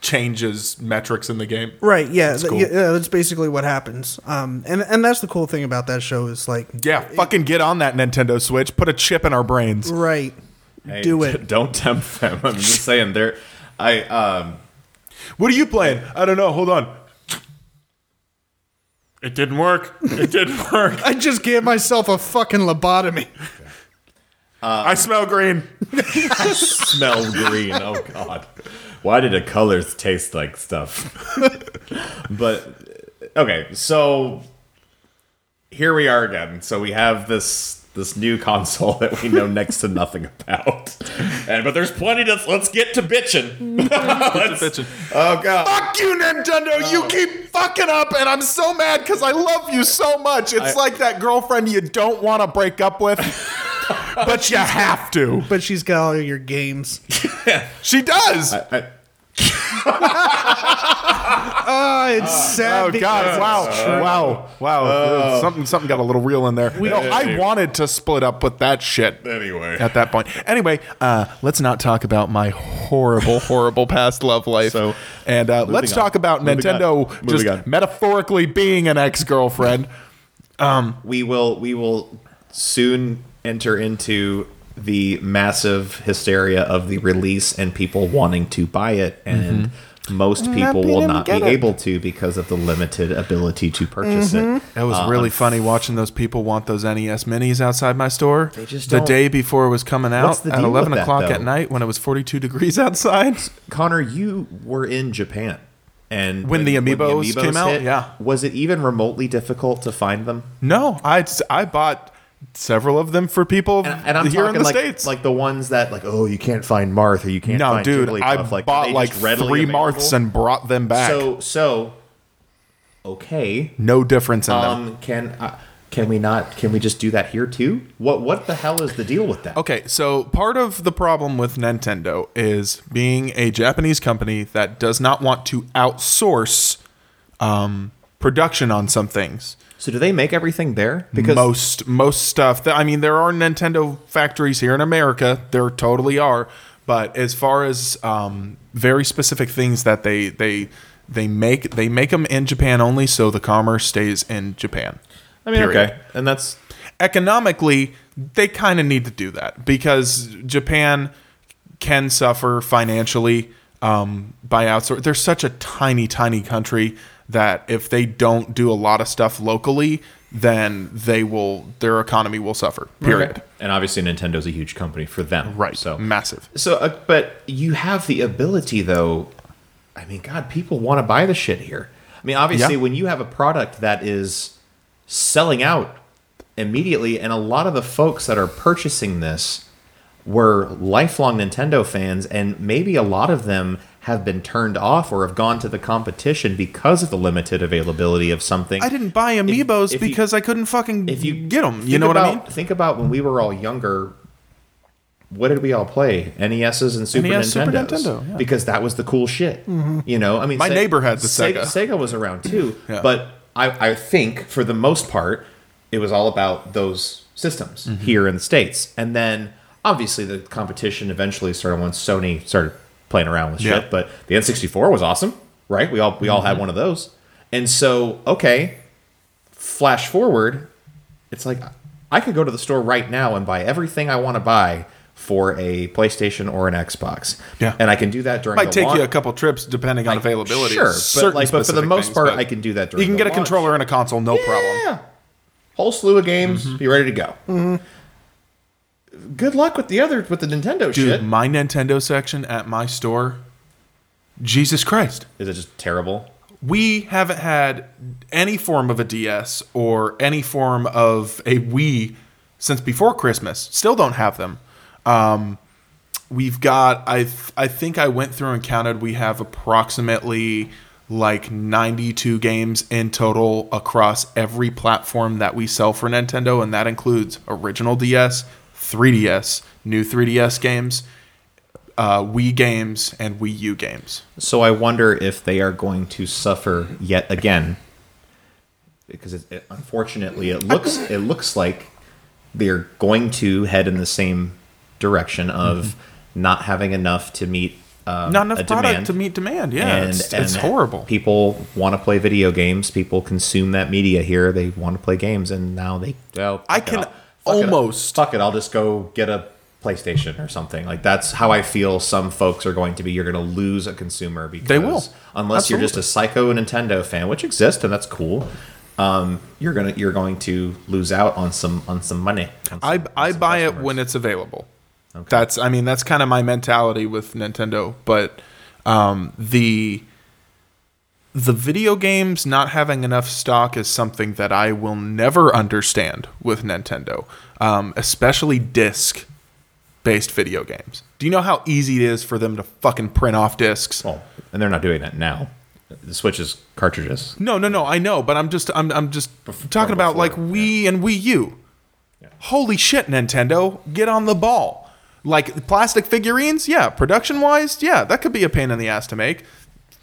[SPEAKER 1] changes metrics in the game.
[SPEAKER 2] right? Yeah. That's
[SPEAKER 1] cool.
[SPEAKER 2] yeah. That's basically what happens. Um, and and that's the cool thing about that show is like
[SPEAKER 1] Yeah. Fucking get on that Nintendo Switch. Put a chip in our brains.
[SPEAKER 2] right.
[SPEAKER 5] Hey,
[SPEAKER 2] Do it.
[SPEAKER 5] Don't tempt them. I'm just saying. They're. I um.
[SPEAKER 1] What are you playing? I don't know. Hold on.
[SPEAKER 10] It didn't work. It didn't work.
[SPEAKER 2] I just gave myself a fucking lobotomy.
[SPEAKER 1] I smell green.
[SPEAKER 5] smell green. Oh God, why do the colors taste like stuff? but okay, so here we are again. So we have this this new console that we know next to nothing about, and but there's plenty to let's get to bitching. Let's- Oh God,
[SPEAKER 1] Fuck you, Nintendo. You keep fucking up, and I'm so mad because I love you so much. It's like that girlfriend you don't want to break up with, but you have to.
[SPEAKER 2] But she's got all your games.
[SPEAKER 1] She does.
[SPEAKER 5] I-
[SPEAKER 2] Ah, it's sad.
[SPEAKER 1] Oh God! Wow! Wow! Wow! something something got a little real in there. no, I wanted to split up with that shit.
[SPEAKER 5] anyway.
[SPEAKER 1] At that point, anyway, uh, let's not talk about my horrible, horrible past love life.
[SPEAKER 5] So,
[SPEAKER 1] and uh, let's
[SPEAKER 5] on.
[SPEAKER 1] talk about
[SPEAKER 5] Moving
[SPEAKER 1] Nintendo
[SPEAKER 5] on.
[SPEAKER 1] just
[SPEAKER 5] Moving on.
[SPEAKER 1] metaphorically being an ex-girlfriend.
[SPEAKER 5] we will we will soon enter into the massive hysteria of the release and people wanting to buy it and
[SPEAKER 1] Mm-hmm.
[SPEAKER 5] most people will not be able to because of the limited ability to purchase it
[SPEAKER 1] That was
[SPEAKER 5] um,
[SPEAKER 1] really funny watching those people want those NES minis outside my store. They
[SPEAKER 5] just
[SPEAKER 1] the
[SPEAKER 5] don't.
[SPEAKER 1] day before it was coming
[SPEAKER 5] What's
[SPEAKER 1] out
[SPEAKER 5] the
[SPEAKER 1] at
[SPEAKER 5] deal with
[SPEAKER 1] eleven
[SPEAKER 5] that,
[SPEAKER 1] o'clock
[SPEAKER 5] though?
[SPEAKER 1] at night when it was forty-two degrees outside.
[SPEAKER 5] connor you were in japan and
[SPEAKER 1] When the Amiibos came out? Yeah.
[SPEAKER 5] was it even remotely difficult to find them
[SPEAKER 1] No, I I bought several of them for people
[SPEAKER 5] and, and i'm
[SPEAKER 1] here in
[SPEAKER 5] talking
[SPEAKER 1] the
[SPEAKER 5] like,
[SPEAKER 1] states.
[SPEAKER 5] like the ones that like oh you can't find marth or you can't
[SPEAKER 1] no,
[SPEAKER 5] find
[SPEAKER 1] dude,
[SPEAKER 5] Jigglypuff.
[SPEAKER 1] I
[SPEAKER 5] like,
[SPEAKER 1] bought
[SPEAKER 5] they
[SPEAKER 1] like
[SPEAKER 5] just readily
[SPEAKER 1] three marths
[SPEAKER 5] available?
[SPEAKER 1] and brought them back.
[SPEAKER 5] so so okay
[SPEAKER 1] no difference in them.
[SPEAKER 5] Um, can uh, can we not? Can we just do that here too? What what the hell is the deal with that?
[SPEAKER 1] Okay, so part of the problem with Nintendo is being a Japanese company that does not want to outsource um, production on some things.
[SPEAKER 5] So do they make everything there? Because
[SPEAKER 1] most most stuff that I mean there are Nintendo factories here in America there totally are but as far as um, very specific things that they they they make they make them in Japan only so the commerce stays in Japan
[SPEAKER 5] I mean,
[SPEAKER 1] period.
[SPEAKER 5] okay, and that's
[SPEAKER 1] economically they kind of need to do that because Japan can suffer financially um, by outsourcing. They're such a tiny, tiny country that if they don't do a lot of stuff locally, then they will their economy will suffer. Period.
[SPEAKER 5] And obviously, Nintendo's a huge company for them,
[SPEAKER 1] Right.
[SPEAKER 5] So
[SPEAKER 1] massive.
[SPEAKER 5] so, uh, but you have the ability though. I mean, God, people want to buy the shit here. I mean, obviously,
[SPEAKER 1] Yeah.
[SPEAKER 5] when you have a product that is selling out immediately, and a lot of the folks that are purchasing this were lifelong Nintendo fans, and maybe a lot of them have been turned off or have gone to the competition because of the limited availability of something.
[SPEAKER 1] I didn't buy Amiibos
[SPEAKER 5] if you-
[SPEAKER 1] because I couldn't fucking
[SPEAKER 5] if you
[SPEAKER 1] get them. You
[SPEAKER 5] think
[SPEAKER 1] know what I
[SPEAKER 5] about-
[SPEAKER 1] mean?
[SPEAKER 5] Think about when we were all younger. What did we all play? NESs and Super
[SPEAKER 1] NES, E Super
[SPEAKER 5] Nintendos.
[SPEAKER 1] Nintendo, yeah.
[SPEAKER 5] Because that was the cool shit. You know, I mean,
[SPEAKER 1] My neighbor had the
[SPEAKER 5] Sega.
[SPEAKER 1] Sega.
[SPEAKER 5] Sega was around too,
[SPEAKER 1] Yeah.
[SPEAKER 5] but I, I think for the most part, it was all about those systems
[SPEAKER 1] Mm-hmm.
[SPEAKER 5] here in the states and then obviously the competition eventually started once sony started playing around with
[SPEAKER 1] Yeah. Mm-hmm.
[SPEAKER 5] shit but the n64 was awesome right we all we all had one of those and so okay flash forward it's like i could go to the store right now and buy everything i want to buy for a playstation or an xbox
[SPEAKER 1] Yeah.
[SPEAKER 5] and i can do that during
[SPEAKER 1] Might
[SPEAKER 5] the
[SPEAKER 1] take
[SPEAKER 5] launch.
[SPEAKER 1] you a couple trips depending on
[SPEAKER 5] Like,
[SPEAKER 1] availability.
[SPEAKER 5] Sure,
[SPEAKER 1] of certain
[SPEAKER 5] but, like, but for the
[SPEAKER 1] specific
[SPEAKER 5] most
[SPEAKER 1] things,
[SPEAKER 5] part,
[SPEAKER 1] but
[SPEAKER 5] I can do that. During
[SPEAKER 1] You can
[SPEAKER 5] the
[SPEAKER 1] get a
[SPEAKER 5] launch.
[SPEAKER 1] controller and a console, no problem.
[SPEAKER 5] Yeah, whole slew of games.
[SPEAKER 1] Mm-hmm.
[SPEAKER 5] Be ready to go. Good luck with the other with the Nintendo
[SPEAKER 1] Dude,
[SPEAKER 5] shit.
[SPEAKER 1] my Nintendo section at my store, Jesus Christ.
[SPEAKER 5] Is it just terrible?
[SPEAKER 1] We haven't had any form of a DS or any form of a Wii since before Christmas. Still don't have them. Um, we've got I th- I think I went through and counted we have approximately like 92 games in total across every platform that we sell for Nintendo and that includes original DS, 3DS, new 3DS games, uh, Wii games and Wii U games.
[SPEAKER 5] So I wonder if they are going to suffer yet again, because it, it, unfortunately it looks it looks like they're going to head in the same direction of not having enough to meet um,
[SPEAKER 1] Mm-hmm. Not enough
[SPEAKER 5] a
[SPEAKER 1] product
[SPEAKER 5] demand.
[SPEAKER 1] to meet demand. Yeah, it's, it's horrible.
[SPEAKER 5] People want to play video games. People consume that media here. They want to play games, and now they. Well, fuck
[SPEAKER 1] I
[SPEAKER 5] it,
[SPEAKER 1] can
[SPEAKER 5] I'll- fuck it, I'll-
[SPEAKER 1] almost-
[SPEAKER 5] fuck it. I'll just go get a PlayStation or something. Like that's how I feel. Some folks are going to be. You're going to lose a consumer because
[SPEAKER 1] They will.
[SPEAKER 5] unless you're just a psycho Nintendo fan, which exists and that's cool. Um, you're gonna you're going to lose out on some on some money. on some-
[SPEAKER 1] I
[SPEAKER 5] on
[SPEAKER 1] I
[SPEAKER 5] some
[SPEAKER 1] buy it
[SPEAKER 5] customers.
[SPEAKER 1] when it's available. That's I mean that's kind of my mentality with Nintendo, but um, the the video games not having enough stock is something that I will never understand with Nintendo, um, especially disc based video games. Do you know how easy it is for them to fucking print off discs?
[SPEAKER 5] Well, and they're not doing that now. The Switch is cartridges.
[SPEAKER 1] No, no, no. I know, but I'm just I'm I'm just talking
[SPEAKER 5] from
[SPEAKER 1] about like
[SPEAKER 5] before,
[SPEAKER 1] Wii and Wii U. Holy shit, Nintendo, get on the ball. Like plastic figurines, yeah, production wise, yeah, that could be a pain in the ass to make.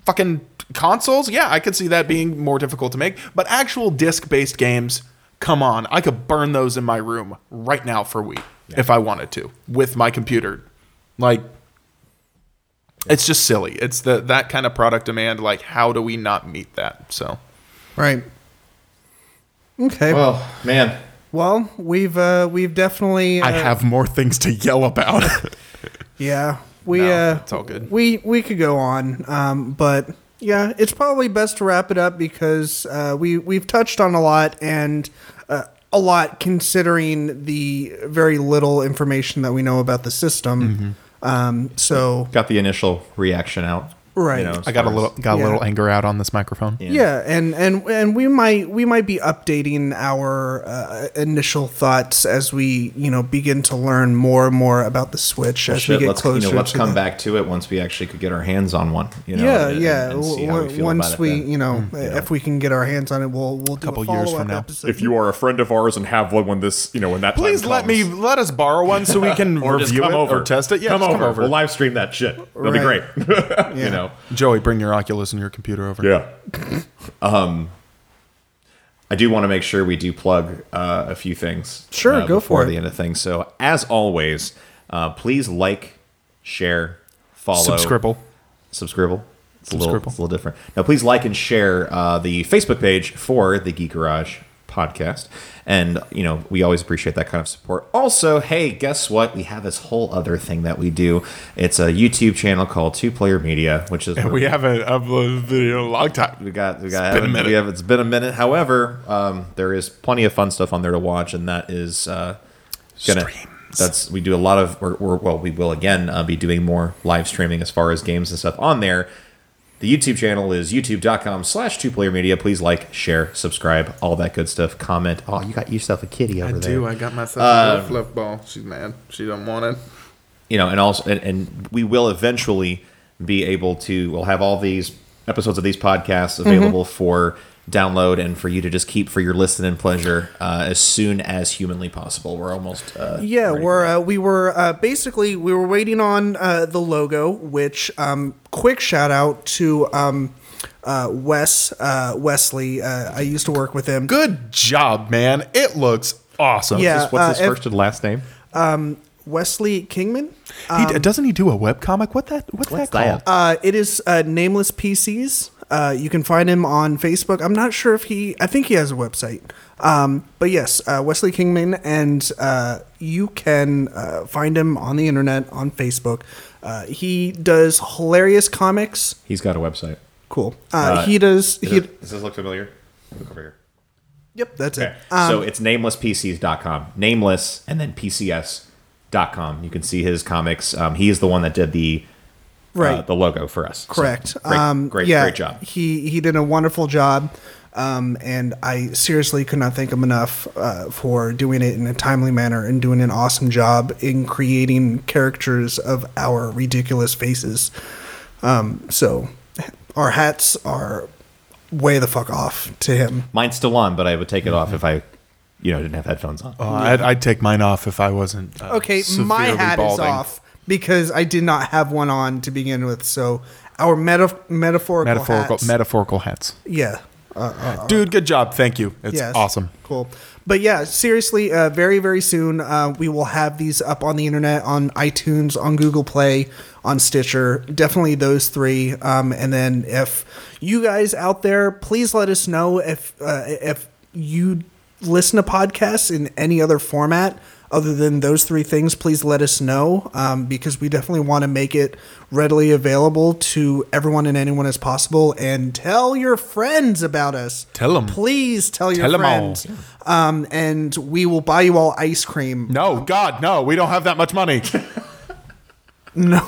[SPEAKER 1] Fucking consoles, yeah, I could see that being more difficult to make, but actual disc-based games, come on, I could burn those in my room right now for Wii if I wanted to with my computer. Like it's just silly. It's the that kind of product demand like how do we not meet that? So
[SPEAKER 2] Right. Okay. Well,
[SPEAKER 5] Oh man,
[SPEAKER 2] we've uh, we've definitely. Uh,
[SPEAKER 3] I have more things to yell about.
[SPEAKER 2] Yeah, we.
[SPEAKER 1] No,
[SPEAKER 2] uh,
[SPEAKER 1] it's all good.
[SPEAKER 2] We we could go on, um, but yeah, it's probably best to wrap it up because uh, we we've touched on a lot and uh, a lot considering the very little information that we know about the system.
[SPEAKER 5] Mm-hmm.
[SPEAKER 2] Um, so
[SPEAKER 5] got the initial reaction out.
[SPEAKER 2] Right.
[SPEAKER 5] as
[SPEAKER 1] I got a
[SPEAKER 5] far as-
[SPEAKER 1] little got
[SPEAKER 2] Yeah.
[SPEAKER 1] a little anger out on this microphone.
[SPEAKER 2] yeah, and and and we might we might be updating our uh, initial thoughts as we you know begin to learn more and more about the Switch as
[SPEAKER 5] Shit,
[SPEAKER 2] we get
[SPEAKER 5] let's you
[SPEAKER 2] closer.
[SPEAKER 5] know let's
[SPEAKER 2] to
[SPEAKER 5] come
[SPEAKER 2] the-
[SPEAKER 5] back to it once we actually could get our hands on one. You know,
[SPEAKER 2] yeah,
[SPEAKER 5] and- and-
[SPEAKER 2] yeah.
[SPEAKER 5] and see how
[SPEAKER 2] W-
[SPEAKER 5] we feel
[SPEAKER 2] Once
[SPEAKER 5] about it
[SPEAKER 2] we,
[SPEAKER 5] then. Mm,
[SPEAKER 2] you know, if we can get our hands on it, we'll we'll do
[SPEAKER 1] Couple
[SPEAKER 2] a
[SPEAKER 1] years
[SPEAKER 2] follow
[SPEAKER 1] from
[SPEAKER 2] up
[SPEAKER 1] now.
[SPEAKER 2] episode.
[SPEAKER 8] If you are a friend of ours and have one when this, you know, when that time
[SPEAKER 1] Please let
[SPEAKER 8] comes,
[SPEAKER 1] me let us borrow one so we can
[SPEAKER 8] or just
[SPEAKER 1] review
[SPEAKER 8] come
[SPEAKER 1] it
[SPEAKER 8] over
[SPEAKER 1] or test it. Yeah,
[SPEAKER 8] come,
[SPEAKER 1] just
[SPEAKER 8] over.
[SPEAKER 1] come over.
[SPEAKER 8] We'll live stream that shit. That'll
[SPEAKER 2] Right.
[SPEAKER 8] be great. you know.
[SPEAKER 1] Joey, bring your Oculus and your computer over.
[SPEAKER 8] Yeah.
[SPEAKER 5] I do want to make sure we do plug uh, a few things.
[SPEAKER 2] Sure,
[SPEAKER 5] uh,
[SPEAKER 2] go for
[SPEAKER 5] before
[SPEAKER 2] it.
[SPEAKER 5] the end of things. So as always, uh, please like, share, follow,
[SPEAKER 1] Subscribble.
[SPEAKER 5] subscribe. It's a little,
[SPEAKER 1] Subscribble.
[SPEAKER 5] it's a little different. Now, please like and share uh, the Facebook page for the Geek Garage podcast, and you know we always appreciate that kind of support. Also, hey, guess what? We have this whole other thing that we do. It's a YouTube channel called Two Player Media, which is where
[SPEAKER 3] we haven't uploaded a video in a long time.
[SPEAKER 5] we got we got haven't- we have it's been a minute. However, um, there is plenty of fun stuff on there to watch, and that is uh, gonna that's we do a lot of we're, we're well we will again uh, be doing more live streaming as far as games and stuff on there. The YouTube channel is youtube.com slash two player media. Please like, share, subscribe, all that good stuff. Comment. Oh, you got yourself a kitty over there.
[SPEAKER 1] I got myself a little fluff ball. She's mad. She don't want it.
[SPEAKER 5] you know, and also, and, and we will eventually be able to. We'll have all these episodes of these podcasts
[SPEAKER 2] Mm-hmm.
[SPEAKER 5] available for download and for you to just keep for your listening pleasure uh, as soon as humanly possible. We're almost. Uh,
[SPEAKER 2] Yeah,
[SPEAKER 5] ready for
[SPEAKER 2] we're
[SPEAKER 5] that.
[SPEAKER 2] uh, we were uh, basically we were waiting on uh, the logo. Which um, quick shout out to um, uh, Wes uh, Wesley. Uh, I used to work with him.
[SPEAKER 1] Good job, man. It looks awesome.
[SPEAKER 2] Yeah,
[SPEAKER 5] What's his
[SPEAKER 2] uh, if-
[SPEAKER 5] first and last name?
[SPEAKER 2] Wesley Kingman.
[SPEAKER 1] He d doesn't he do a webcomic? What that what's, that called?
[SPEAKER 2] Uh, it is uh, Nameless PCs. Uh, you can find him on Facebook. I'm not sure if he. I think he has a website. Um, but yes, uh, Wesley Kingman, and uh, you can uh, find him on the internet on Facebook. Uh, he does hilarious comics.
[SPEAKER 5] He's got a website.
[SPEAKER 2] Cool. Uh, he does. He,
[SPEAKER 5] Does this look familiar? Look over here.
[SPEAKER 2] yep, that's
[SPEAKER 5] Okay.
[SPEAKER 2] it. Um,
[SPEAKER 5] so it's namelesspcs.com. Nameless and then pcs.com. You can see his comics. Um, he is the one that did the
[SPEAKER 2] right.
[SPEAKER 5] uh, the logo for us. So
[SPEAKER 2] Correct.
[SPEAKER 5] great,
[SPEAKER 2] um,
[SPEAKER 5] great,
[SPEAKER 2] yeah,
[SPEAKER 5] great job.
[SPEAKER 2] He he did a wonderful job, um, and I seriously could not thank him enough uh, for doing it in a timely manner and doing an awesome job in creating characters of our ridiculous faces. Um, so, our hats are way the fuck off to him.
[SPEAKER 5] Mine's still on, but I would take it off if I, you know, didn't have headphones on.
[SPEAKER 1] Mm-hmm. Oh, I'd, I'd take mine off if I wasn't. Uh,
[SPEAKER 2] Okay, my
[SPEAKER 1] severely
[SPEAKER 2] hat is
[SPEAKER 1] balding.
[SPEAKER 2] off because I did not have one on to begin with. So, our meta- metaphorical
[SPEAKER 1] Metaphorical
[SPEAKER 2] hats-
[SPEAKER 1] metaphorical hats.
[SPEAKER 2] yeah. uh,
[SPEAKER 1] Dude, good job. Thank you. It's
[SPEAKER 2] Yes.
[SPEAKER 1] awesome.
[SPEAKER 2] Cool. But yeah, seriously, uh, very, very soon uh, we will have these up on the internet, on iTunes, on Google Play, on Stitcher. Definitely those three. Um, and then if you guys out there, please let us know if uh, if you listen to podcasts in any other format other than those three things. Please let us know um, because we definitely want to make it readily available to everyone and anyone as possible. And tell your friends about us.
[SPEAKER 1] Tell 'em.
[SPEAKER 2] Please tell your
[SPEAKER 1] Tell 'em all.
[SPEAKER 2] friends. Um, and we will buy you all ice cream.
[SPEAKER 1] No, God, no. We don't have that much money.
[SPEAKER 2] No.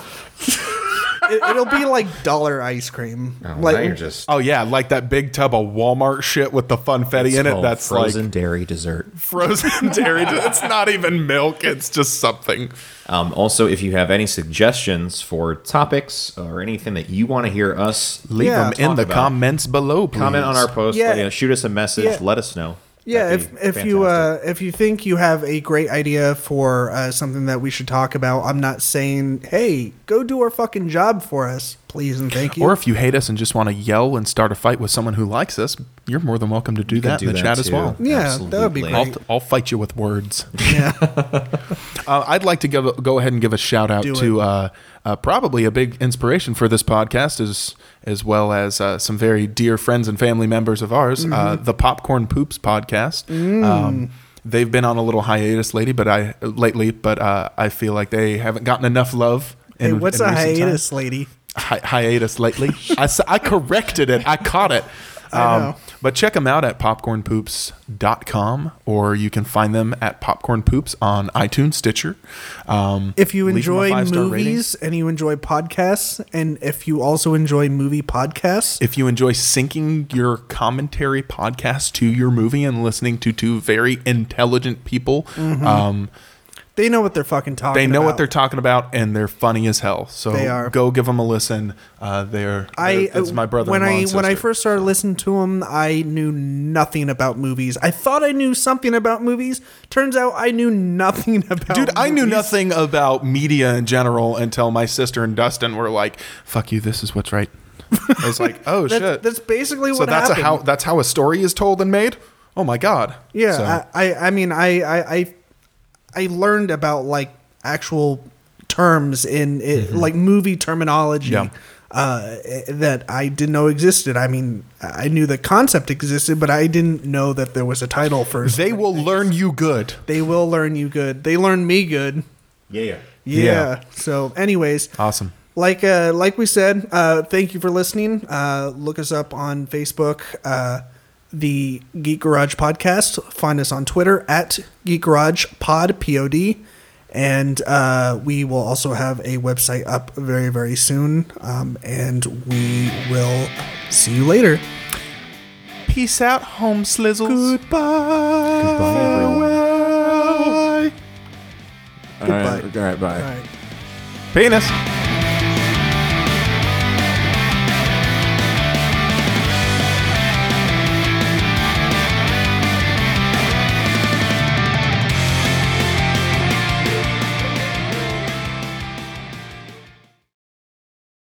[SPEAKER 2] it, it'll be like dollar ice cream. like,
[SPEAKER 5] now you're just
[SPEAKER 1] oh yeah, like that big tub of Walmart shit with the funfetti in it.
[SPEAKER 5] called
[SPEAKER 1] That's
[SPEAKER 5] frozen
[SPEAKER 1] like
[SPEAKER 5] dairy dessert.
[SPEAKER 1] frozen dairy. it's not even milk. It's just something.
[SPEAKER 5] Um, also, if you have any suggestions for topics or anything that you want to hear us
[SPEAKER 1] Leave
[SPEAKER 2] Yeah.
[SPEAKER 1] them in
[SPEAKER 5] Talk
[SPEAKER 1] the
[SPEAKER 5] about it.
[SPEAKER 1] comments below. Please.
[SPEAKER 5] comment on our post,
[SPEAKER 2] Yeah.
[SPEAKER 5] let- you know, shoot us a message,
[SPEAKER 2] Yeah.
[SPEAKER 5] let us know.
[SPEAKER 2] yeah, if,
[SPEAKER 5] That'd be
[SPEAKER 2] if you
[SPEAKER 5] fantastic.
[SPEAKER 2] uh, if you think you have a great idea for uh, something that we should talk about, I'm not saying, hey, go do our fucking job for us, please and thank you.
[SPEAKER 1] Or if you hate us and just want to yell and start a fight with someone who likes us, you're more than welcome to do that
[SPEAKER 5] do
[SPEAKER 1] in the
[SPEAKER 5] that
[SPEAKER 1] chat as
[SPEAKER 5] too.
[SPEAKER 1] well.
[SPEAKER 2] yeah, that would be
[SPEAKER 5] Absolutely.
[SPEAKER 2] great.
[SPEAKER 1] I'll, I'll fight you with words. Yeah. uh, I'd like to give, go ahead and give a shout out
[SPEAKER 2] Do
[SPEAKER 1] to
[SPEAKER 2] it.
[SPEAKER 1] uh, uh, probably a big inspiration for this podcast, as as well as uh, some very dear friends and family members of ours, uh,
[SPEAKER 2] Mm-hmm.
[SPEAKER 1] the Popcorn Poops podcast.
[SPEAKER 2] Mm.
[SPEAKER 1] Um, they've been on a little hiatus lately, but I lately, but uh, I feel like they haven't gotten enough love. In,
[SPEAKER 2] hey, what's
[SPEAKER 1] in
[SPEAKER 2] a
[SPEAKER 1] recent time
[SPEAKER 2] hiatus, lady?
[SPEAKER 1] hi- hiatus lately. I, s- I corrected it. I caught it. Um, but check them out at popcornpoops.com or you can find them at Popcorn Poops on iTunes, Stitcher. Um,
[SPEAKER 2] If you
[SPEAKER 1] leave them a
[SPEAKER 2] enjoy
[SPEAKER 1] five-star rating.
[SPEAKER 2] movies and you enjoy podcasts, and if you also enjoy movie podcasts,
[SPEAKER 1] if you enjoy syncing your commentary podcast to your movie and listening to two very intelligent people, um,
[SPEAKER 2] they know what they're fucking Mm-hmm. talking.
[SPEAKER 1] they know what
[SPEAKER 2] about.
[SPEAKER 1] they're talking about and they're funny as hell. So
[SPEAKER 2] They are.
[SPEAKER 1] go give them a listen. Uh, they're,
[SPEAKER 2] I
[SPEAKER 1] they're- it's my brother.
[SPEAKER 2] when I when I first started listening to him, I knew nothing about movies. I thought I knew something about movies. Turns out I knew nothing about.
[SPEAKER 1] Dude, I knew
[SPEAKER 2] movies.
[SPEAKER 1] nothing about media in general until my sister and Dustin were like, "Fuck you, this is what's right." I was like, "Oh
[SPEAKER 2] That's,
[SPEAKER 1] shit."
[SPEAKER 2] that's basically
[SPEAKER 1] so
[SPEAKER 2] what
[SPEAKER 1] that's a
[SPEAKER 2] happened.
[SPEAKER 1] how that's how a story is told and made. Oh my god.
[SPEAKER 2] Yeah,
[SPEAKER 1] So,
[SPEAKER 2] I, I I mean I I I, I learned about like actual terms in it, like movie terminology.
[SPEAKER 1] Mm-hmm. Yeah.
[SPEAKER 2] Uh, that I didn't know existed. I mean, I knew the concept existed, but I didn't know that there was a title for.
[SPEAKER 1] they will learn you good.
[SPEAKER 2] They will learn you good. They learn me good.
[SPEAKER 5] yeah, yeah.
[SPEAKER 2] Yeah.
[SPEAKER 1] Yeah.
[SPEAKER 2] So, anyways,
[SPEAKER 1] Awesome.
[SPEAKER 2] like uh, like we said, uh, thank you for listening. Uh, look us up on Facebook, uh, the Geek Garage Podcast. Find us on Twitter at Geek Garage Pod P O D, and uh, we will also have a website up very very soon. Um, and we will see you later.
[SPEAKER 1] Peace out, home slizzles.
[SPEAKER 5] Goodbye, everyone.
[SPEAKER 1] Farewell.
[SPEAKER 8] All right, all right, bye.
[SPEAKER 2] All right.
[SPEAKER 1] Penis.
[SPEAKER 2] Bye.